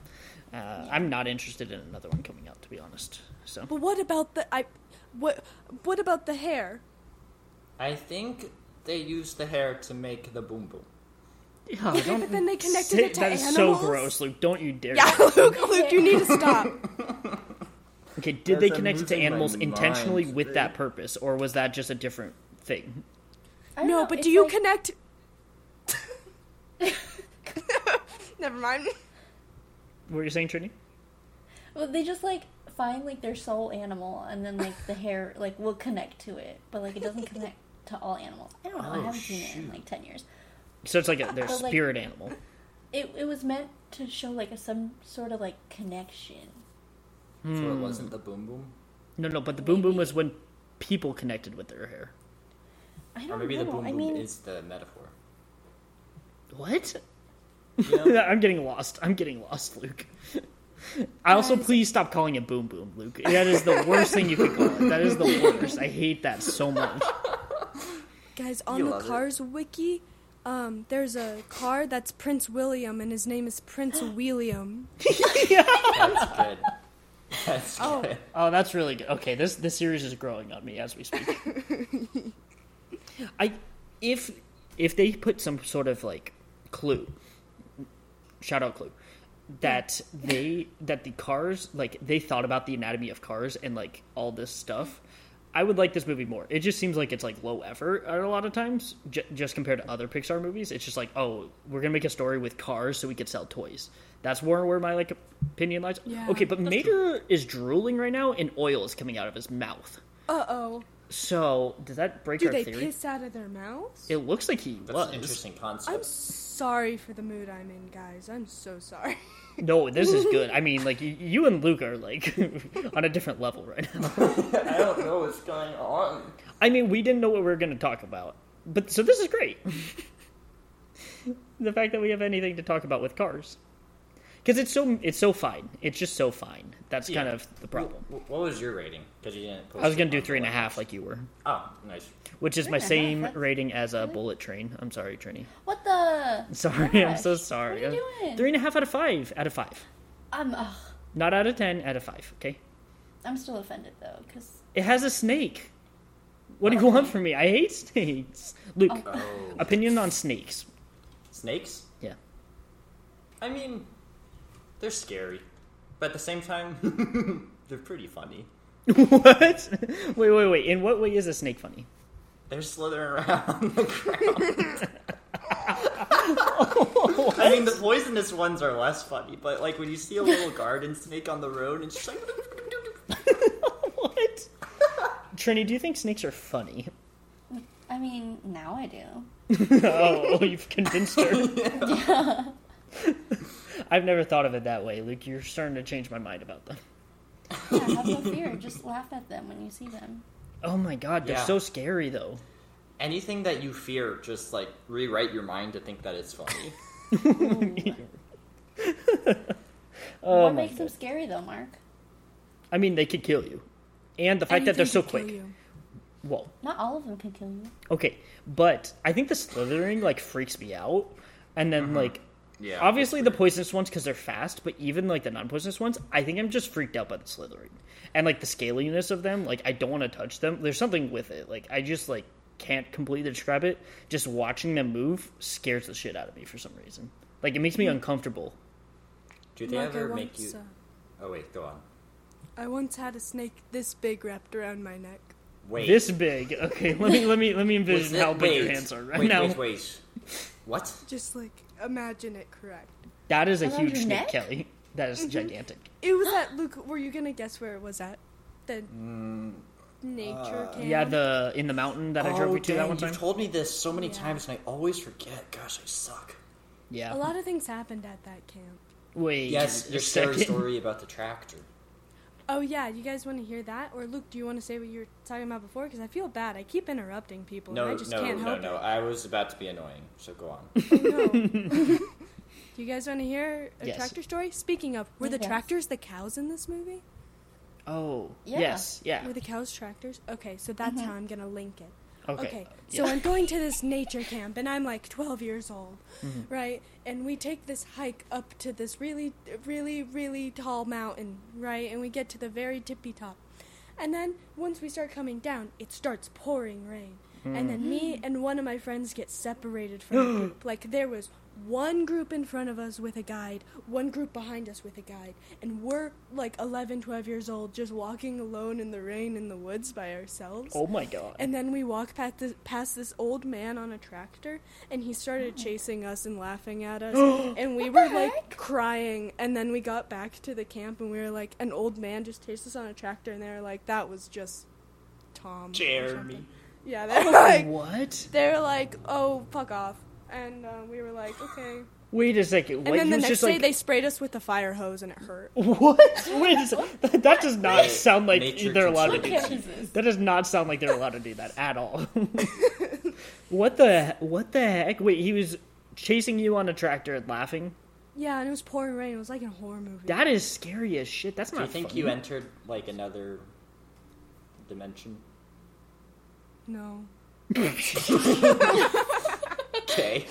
[SPEAKER 2] Uh, I'm not interested in another one coming out, to be honest. So,
[SPEAKER 3] But what about the I? What what about the hair?
[SPEAKER 1] I think they used the hair to make the boom boom.
[SPEAKER 2] yeah,
[SPEAKER 3] Okay, but then they connected it to
[SPEAKER 2] that is
[SPEAKER 3] animals.
[SPEAKER 2] so gross, Luke. Don't you dare.
[SPEAKER 3] Yeah, Luke, Luke, you need to stop.
[SPEAKER 2] <laughs> Okay, did
[SPEAKER 1] Guys,
[SPEAKER 2] they
[SPEAKER 1] I'm
[SPEAKER 2] connect it to
[SPEAKER 1] losing my
[SPEAKER 2] animals
[SPEAKER 1] mind
[SPEAKER 2] intentionally with
[SPEAKER 1] today.
[SPEAKER 2] that purpose, or was that just a different thing?
[SPEAKER 4] I don't
[SPEAKER 3] No,
[SPEAKER 4] know,
[SPEAKER 3] but
[SPEAKER 4] it's
[SPEAKER 3] do you
[SPEAKER 4] like-
[SPEAKER 3] connect? <laughs> Never mind.
[SPEAKER 2] What were you saying, Trini?
[SPEAKER 4] Well, they just like find like their soul animal, and then like the hair like will connect to it, but like
[SPEAKER 3] <laughs>
[SPEAKER 4] it doesn't connect to all animals. I don't know. I
[SPEAKER 1] Oh,
[SPEAKER 4] haven't seen it in
[SPEAKER 1] shoot.
[SPEAKER 4] like ten years.
[SPEAKER 2] So it's like a, their
[SPEAKER 4] But, like-
[SPEAKER 2] spirit animal.
[SPEAKER 4] It it was meant to show like a, some sort of like connection.
[SPEAKER 1] So
[SPEAKER 4] Hmm.
[SPEAKER 1] it wasn't the boom boom.
[SPEAKER 2] No, no, but the boom boom
[SPEAKER 4] Maybe.
[SPEAKER 2] was when people connected with their hair.
[SPEAKER 4] I
[SPEAKER 1] Or
[SPEAKER 4] don't
[SPEAKER 1] maybe
[SPEAKER 4] know.
[SPEAKER 1] the boom boom
[SPEAKER 4] I mean,
[SPEAKER 1] is the metaphor.
[SPEAKER 2] What?
[SPEAKER 1] You know?
[SPEAKER 2] <laughs> I'm getting lost. I'm getting lost, Luke. I also
[SPEAKER 3] Guys.
[SPEAKER 2] please stop calling it boom boom, Luke. That is the worst thing you could call it. That is the worst. I hate that so much.
[SPEAKER 3] Guys, on
[SPEAKER 1] You
[SPEAKER 3] the
[SPEAKER 1] love it.
[SPEAKER 3] Cars wiki, um, there's a car that's Prince William, and his name is <gasps> Prince William.
[SPEAKER 4] <laughs>
[SPEAKER 1] That's good. That's
[SPEAKER 3] Oh.
[SPEAKER 1] good.
[SPEAKER 2] Oh, that's really good. Okay, this this series is growing on me as we speak. <laughs> I if if they put some sort of like clue, shout out clue, that they that the cars like they thought about the anatomy of cars and like all this stuff. I would like this movie more. It just seems like it's like low effort a lot of times, j- just compared to other Pixar movies. It's just like, oh, we're gonna make a story with cars so we could sell toys. That's where where my like opinion lies.
[SPEAKER 3] Yeah.
[SPEAKER 2] Okay, but Mater is drooling right now, and oil is coming out of his mouth.
[SPEAKER 3] Uh oh.
[SPEAKER 2] So does that break
[SPEAKER 3] Do
[SPEAKER 2] our
[SPEAKER 3] they
[SPEAKER 2] theory?
[SPEAKER 3] piss out of their mouths?
[SPEAKER 2] It looks like he
[SPEAKER 1] That's
[SPEAKER 2] was.
[SPEAKER 1] an interesting
[SPEAKER 3] I'm
[SPEAKER 1] concept.
[SPEAKER 3] sorry for the mood I'm in, guys. I'm so sorry.
[SPEAKER 2] <laughs> No, this is good. I mean, like y- you and Luke are like <laughs> on a different level right now.
[SPEAKER 1] I don't know what's going on.
[SPEAKER 2] I mean, we didn't know what we were going to talk about, but so this is great. the fact that we have anything to talk about with cars, because it's so it's so fine. It's just so fine. That's kind
[SPEAKER 1] Yeah.
[SPEAKER 2] of the problem.
[SPEAKER 1] Wh- What was your rating? Because you didn't. Post
[SPEAKER 2] I was going
[SPEAKER 1] it
[SPEAKER 2] to do
[SPEAKER 1] on
[SPEAKER 2] three and a
[SPEAKER 1] the
[SPEAKER 2] half, like you were,
[SPEAKER 1] Oh, nice.
[SPEAKER 2] which is
[SPEAKER 4] Three
[SPEAKER 2] my
[SPEAKER 4] and a half,
[SPEAKER 2] same
[SPEAKER 4] that's-
[SPEAKER 2] rating as a bullet train. I'm sorry, Trini. <laughs>
[SPEAKER 4] what
[SPEAKER 1] <laughs>
[SPEAKER 4] the?
[SPEAKER 2] Sorry, I'm
[SPEAKER 4] Oh Gosh,
[SPEAKER 2] so sorry.
[SPEAKER 4] What are you doing?
[SPEAKER 2] Three and a half out of five. Out of five.
[SPEAKER 4] I'm ugh,
[SPEAKER 2] Not out of ten. Out of five. Okay.
[SPEAKER 4] I'm still offended though, because
[SPEAKER 2] It has a snake. What do you want from me? I hate snakes. Luke, <laughs>
[SPEAKER 1] Oh,
[SPEAKER 2] opinion on snakes.
[SPEAKER 1] snakes.
[SPEAKER 2] Yeah.
[SPEAKER 1] I mean, they're scary, but at the same time, <laughs> they're pretty funny.
[SPEAKER 2] <laughs> what? Wait, wait, wait. In what way is a snake funny? <laughs>
[SPEAKER 1] They're slithering around <laughs> on the ground. <laughs> I mean, the poisonous ones are less funny, but like when you see a
[SPEAKER 2] <laughs>
[SPEAKER 1] little garden snake on the road, and it's just like, <laughs>
[SPEAKER 2] what? Trini, do you think snakes are funny? <laughs>
[SPEAKER 4] I mean now I do.
[SPEAKER 2] oh, <laughs> you've convinced her. I've never thought of it that way, Luke. You're starting to change my mind about them.
[SPEAKER 4] Yeah, have no fear.
[SPEAKER 1] <laughs>
[SPEAKER 4] Just laugh at them when you see them.
[SPEAKER 2] Oh my god, they're
[SPEAKER 1] Yeah.
[SPEAKER 2] so scary though.
[SPEAKER 1] anything that you fear, just like rewrite your mind to think that it's
[SPEAKER 2] <laughs>
[SPEAKER 1] funny.
[SPEAKER 2] Oh
[SPEAKER 4] what
[SPEAKER 2] my
[SPEAKER 4] makes them scary though, Mark?
[SPEAKER 2] I mean, they could kill you. And the fact that they're so
[SPEAKER 3] Anything could kill
[SPEAKER 2] quick.
[SPEAKER 3] you.
[SPEAKER 2] Whoa.
[SPEAKER 4] Not all of them can kill you.
[SPEAKER 2] Okay, but I think the slithering like freaks me out, and then like
[SPEAKER 1] Yeah.
[SPEAKER 2] obviously the poisonous ones because they're fast, but even like the non-poisonous ones, I think I'm just freaked out by the slithering and like the scaliness of them. Like I don't want to touch them. There's something with it. Like I just like can't completely describe it. Just watching them move scares the shit out of me for some reason. Like it
[SPEAKER 1] Hmm.
[SPEAKER 2] makes me uncomfortable.
[SPEAKER 1] Do they
[SPEAKER 3] Mark, I
[SPEAKER 1] ever
[SPEAKER 3] once,
[SPEAKER 1] make you?
[SPEAKER 3] uh,
[SPEAKER 1] Oh wait, go on.
[SPEAKER 3] I once had a snake this big wrapped around my neck.
[SPEAKER 1] Wait.
[SPEAKER 2] This big. Okay, <laughs> let me let me let me
[SPEAKER 1] was
[SPEAKER 2] envision
[SPEAKER 1] that-
[SPEAKER 2] how big your
[SPEAKER 1] wait,
[SPEAKER 2] hands are right
[SPEAKER 1] wait,
[SPEAKER 2] now.
[SPEAKER 1] Wait, wait. What?
[SPEAKER 3] Just like imagine it correct.
[SPEAKER 2] That is a
[SPEAKER 4] Around
[SPEAKER 2] huge
[SPEAKER 4] your
[SPEAKER 2] snake,
[SPEAKER 4] neck? Mm-hmm.
[SPEAKER 2] Kelly. That is gigantic.
[SPEAKER 3] It was at Luke. Were you gonna guess where it was at? The
[SPEAKER 1] Mm, uh,
[SPEAKER 3] nature camp.
[SPEAKER 2] Yeah, the in the mountain <laughs> that I drove you to that one
[SPEAKER 1] Oh, you
[SPEAKER 2] time.
[SPEAKER 1] told me this so many
[SPEAKER 3] Yeah.
[SPEAKER 1] times, and I always forget. Gosh, I suck.
[SPEAKER 2] Yeah.
[SPEAKER 3] A lot of things happened at that camp.
[SPEAKER 2] Wait.
[SPEAKER 1] Yes,
[SPEAKER 2] a
[SPEAKER 1] your scary
[SPEAKER 2] second.
[SPEAKER 1] story about the tractor.
[SPEAKER 3] Oh yeah, you guys want to hear that? Or Luke, do you want to say what you were talking about before? Because I feel bad. I keep interrupting people. and I
[SPEAKER 1] No,
[SPEAKER 3] just
[SPEAKER 1] no,
[SPEAKER 3] can't
[SPEAKER 1] no,
[SPEAKER 2] <laughs>
[SPEAKER 3] help
[SPEAKER 1] <laughs> no. I was about to be annoying, so go on.
[SPEAKER 3] it. I know. <laughs> Do you guys want to hear a
[SPEAKER 2] Yes.
[SPEAKER 3] tractor story? Speaking of, were the
[SPEAKER 4] Yes.
[SPEAKER 3] tractors the cows in this movie?
[SPEAKER 2] Oh,
[SPEAKER 4] Yeah.
[SPEAKER 2] yes, yeah.
[SPEAKER 3] Were the cows tractors? Okay, so that's how I'm gonna link it.
[SPEAKER 2] Okay.
[SPEAKER 3] so
[SPEAKER 2] yeah.
[SPEAKER 3] I'm going to this nature camp, and I'm like 12 years old,
[SPEAKER 2] Mm-hmm.
[SPEAKER 3] right? And we take this hike up to this really, really, really tall mountain, right? And we get to the very tippy top. And then once we start coming down, it starts pouring rain. And then
[SPEAKER 2] Mm-hmm.
[SPEAKER 3] me and one of my friends get separated from the
[SPEAKER 2] <gasps>
[SPEAKER 3] group. Like there was one group in front of us with a guide, one group behind us with a guide, and we're like 11, 12 years old just walking alone in the rain in the woods by ourselves.
[SPEAKER 2] Oh my god.
[SPEAKER 3] And then we walk past this, past this old man on a tractor, and he
[SPEAKER 2] Oh.
[SPEAKER 3] started chasing us and
[SPEAKER 2] <gasps>
[SPEAKER 3] laughing at us. and we were
[SPEAKER 4] the
[SPEAKER 3] like
[SPEAKER 4] heck?
[SPEAKER 3] crying. And then we got back to the camp, and we were like, an old man just chased us on a tractor, and they were like, that was just Tom. or
[SPEAKER 1] Jeremy.
[SPEAKER 3] something.
[SPEAKER 2] <laughs>
[SPEAKER 3] Yeah, they were like,
[SPEAKER 2] what?
[SPEAKER 3] they were like, oh, fuck off. And uh, we were like, okay.
[SPEAKER 2] Wait a second.
[SPEAKER 3] And
[SPEAKER 2] Wait,
[SPEAKER 3] then the
[SPEAKER 2] he was
[SPEAKER 3] next
[SPEAKER 2] just
[SPEAKER 3] day,
[SPEAKER 2] like,
[SPEAKER 3] they sprayed us with a fire hose, and it hurt.
[SPEAKER 2] What? <laughs> Wait
[SPEAKER 3] <laughs>
[SPEAKER 2] a second. That, that does not
[SPEAKER 1] Wait.
[SPEAKER 2] sound like
[SPEAKER 1] Nature
[SPEAKER 2] they're allowed to
[SPEAKER 1] conservancy.
[SPEAKER 2] do
[SPEAKER 1] Look
[SPEAKER 2] that.
[SPEAKER 1] at
[SPEAKER 4] <laughs> Jesus.
[SPEAKER 2] That does not sound like they're allowed to do that at
[SPEAKER 3] <laughs>
[SPEAKER 2] all. <laughs> what the he- what the heck? Wait, he was chasing you on a tractor and laughing?
[SPEAKER 3] Yeah, and it was pouring rain. It was like in a horror movie.
[SPEAKER 2] That is scary as shit. That's
[SPEAKER 1] Do
[SPEAKER 2] not
[SPEAKER 1] you think
[SPEAKER 2] fun.
[SPEAKER 1] you entered like another dimension?
[SPEAKER 3] no.
[SPEAKER 1] Okay.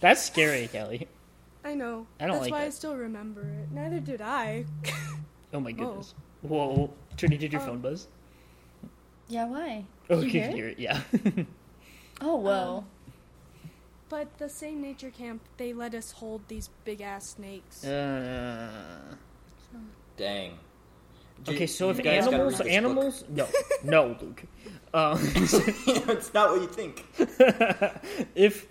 [SPEAKER 2] That's scary, Kelly.
[SPEAKER 3] I know.
[SPEAKER 2] I don't
[SPEAKER 3] That's
[SPEAKER 2] like
[SPEAKER 3] why I
[SPEAKER 2] it.
[SPEAKER 3] still remember it. Neither did I.
[SPEAKER 2] Oh my goodness. Whoa. Trinity, did your
[SPEAKER 3] Oh.
[SPEAKER 2] phone buzz?
[SPEAKER 4] Yeah, why?
[SPEAKER 2] Oh,
[SPEAKER 4] you
[SPEAKER 2] you
[SPEAKER 4] hear
[SPEAKER 2] can
[SPEAKER 4] it?
[SPEAKER 2] hear it, yeah. <laughs>
[SPEAKER 4] Oh,
[SPEAKER 3] Um,
[SPEAKER 4] whoa.
[SPEAKER 3] but the same nature camp, they let us hold these big ass snakes.
[SPEAKER 2] uh,
[SPEAKER 1] <laughs> Dang. Do-
[SPEAKER 2] okay, so
[SPEAKER 1] you
[SPEAKER 2] if
[SPEAKER 1] guys gotta
[SPEAKER 2] animals,
[SPEAKER 1] read this book. <laughs>
[SPEAKER 2] animals, no, no, Luke. Um, <laughs>
[SPEAKER 1] it's not what you think.
[SPEAKER 2] if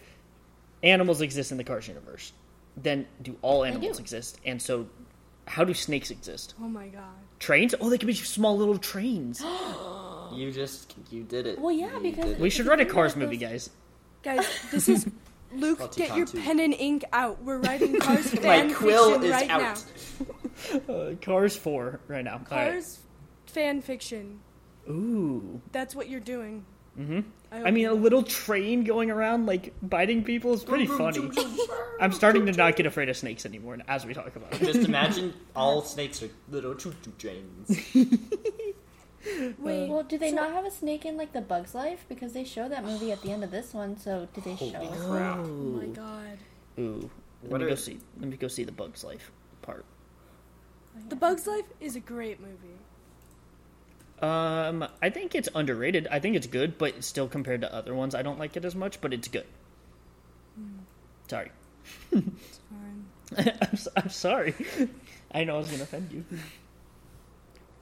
[SPEAKER 2] animals exist in the Cars universe, then do all animals
[SPEAKER 4] do.
[SPEAKER 2] exist? And so, how do snakes exist?
[SPEAKER 3] Oh my god.
[SPEAKER 2] Trains? Oh, they can be small little
[SPEAKER 3] <gasps>
[SPEAKER 2] trains.
[SPEAKER 1] You just you did it.
[SPEAKER 4] Well, yeah,
[SPEAKER 1] You
[SPEAKER 4] because
[SPEAKER 1] did it.
[SPEAKER 2] we should write a
[SPEAKER 4] Think
[SPEAKER 2] Cars
[SPEAKER 4] about
[SPEAKER 2] movie,
[SPEAKER 4] those-
[SPEAKER 2] guys.
[SPEAKER 3] Guys, this is Luke, get your
[SPEAKER 1] Multi-tattoo.
[SPEAKER 3] pen and ink out. We're writing Cars
[SPEAKER 1] my
[SPEAKER 3] fan
[SPEAKER 1] quill
[SPEAKER 3] fiction
[SPEAKER 1] is
[SPEAKER 3] right
[SPEAKER 1] out.
[SPEAKER 3] now.
[SPEAKER 2] Uh, Cars four right now. All right.
[SPEAKER 3] Cars fan fiction.
[SPEAKER 2] Ooh.
[SPEAKER 3] That's what you're doing. Mm-hmm.
[SPEAKER 2] I mean, a little train going around like biting people is pretty funny. I'm starting to not get afraid of snakes anymore as we talk about it.
[SPEAKER 1] <laughs> Just imagine all snakes are little choo-choo trains.
[SPEAKER 3] wait.
[SPEAKER 4] Well, do they not have a snake in like the Bug's Life? Because they show that movie at the end of this one. So did they show?
[SPEAKER 1] Holy
[SPEAKER 4] us?
[SPEAKER 1] crap!
[SPEAKER 3] oh my god.
[SPEAKER 2] Ooh. Let
[SPEAKER 1] What
[SPEAKER 2] me
[SPEAKER 1] are-
[SPEAKER 2] go see. Let me go see the Bugs Life part.
[SPEAKER 3] The Bug's Life is a great movie.
[SPEAKER 2] Um, I think it's underrated. I think it's good, but still compared to other ones, I don't like it as much. But it's good.
[SPEAKER 3] Hmm.
[SPEAKER 2] Sorry, <laughs>
[SPEAKER 3] Fine.
[SPEAKER 2] I'm, s am sorry. <laughs> I know I was gonna offend you.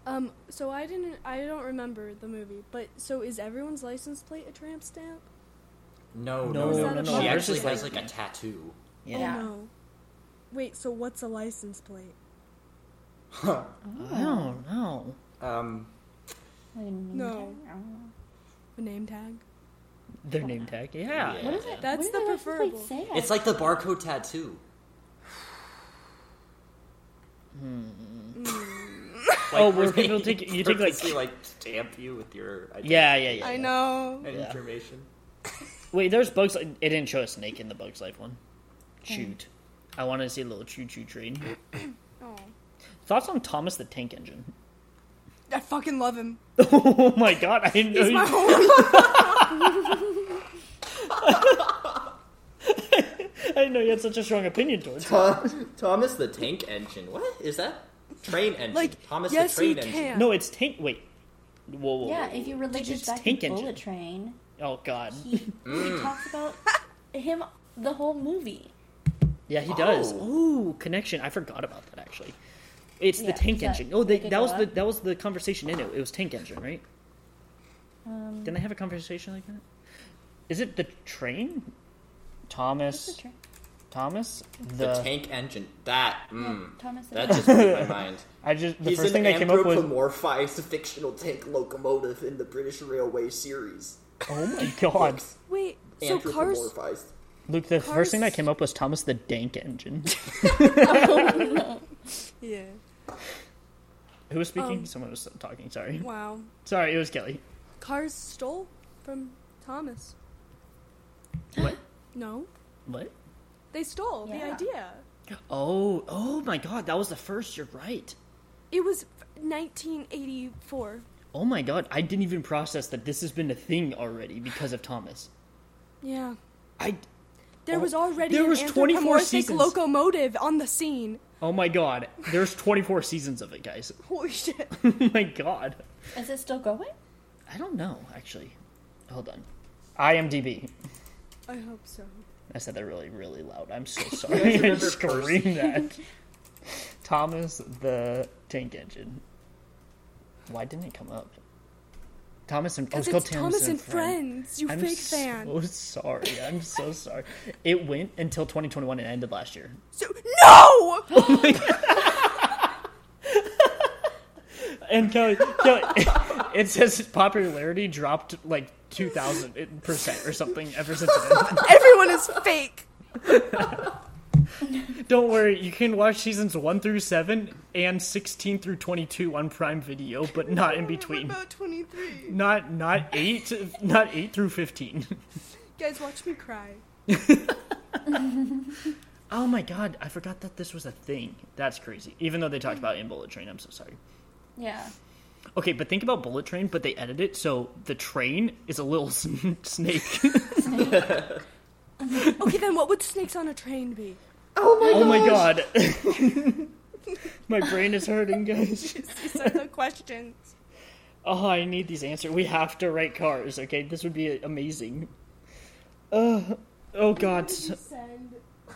[SPEAKER 3] Um, so I didn't, I don't remember the movie, but so is everyone's license plate a tramp stamp?
[SPEAKER 1] No, no,
[SPEAKER 2] No,
[SPEAKER 3] no,
[SPEAKER 1] no,
[SPEAKER 3] no, no,
[SPEAKER 1] She
[SPEAKER 3] yours
[SPEAKER 1] actually
[SPEAKER 3] is
[SPEAKER 1] has
[SPEAKER 2] like-
[SPEAKER 1] like a tattoo.
[SPEAKER 4] Yeah.
[SPEAKER 3] Oh no. Wait, so what's a license plate? Oh,
[SPEAKER 2] I don't know.
[SPEAKER 1] um,
[SPEAKER 3] No. A name tag?
[SPEAKER 2] Their name tag. Yeah.
[SPEAKER 1] Yeah.
[SPEAKER 4] What is it?
[SPEAKER 3] That's
[SPEAKER 4] what did
[SPEAKER 3] the
[SPEAKER 4] license plate
[SPEAKER 3] preferable.
[SPEAKER 4] Say?
[SPEAKER 1] it's like the barcode tattoo. Hmm. Like,
[SPEAKER 2] Oh, where
[SPEAKER 1] they
[SPEAKER 2] people take- you take, like-
[SPEAKER 1] purposely, like stamp you with your identity
[SPEAKER 2] Yeah, yeah, yeah.
[SPEAKER 3] I know.
[SPEAKER 1] and
[SPEAKER 2] Yeah.
[SPEAKER 1] information.
[SPEAKER 2] Wait, there's bugs. It didn't show a snake in the Bugs Life one.
[SPEAKER 3] Hmm.
[SPEAKER 2] Shoot, I wanted to see a little choo choo train.
[SPEAKER 3] Oh.
[SPEAKER 2] Thoughts on Thomas the Tank Engine? <laughs>
[SPEAKER 3] I fucking love him.
[SPEAKER 2] oh my god, I didn't know.
[SPEAKER 3] He's
[SPEAKER 2] you-
[SPEAKER 3] my whole
[SPEAKER 2] I didn't know you had such a strong opinion towards. it.
[SPEAKER 1] Tom, Thomas the Tank Engine. What is that? Train engine.
[SPEAKER 2] <laughs>
[SPEAKER 3] Like,
[SPEAKER 1] Thomas
[SPEAKER 3] yes,
[SPEAKER 1] the Train
[SPEAKER 3] he
[SPEAKER 1] Engine.
[SPEAKER 3] can.
[SPEAKER 2] No, it's tank. Wait. Whoa, whoa, whoa.
[SPEAKER 4] Yeah, if you relate
[SPEAKER 2] It's
[SPEAKER 4] this back
[SPEAKER 2] Tank
[SPEAKER 4] to Bullet
[SPEAKER 2] Engine.
[SPEAKER 4] Train,
[SPEAKER 2] Oh god. <laughs>
[SPEAKER 4] he, he talks
[SPEAKER 3] <laughs>
[SPEAKER 4] about him the whole movie.
[SPEAKER 2] Yeah, he does.
[SPEAKER 1] Oh.
[SPEAKER 2] Ooh, connection. I forgot about that actually. It's the
[SPEAKER 4] Yeah,
[SPEAKER 2] tank
[SPEAKER 4] does that
[SPEAKER 2] engine. Oh, they,
[SPEAKER 4] make it
[SPEAKER 2] that
[SPEAKER 4] go
[SPEAKER 2] was the
[SPEAKER 4] up?
[SPEAKER 2] that was the conversation in it. It was tank engine, right?
[SPEAKER 4] Um,
[SPEAKER 2] Didn't they have a conversation like that? Is it the train? Thomas.
[SPEAKER 4] what's the train?
[SPEAKER 2] Thomas.
[SPEAKER 1] The, Tank Engine. That.
[SPEAKER 2] Hmm.
[SPEAKER 1] Mm,
[SPEAKER 4] Thomas the
[SPEAKER 1] that
[SPEAKER 4] Tank.
[SPEAKER 1] just blew my mind.
[SPEAKER 2] I just the
[SPEAKER 1] He's
[SPEAKER 2] first
[SPEAKER 1] an
[SPEAKER 2] thing that came up was.
[SPEAKER 1] anthropomorphized fictional tank locomotive in the British Railway series.
[SPEAKER 2] Oh my god,
[SPEAKER 3] Wait, so Cars.
[SPEAKER 1] Anthropomorphized.
[SPEAKER 2] Luke. The first thing that
[SPEAKER 3] Cars-
[SPEAKER 2] came up was Thomas the Dank
[SPEAKER 4] <laughs>
[SPEAKER 2] Engine.
[SPEAKER 3] Yeah.
[SPEAKER 2] Who was speaking?
[SPEAKER 3] Um,
[SPEAKER 2] Someone was talking. Sorry.
[SPEAKER 3] Wow.
[SPEAKER 2] Sorry, it was Kelly.
[SPEAKER 3] Cars stole from Thomas.
[SPEAKER 4] <laughs>
[SPEAKER 2] What?
[SPEAKER 3] No.
[SPEAKER 2] What?
[SPEAKER 3] They stole the
[SPEAKER 4] Yeah.
[SPEAKER 3] idea.
[SPEAKER 2] Oh, oh my god, that was the first. You're right.
[SPEAKER 3] It was 1984.
[SPEAKER 2] Oh my god, I didn't even process that this has been a thing already because of Thomas.
[SPEAKER 3] Yeah.
[SPEAKER 2] I.
[SPEAKER 3] There
[SPEAKER 2] Oh,
[SPEAKER 3] was already
[SPEAKER 2] there
[SPEAKER 3] an
[SPEAKER 2] was 24
[SPEAKER 3] anthropomorphic
[SPEAKER 2] seasons.
[SPEAKER 3] locomotive on the scene.
[SPEAKER 2] Oh my god, there's 24 seasons of it, guys. <laughs>
[SPEAKER 3] Holy shit.
[SPEAKER 2] Oh my god.
[SPEAKER 4] Is it still going?
[SPEAKER 2] I don't know, actually. Hold on. IMDb.
[SPEAKER 3] I hope so.
[SPEAKER 2] I said that really, really loud. I'm
[SPEAKER 3] <laughs>
[SPEAKER 2] so
[SPEAKER 1] guys
[SPEAKER 2] sorry. <laughs> I
[SPEAKER 1] remember
[SPEAKER 2] just
[SPEAKER 1] first-
[SPEAKER 2] screamed that. Thomas the Tank Engine. Why didn't it come up? Thomas and oh,
[SPEAKER 3] Because
[SPEAKER 2] it's called
[SPEAKER 3] it's Thomas and
[SPEAKER 2] Friends.
[SPEAKER 3] Friends, you
[SPEAKER 2] I'm
[SPEAKER 3] fake fan.
[SPEAKER 2] <laughs> so sorry. I'm so sorry. It went until 2021 and ended last year.
[SPEAKER 3] So, no!
[SPEAKER 2] <laughs> And Kelly, Kelly <laughs> it says its popularity dropped like 2,000 percent or something ever since then.
[SPEAKER 3] Everyone is fake.
[SPEAKER 2] <laughs> Don't worry, you can watch seasons 1 through 7 and 16 through 22 on Prime Video, but not in between.
[SPEAKER 3] About 23.
[SPEAKER 2] Not not 8 not 8 through 15.
[SPEAKER 3] Guys, watch me cry.
[SPEAKER 2] Oh my god, I forgot that this was a thing. That's crazy. Even though they talked about it in Bullet Train, I'm so sorry.
[SPEAKER 4] Yeah.
[SPEAKER 2] Okay, but think about Bullet Train, but they edit it so the train is a little <laughs> sn- snake.
[SPEAKER 3] Okay, then what would snakes on a train be?
[SPEAKER 2] <laughs> oh my god. <laughs> my brain is hurting, guys.
[SPEAKER 3] These are the questions.
[SPEAKER 2] Oh, I need these answers. We have to write cars, okay? This would be amazing. Uh, oh god.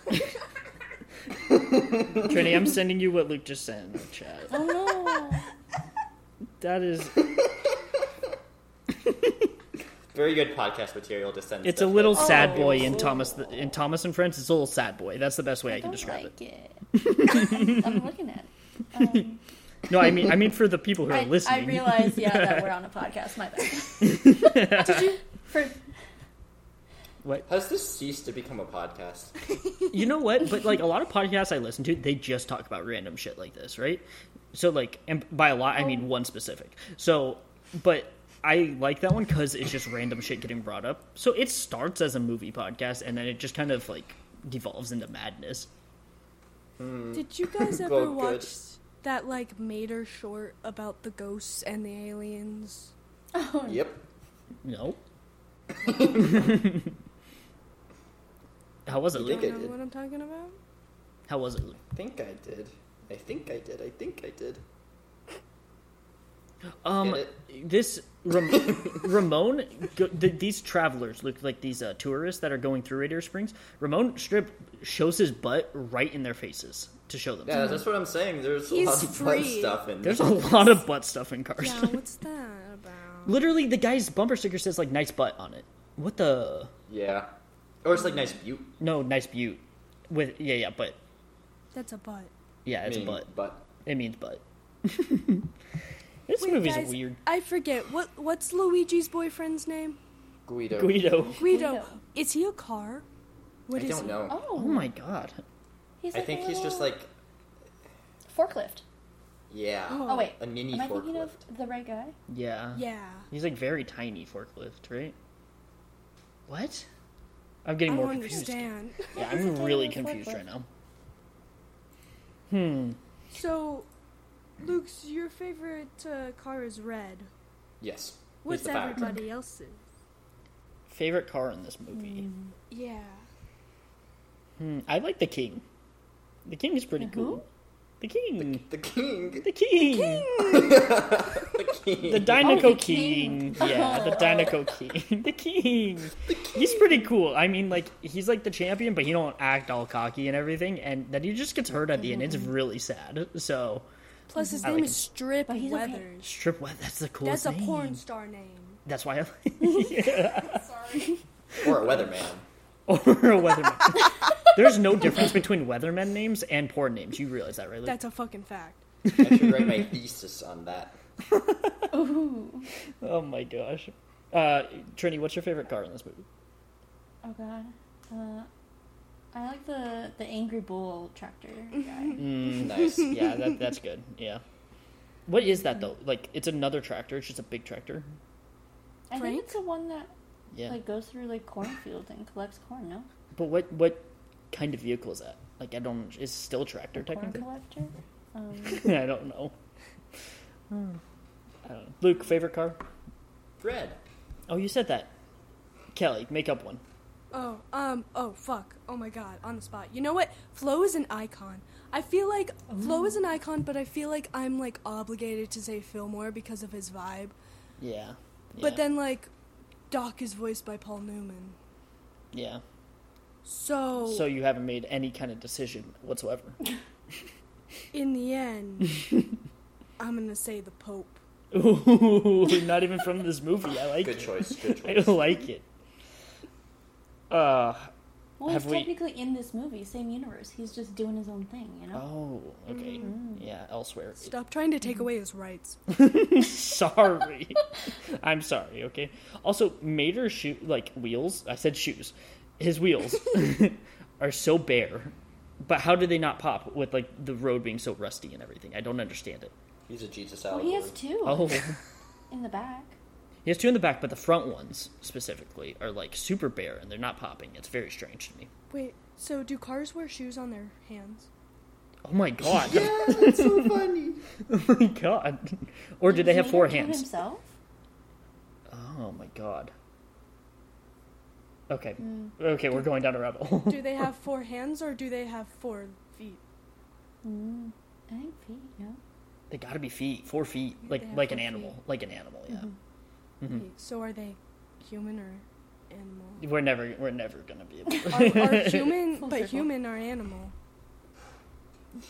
[SPEAKER 2] Trini, I'm sending you what Luke just sent in the chat.
[SPEAKER 4] Oh no.
[SPEAKER 2] That is
[SPEAKER 1] Very good podcast material to send.
[SPEAKER 2] it's a
[SPEAKER 1] stuff
[SPEAKER 2] little
[SPEAKER 1] with.
[SPEAKER 2] sad boy in Thomas the, in Thomas and Friends. It's a little sad boy. That's the best way I, can
[SPEAKER 4] Oh don't
[SPEAKER 2] describe
[SPEAKER 4] like it.
[SPEAKER 2] <laughs>
[SPEAKER 4] I'm looking at. It. Um,
[SPEAKER 2] it. No, I mean <laughs> I mean for the people who are
[SPEAKER 4] I, I
[SPEAKER 2] listening.
[SPEAKER 4] realize, yeah, that we're
[SPEAKER 2] <laughs>
[SPEAKER 4] on a podcast. My bad. For,
[SPEAKER 2] what
[SPEAKER 1] Has this ceased to become a podcast?
[SPEAKER 2] you know what but like a lot of podcasts i listen to they just talk about random shit like this right so like and by a lot i mean one specific so but i like that one because it's just random shit getting brought up so it starts as a movie podcast and then it just kind of like devolves into madness
[SPEAKER 3] Did you guys
[SPEAKER 1] <laughs> Go
[SPEAKER 3] ever
[SPEAKER 1] good.
[SPEAKER 3] watch that like Mater short about the ghosts and the aliens?
[SPEAKER 1] yep.
[SPEAKER 2] no <laughs> how was it
[SPEAKER 1] You
[SPEAKER 2] luke
[SPEAKER 1] think I
[SPEAKER 3] know
[SPEAKER 1] did.
[SPEAKER 3] what I'm talking about?
[SPEAKER 1] <laughs>
[SPEAKER 2] how was it luke
[SPEAKER 1] I think I did. I think I did. I think I did.
[SPEAKER 2] Um,
[SPEAKER 1] Get it?
[SPEAKER 2] this
[SPEAKER 1] <laughs>
[SPEAKER 2] Ram- Ramon, go, th- these travelers look like these uh, tourists that are going through Radiator Springs. Ramon Strip shows his butt right in their faces to show them.
[SPEAKER 1] Yeah, that's what I'm saying. There's a
[SPEAKER 3] He's
[SPEAKER 1] lot of fun
[SPEAKER 3] free.
[SPEAKER 1] stuff in
[SPEAKER 2] There's a
[SPEAKER 1] there.
[SPEAKER 2] lot of butt stuff in cars.
[SPEAKER 3] Yeah, what's that about?
[SPEAKER 2] <laughs> Literally, the guy's bumper sticker says like "nice butt" on it. What the?
[SPEAKER 1] Yeah. Or it's like nice butte.
[SPEAKER 2] No, nice butte. With yeah, yeah, but
[SPEAKER 3] That's a butt.
[SPEAKER 2] yeah, it's
[SPEAKER 1] meaning
[SPEAKER 2] butt.
[SPEAKER 1] butt.
[SPEAKER 2] It means butt. <laughs> this movie's
[SPEAKER 3] guys,
[SPEAKER 2] weird.
[SPEAKER 3] I forget what what's Luigi's boyfriend's name?
[SPEAKER 1] Guido.
[SPEAKER 2] Guido.
[SPEAKER 3] Guido.
[SPEAKER 4] Guido.
[SPEAKER 3] Is he a car?
[SPEAKER 1] I
[SPEAKER 3] What is
[SPEAKER 1] don't
[SPEAKER 3] he?
[SPEAKER 1] know.
[SPEAKER 4] oh,
[SPEAKER 2] Oh my god.
[SPEAKER 4] He's
[SPEAKER 1] I
[SPEAKER 4] like a
[SPEAKER 1] think he's just
[SPEAKER 4] little
[SPEAKER 1] like
[SPEAKER 4] forklift.
[SPEAKER 1] yeah.
[SPEAKER 3] Oh.
[SPEAKER 4] Oh wait,
[SPEAKER 1] A mini
[SPEAKER 4] am I
[SPEAKER 1] forklift.
[SPEAKER 4] thinking of the right guy?
[SPEAKER 2] Yeah.
[SPEAKER 3] Yeah.
[SPEAKER 2] He's like very tiny forklift, right? What? I'm getting
[SPEAKER 3] I
[SPEAKER 2] more
[SPEAKER 3] don't
[SPEAKER 2] confused.
[SPEAKER 3] understand.
[SPEAKER 2] Yeah,
[SPEAKER 4] he's a
[SPEAKER 2] I'm
[SPEAKER 4] tiny
[SPEAKER 2] really
[SPEAKER 4] little
[SPEAKER 2] confused
[SPEAKER 4] forklift.
[SPEAKER 2] right now.
[SPEAKER 3] So, Luke's your favorite uh, car is red.
[SPEAKER 1] Yes. He's
[SPEAKER 3] What's
[SPEAKER 1] the fat one.
[SPEAKER 3] everybody else's?
[SPEAKER 2] Favorite car in this movie?
[SPEAKER 3] Yeah.
[SPEAKER 2] Hmm, I like the King. The King is pretty cool. The King.
[SPEAKER 1] The king.
[SPEAKER 2] The King. The,
[SPEAKER 1] The king.
[SPEAKER 2] Dynaco
[SPEAKER 4] the
[SPEAKER 2] King.
[SPEAKER 4] King.
[SPEAKER 2] Yeah, the Dynaco King. <laughs> The King. He's pretty cool. I mean, like he's like the champion, but he don't act all cocky and everything, and then he just gets hurt at the end. It's really sad. So
[SPEAKER 3] Plus, his
[SPEAKER 2] I
[SPEAKER 3] name
[SPEAKER 2] like
[SPEAKER 3] is
[SPEAKER 2] him.
[SPEAKER 3] Strip
[SPEAKER 4] But he's okay.
[SPEAKER 3] Weathers.
[SPEAKER 2] strip. What? That's the coolest.
[SPEAKER 3] That's a
[SPEAKER 2] name.
[SPEAKER 3] porn star name.
[SPEAKER 2] That's why I. <laughs>
[SPEAKER 1] or a weatherman.
[SPEAKER 2] or a weatherman. There's no difference between weatherman names and porn names. You realize that, right? Luke?
[SPEAKER 3] That's a fucking fact.
[SPEAKER 1] I should write my thesis on that.
[SPEAKER 4] Ooh.
[SPEAKER 2] Oh my gosh. Uh, Trini, what's your favorite car in this movie?
[SPEAKER 4] Oh god. Uh, I like the the angry bull tractor
[SPEAKER 2] <laughs>
[SPEAKER 4] guy.
[SPEAKER 1] Nice.
[SPEAKER 2] Mm, Yeah, that, that's good. Yeah. What is that though? Like, it's another tractor. It's just a big tractor.
[SPEAKER 4] I
[SPEAKER 3] Frank?
[SPEAKER 4] think it's the one that
[SPEAKER 2] Yeah.
[SPEAKER 4] like goes through like cornfields and collects corn. No.
[SPEAKER 2] but what what kind of vehicle is that? Like I don't. It's still a tractor
[SPEAKER 4] Corn
[SPEAKER 2] technically.
[SPEAKER 4] collector?
[SPEAKER 2] <laughs>
[SPEAKER 4] Um,
[SPEAKER 2] I don't know. Hmm. I don't know. Luke, favorite car?
[SPEAKER 1] Red.
[SPEAKER 2] Oh, you said that. Kelly, make up one.
[SPEAKER 3] Oh, um, oh, fuck. Oh my god, on the spot. You know what? Flo is an icon. I feel like Flo is an icon, but I feel like I'm like obligated to say Fillmore because of his vibe.
[SPEAKER 2] Yeah.
[SPEAKER 3] But
[SPEAKER 2] Yeah.
[SPEAKER 3] then like Doc is voiced by Paul Newman.
[SPEAKER 2] Yeah.
[SPEAKER 3] So,
[SPEAKER 2] So you haven't made any kind of decision whatsoever.
[SPEAKER 3] in the end,
[SPEAKER 2] <laughs>
[SPEAKER 3] I'm going to say the Pope.
[SPEAKER 2] Ooh, not even from this movie. I like
[SPEAKER 1] Good
[SPEAKER 2] it.
[SPEAKER 1] choice. Good
[SPEAKER 2] <laughs> I
[SPEAKER 1] choice.
[SPEAKER 2] like it. Uh
[SPEAKER 4] well,
[SPEAKER 2] Have
[SPEAKER 4] he's
[SPEAKER 2] we-
[SPEAKER 4] technically in this movie, same universe. He's just doing his own thing, you know?
[SPEAKER 2] oh, okay. Yeah, elsewhere. <laughs>
[SPEAKER 3] Stop trying to
[SPEAKER 2] Mm-hmm.
[SPEAKER 3] take away his rights.
[SPEAKER 2] sorry. I'm sorry, okay? Also, Mater's shoe like wheels, I said shoes. His <laughs> wheels are so bare. But how do they not pop with like the road being so rusty and everything? I don't understand it.
[SPEAKER 1] He's a Jesus
[SPEAKER 4] Well,
[SPEAKER 1] allegory.
[SPEAKER 4] he has two
[SPEAKER 2] Oh,
[SPEAKER 4] in the back.
[SPEAKER 2] he has two in the back, but the front ones specifically are like super bare and they're not popping. It's very strange to me.
[SPEAKER 3] Wait, so do cars wear shoes on their hands?
[SPEAKER 2] Oh my god.
[SPEAKER 1] that's so funny.
[SPEAKER 2] <laughs> Oh my god. <laughs> Or do they
[SPEAKER 4] Does
[SPEAKER 2] have four
[SPEAKER 4] Mater do
[SPEAKER 2] hands?
[SPEAKER 4] Himself?
[SPEAKER 2] Oh my god. Okay.
[SPEAKER 4] Mm.
[SPEAKER 2] Okay, we're going down a rabbit hole. <laughs>
[SPEAKER 3] Do they have four hands or do they have four feet?
[SPEAKER 4] Mm, I think feet, yeah.
[SPEAKER 2] They gotta be feet, four feet, like
[SPEAKER 3] They have
[SPEAKER 2] like an
[SPEAKER 3] four Mm-hmm.
[SPEAKER 2] animal, like an animal. Yeah,
[SPEAKER 3] Wait, so are they human or animal?
[SPEAKER 1] <laughs>
[SPEAKER 2] we're never we're never gonna be able.
[SPEAKER 3] <laughs>
[SPEAKER 2] To.
[SPEAKER 3] are, are human,
[SPEAKER 4] Full
[SPEAKER 3] but
[SPEAKER 4] circle.
[SPEAKER 3] human are animal.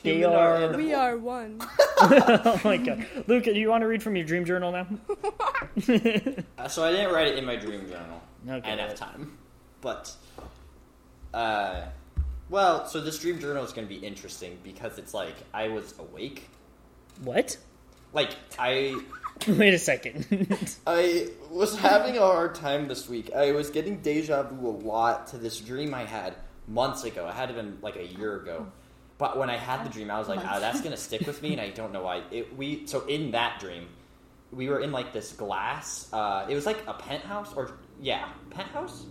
[SPEAKER 2] they
[SPEAKER 1] Human
[SPEAKER 2] are.
[SPEAKER 1] or animal?
[SPEAKER 3] We
[SPEAKER 1] <laughs>
[SPEAKER 3] are one.
[SPEAKER 2] <laughs> oh my god, Luca, do you want to read from your dream journal
[SPEAKER 3] <laughs>
[SPEAKER 2] now?
[SPEAKER 1] <laughs> Uh, so I didn't write it in my dream journal.
[SPEAKER 2] Okay.
[SPEAKER 1] I didn't have time. But, uh, well, so this dream journal is going to be interesting because it's like I was awake.
[SPEAKER 2] what? <laughs>
[SPEAKER 1] Like I,
[SPEAKER 2] Wait a second. <laughs>
[SPEAKER 1] I was having a hard time this week. I was getting deja vu a lot to this dream I had months ago. It had to been like a year ago. But when I had the dream, I was like, oh, that's gonna stick with me, and I don't know why. It, we so in that dream, we were in like this glass. Uh, it was like a penthouse, or yeah, penthouse.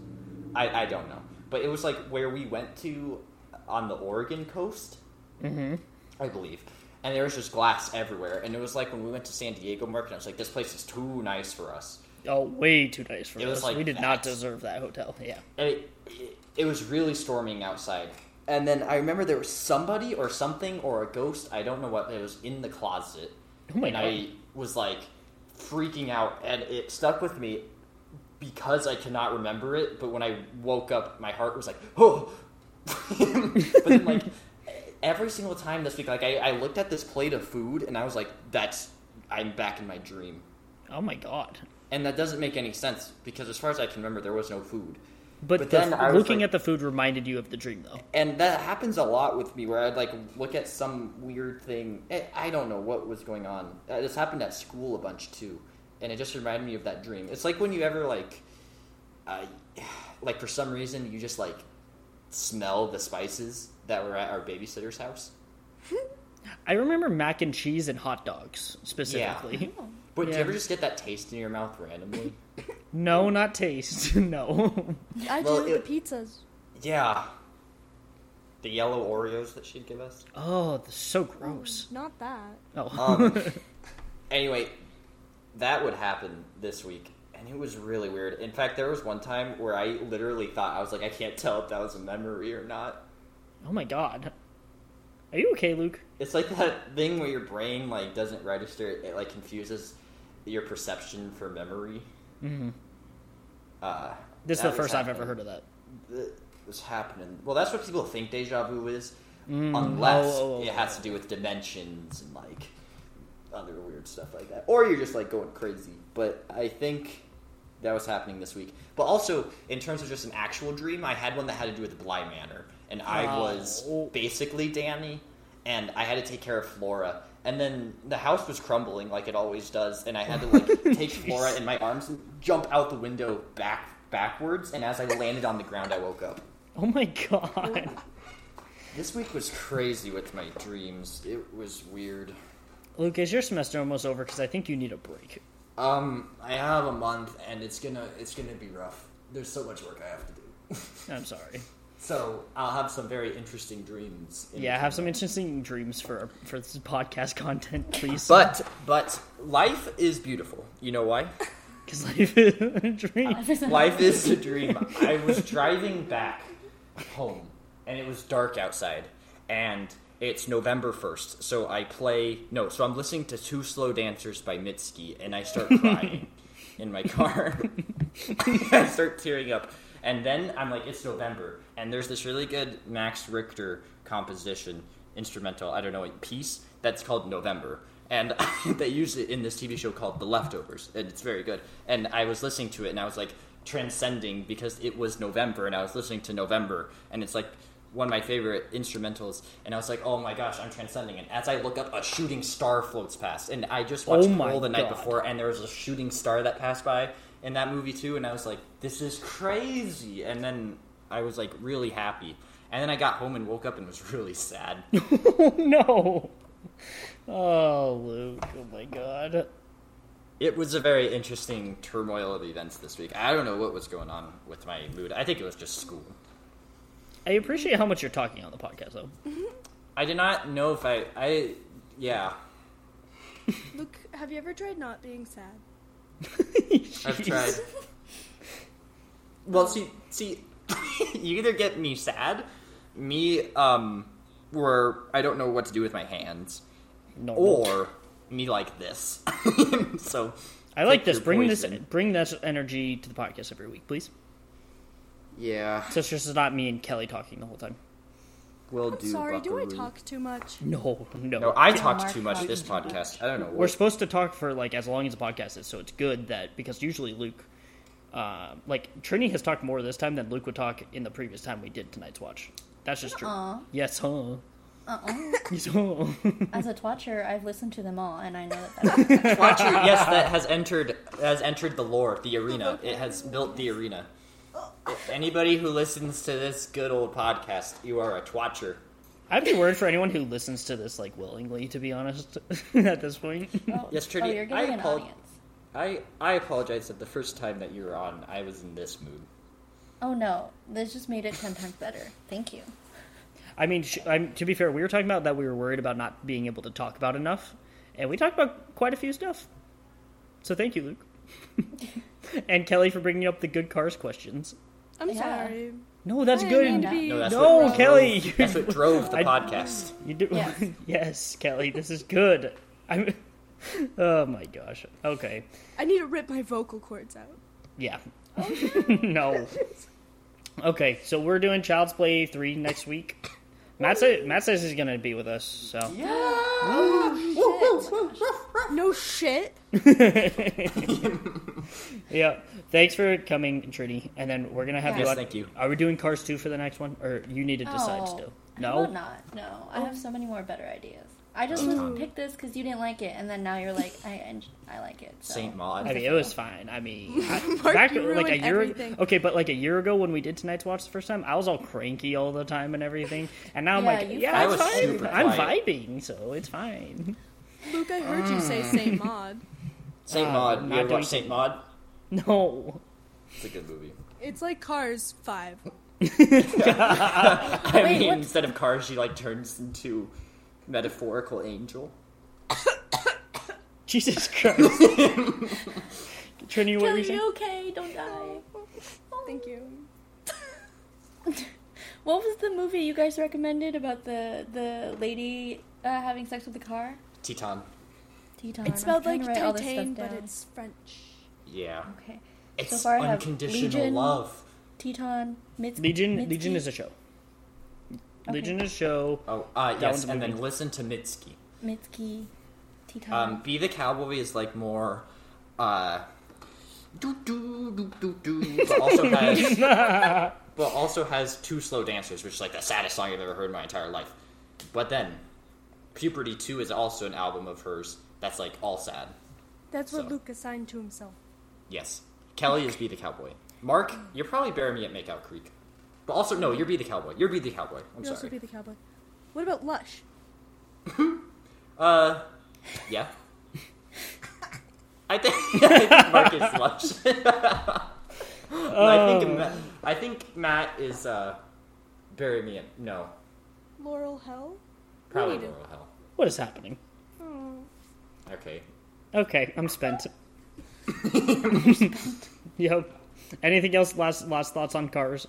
[SPEAKER 1] I I don't know, but it was like where we went to on the Oregon coast. I believe. And there was just glass everywhere. And it was like when we went to San Diego Market, I was like, this place is too nice for us.
[SPEAKER 2] oh, way too nice for
[SPEAKER 1] It was
[SPEAKER 2] us.
[SPEAKER 1] like
[SPEAKER 2] we did
[SPEAKER 1] that.
[SPEAKER 2] not deserve that hotel. Yeah.
[SPEAKER 1] And it, it, it was really storming outside. And then I remember there was somebody or something or a ghost, I don't know what, that was in the closet.
[SPEAKER 2] Oh my
[SPEAKER 1] and I was like freaking out. And it stuck with me because I cannot remember it. But when I woke up, my heart was like, <gasps> oh. but then, like, every single time this week, like, I, I looked at this plate of food and I was like, that's, I'm back in my dream.
[SPEAKER 2] Oh my god.
[SPEAKER 1] And that doesn't make any sense because, as far as I can remember, there was no food.
[SPEAKER 2] But,
[SPEAKER 1] But
[SPEAKER 2] the-
[SPEAKER 1] then I was
[SPEAKER 2] looking
[SPEAKER 1] like-
[SPEAKER 2] at the food reminded you of the dream, though.
[SPEAKER 1] and that happens a lot with me where i'd like look at some weird thing I- i don't know what was going on Uh, this happened at school a bunch too and it just reminded me of that dream it's like when you ever like uh, <sighs> like for some reason you just like smell the spices that were at our babysitter's house
[SPEAKER 2] I remember mac and cheese and hot dogs specifically.
[SPEAKER 4] Mm-hmm.
[SPEAKER 1] but do
[SPEAKER 2] Yeah.
[SPEAKER 1] you ever just get that taste in your mouth randomly
[SPEAKER 2] <laughs> No, not taste. <laughs> no.
[SPEAKER 3] I
[SPEAKER 1] Well,
[SPEAKER 3] do with
[SPEAKER 1] it-
[SPEAKER 3] the pizzas.
[SPEAKER 1] yeah the yellow oreos that she'd give us
[SPEAKER 2] Oh, that's so gross.
[SPEAKER 3] Not that.
[SPEAKER 2] Oh.
[SPEAKER 1] Um, anyway, that would happen this week, and it was really weird. In fact, there was one time where I literally thought I was like, I can't tell if that was a memory or not.
[SPEAKER 2] <laughs> Oh my god. Are you okay, Luke?
[SPEAKER 1] It's like that thing where your brain like doesn't register; it, it like confuses your perception for memory. Mm-hmm. Uh,
[SPEAKER 2] This is
[SPEAKER 1] that
[SPEAKER 2] the
[SPEAKER 1] was
[SPEAKER 2] first I've ever
[SPEAKER 1] happening.
[SPEAKER 2] heard of that.
[SPEAKER 1] Th- was happening. Well, that's what people think deja vu is, unless
[SPEAKER 2] Oh, oh, oh,
[SPEAKER 1] it has to do with dimensions and like other weird stuff like that, or you're just like going crazy. But I think that was happening this week. But also, in terms of just an actual dream, I had one that had to do with Bly Manor, and I
[SPEAKER 2] Oh.
[SPEAKER 1] was basically Danny, and I had to take care of Flora. And then the house was crumbling like it always does, and I had to
[SPEAKER 2] <laughs>
[SPEAKER 1] like take Flora in my arms and jump out the window back backwards. And as I landed on the ground, I woke up.
[SPEAKER 2] Oh my god. <laughs>
[SPEAKER 1] This week was crazy with my dreams. It was weird.
[SPEAKER 2] Luke, is your semester almost over? Because I think you need a break.
[SPEAKER 1] Um, I have a month, and it's gonna it's gonna be rough. There's so much work I have to do. <laughs>
[SPEAKER 2] I'm sorry.
[SPEAKER 1] So I'll have some very interesting dreams. in
[SPEAKER 2] Yeah, have some
[SPEAKER 1] between.
[SPEAKER 2] interesting dreams for for this podcast content, please. <laughs>
[SPEAKER 1] But but life is beautiful. You know why? <laughs>
[SPEAKER 2] because life is a dream.
[SPEAKER 4] Oh.
[SPEAKER 1] Life is a dream. I was driving back home and it was dark outside and it's November 1st. So I play no, so I'm listening to Two Slow Dancers by Mitski and I
[SPEAKER 2] <laughs>
[SPEAKER 1] start crying in my car. I start tearing up. And then I'm like it's November and there's this really good Max Richter composition instrumental, I don't know, like, piece that's called November. And <laughs> they use it in this TV show called The Leftovers, and it's very good. And I was listening to it, and I was like transcending because it was November, and I was listening to November, and it's like one of my favorite instrumentals. And I was like, oh my gosh, I'm transcending. And as I look up, a shooting star floats past, and I just watched
[SPEAKER 2] Oh my
[SPEAKER 1] Hole the night
[SPEAKER 2] God.
[SPEAKER 1] before, and there was a shooting star that passed by in that movie too, and I was like, this is crazy. And then I was like really happy. And then I got home and woke up and was <laughs> really sad.
[SPEAKER 2] oh <laughs> no! Oh Luke! Oh my God!
[SPEAKER 1] It was a very interesting turmoil of events this week. I don't know what was going on with my mood. I think it was just school.
[SPEAKER 2] I appreciate how much you're talking on the podcast, though. <laughs>
[SPEAKER 1] I did not know if I. I yeah.
[SPEAKER 3] Luke, have you ever tried not being sad?
[SPEAKER 1] I've
[SPEAKER 2] <laughs> Jeez.
[SPEAKER 1] tried. Well, see, see, <laughs> you either get me sad, me um, where I don't know what to do with my hands,
[SPEAKER 2] Normal.
[SPEAKER 1] or me like this. <laughs> so
[SPEAKER 2] I like
[SPEAKER 1] Take
[SPEAKER 2] this.
[SPEAKER 1] your
[SPEAKER 2] Bring this.
[SPEAKER 1] poison.
[SPEAKER 2] Bring that energy to the podcast every week, please.
[SPEAKER 1] yeah,
[SPEAKER 2] So it's just not me and Kelly talking the whole time.
[SPEAKER 1] we'll
[SPEAKER 3] I'm
[SPEAKER 1] do.
[SPEAKER 3] sorry, do
[SPEAKER 1] buckaroo.
[SPEAKER 3] I talk too much?
[SPEAKER 2] No, no.
[SPEAKER 1] No, I
[SPEAKER 4] Yeah,
[SPEAKER 1] talked
[SPEAKER 4] Mark
[SPEAKER 1] too much
[SPEAKER 4] talked
[SPEAKER 1] this
[SPEAKER 4] too much.
[SPEAKER 1] podcast. I don't know.
[SPEAKER 2] We're
[SPEAKER 1] What,
[SPEAKER 2] supposed to talk for like as long as the podcast is, so it's good that because usually Luke, uh, like Trini has talked more this time than Luke would talk in the previous time we did tonight's watch. That's just true.
[SPEAKER 4] Aw.
[SPEAKER 2] Yes, huh?
[SPEAKER 4] Uh-uh.
[SPEAKER 2] Yes, huh?
[SPEAKER 4] As a twatcher, I've listened to them all, and I know that.
[SPEAKER 2] <laughs>
[SPEAKER 4] That's
[SPEAKER 1] yes, that has entered has entered the lore, the arena. It has built the arena. If anybody who listens to this good old podcast, you are a twatcher.
[SPEAKER 2] I'd be worried for anyone who listens to this like willingly, to be honest. <laughs> at this point,
[SPEAKER 4] oh,
[SPEAKER 1] Yes,
[SPEAKER 4] oh,
[SPEAKER 1] Trudy,
[SPEAKER 4] you're getting
[SPEAKER 1] I
[SPEAKER 4] an
[SPEAKER 1] apol-
[SPEAKER 4] audience.
[SPEAKER 1] I I apologize that the first time that you were on, I was in this mood.
[SPEAKER 4] Oh no, this just made it ten times better. Thank you.
[SPEAKER 2] I mean, sh- I'm, to be fair, we were talking about that we were worried about not being able to talk about enough, and we talked about quite a few stuff. So thank you, Luke, <laughs> and Kelly for bringing up the good cars questions.
[SPEAKER 3] I'm
[SPEAKER 4] Yeah.
[SPEAKER 3] sorry.
[SPEAKER 2] No, that's
[SPEAKER 3] I
[SPEAKER 2] good.
[SPEAKER 3] didn't mean to
[SPEAKER 4] No,
[SPEAKER 3] be-
[SPEAKER 1] No, that's
[SPEAKER 2] No,
[SPEAKER 1] what drove-
[SPEAKER 2] Kelly, you-
[SPEAKER 1] That's what drove the
[SPEAKER 2] <laughs> I-
[SPEAKER 1] podcast.
[SPEAKER 2] You do. <laughs> Yes,
[SPEAKER 4] Yes.
[SPEAKER 2] Kelly, this is good. I'm. <laughs> Oh my gosh. Okay.
[SPEAKER 3] I need to rip my vocal cords out.
[SPEAKER 2] Yeah. <laughs> no. Okay, so we're doing Child's Play three next week. Matt says Matt says he's gonna be with us. So
[SPEAKER 4] <gasps> Oh,
[SPEAKER 3] No shit.
[SPEAKER 2] yeah. Thanks for coming, Trini. And then we're gonna have
[SPEAKER 4] Yes,
[SPEAKER 2] you. on-
[SPEAKER 1] thank you.
[SPEAKER 2] Are we doing Cars two for the next one, or you need to decide
[SPEAKER 4] Oh,
[SPEAKER 2] still?
[SPEAKER 4] how
[SPEAKER 2] No.
[SPEAKER 4] about not. No, I have so many more better ideas. I just picked this because you didn't like it, and then now you're like, I en- I like it. So.
[SPEAKER 1] Saint Maud.
[SPEAKER 2] I mean, it was fine. I mean, I,
[SPEAKER 3] Mark,
[SPEAKER 2] back
[SPEAKER 3] you
[SPEAKER 2] like a
[SPEAKER 3] ruined
[SPEAKER 2] year.
[SPEAKER 3] everything.
[SPEAKER 2] Okay, but like a year ago when we did tonight's watch the first time, I was all cranky all the time and everything, and now I'm
[SPEAKER 4] Yeah,
[SPEAKER 2] like,
[SPEAKER 4] you
[SPEAKER 2] yeah,
[SPEAKER 1] I
[SPEAKER 2] it's
[SPEAKER 1] was
[SPEAKER 2] fine.
[SPEAKER 1] super
[SPEAKER 2] I'm
[SPEAKER 1] quiet.
[SPEAKER 2] vibing, so it's fine. <laughs>
[SPEAKER 3] Luke, I heard
[SPEAKER 1] <laughs>
[SPEAKER 3] you say Saint Maud.
[SPEAKER 1] Saint
[SPEAKER 2] Uh,
[SPEAKER 1] Maud.
[SPEAKER 2] not
[SPEAKER 1] You ever
[SPEAKER 2] doing
[SPEAKER 1] watch Saint Maud?
[SPEAKER 2] No,
[SPEAKER 1] It's a good movie.
[SPEAKER 3] It's like Cars 5.
[SPEAKER 1] I
[SPEAKER 4] Wait,
[SPEAKER 1] mean,
[SPEAKER 4] what-
[SPEAKER 1] instead of cars, she like turns into metaphorical angel.
[SPEAKER 2] Jesus Christ. Trini, what were you
[SPEAKER 4] Kelly,
[SPEAKER 2] saying?
[SPEAKER 4] you okay? Don't die.
[SPEAKER 3] Thank you.
[SPEAKER 4] What was the movie you guys recommended about the the lady uh, having sex with the car?
[SPEAKER 1] Titan.
[SPEAKER 4] Teton. I'm
[SPEAKER 3] It smelled
[SPEAKER 4] trying
[SPEAKER 3] like
[SPEAKER 4] to write all this
[SPEAKER 3] Titan,
[SPEAKER 4] stuff
[SPEAKER 3] but
[SPEAKER 4] down.
[SPEAKER 3] it's French.
[SPEAKER 1] Yeah.
[SPEAKER 4] okay.
[SPEAKER 1] It's
[SPEAKER 4] So far I have
[SPEAKER 1] unconditional
[SPEAKER 4] Legion.
[SPEAKER 1] love.
[SPEAKER 4] Teton. Mits-
[SPEAKER 2] Legion.
[SPEAKER 4] Mitski.
[SPEAKER 2] Legion is a show.
[SPEAKER 4] Okay.
[SPEAKER 2] Legion is a show.
[SPEAKER 1] Oh, uh,
[SPEAKER 2] That one's
[SPEAKER 1] yes,
[SPEAKER 2] a
[SPEAKER 1] and then
[SPEAKER 2] movie.
[SPEAKER 1] listen to Mitski.
[SPEAKER 4] Mitski. Teton.
[SPEAKER 1] Um, Be the Cowboy is like more, uh, doo doo doo doo doo, but <laughs> also has, <laughs> but also has two slow dancers, which is like the saddest song I've ever heard in my entire life. But then, Puberty Two is also an album of hers that's like all sad.
[SPEAKER 3] That's what
[SPEAKER 1] So.
[SPEAKER 3] Luke assigned to himself.
[SPEAKER 1] Yes, Kelly is Be the Cowboy. Mark, you're probably bury me at Makeout Creek, but also no, you're Be the Cowboy. You're Be the Cowboy. I'm
[SPEAKER 3] You also
[SPEAKER 1] sorry.
[SPEAKER 3] be the cowboy. What about Lush?
[SPEAKER 1] Uh,
[SPEAKER 3] <laughs>
[SPEAKER 1] yeah. I think, <laughs> I think Mark
[SPEAKER 3] Oh.
[SPEAKER 1] is lush. And I think Ma- I think Matt is uh, Bury Me in no,
[SPEAKER 3] Laurel Hell?
[SPEAKER 1] probably
[SPEAKER 3] need to-
[SPEAKER 1] Laurel Hell.
[SPEAKER 2] What is happening?
[SPEAKER 3] Oh.
[SPEAKER 1] Okay,
[SPEAKER 2] Okay, I'm spent. Yep. Anything else? Last last thoughts on cars?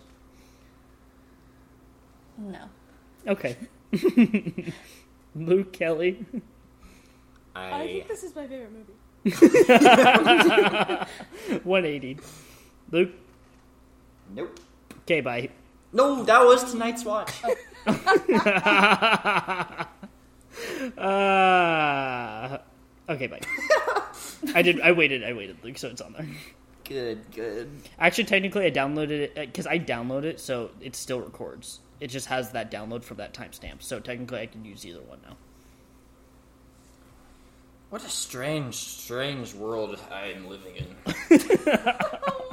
[SPEAKER 4] No.
[SPEAKER 2] Okay. Luke Kelly.
[SPEAKER 3] I
[SPEAKER 1] I
[SPEAKER 3] think this is my favorite movie.
[SPEAKER 2] 180. Luke.
[SPEAKER 1] nope.
[SPEAKER 2] Okay, bye.
[SPEAKER 1] No, that was tonight's watch.
[SPEAKER 3] Oh.
[SPEAKER 2] Uh, okay, bye. I did. I waited. I waited, Luke. So it's on there.
[SPEAKER 1] Good, good.
[SPEAKER 2] Actually, technically, I downloaded it because I download it, so it still records. It just has that download from that timestamp. So technically, I can use either one now.
[SPEAKER 1] What a strange, strange world I am living in.
[SPEAKER 3] Oh,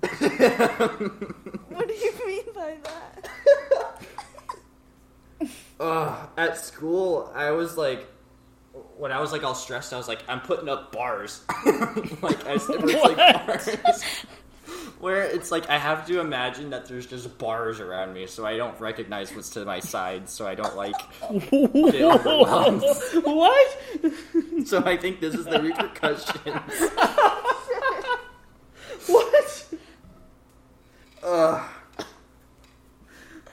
[SPEAKER 3] What do you <laughs> mean by that?
[SPEAKER 1] Ugh, at school, I was like, when I was like all stressed, I was like, I'm putting up bars. <laughs> like, I said, it's like
[SPEAKER 2] What?
[SPEAKER 1] bars. Where it's like, I have to imagine that there's just bars around me, so I don't recognize what's to my side, so I don't like get
[SPEAKER 2] <laughs>
[SPEAKER 1] overwhelmed.
[SPEAKER 2] what?
[SPEAKER 1] so I think this is the repercussions.
[SPEAKER 2] What?
[SPEAKER 1] Ugh.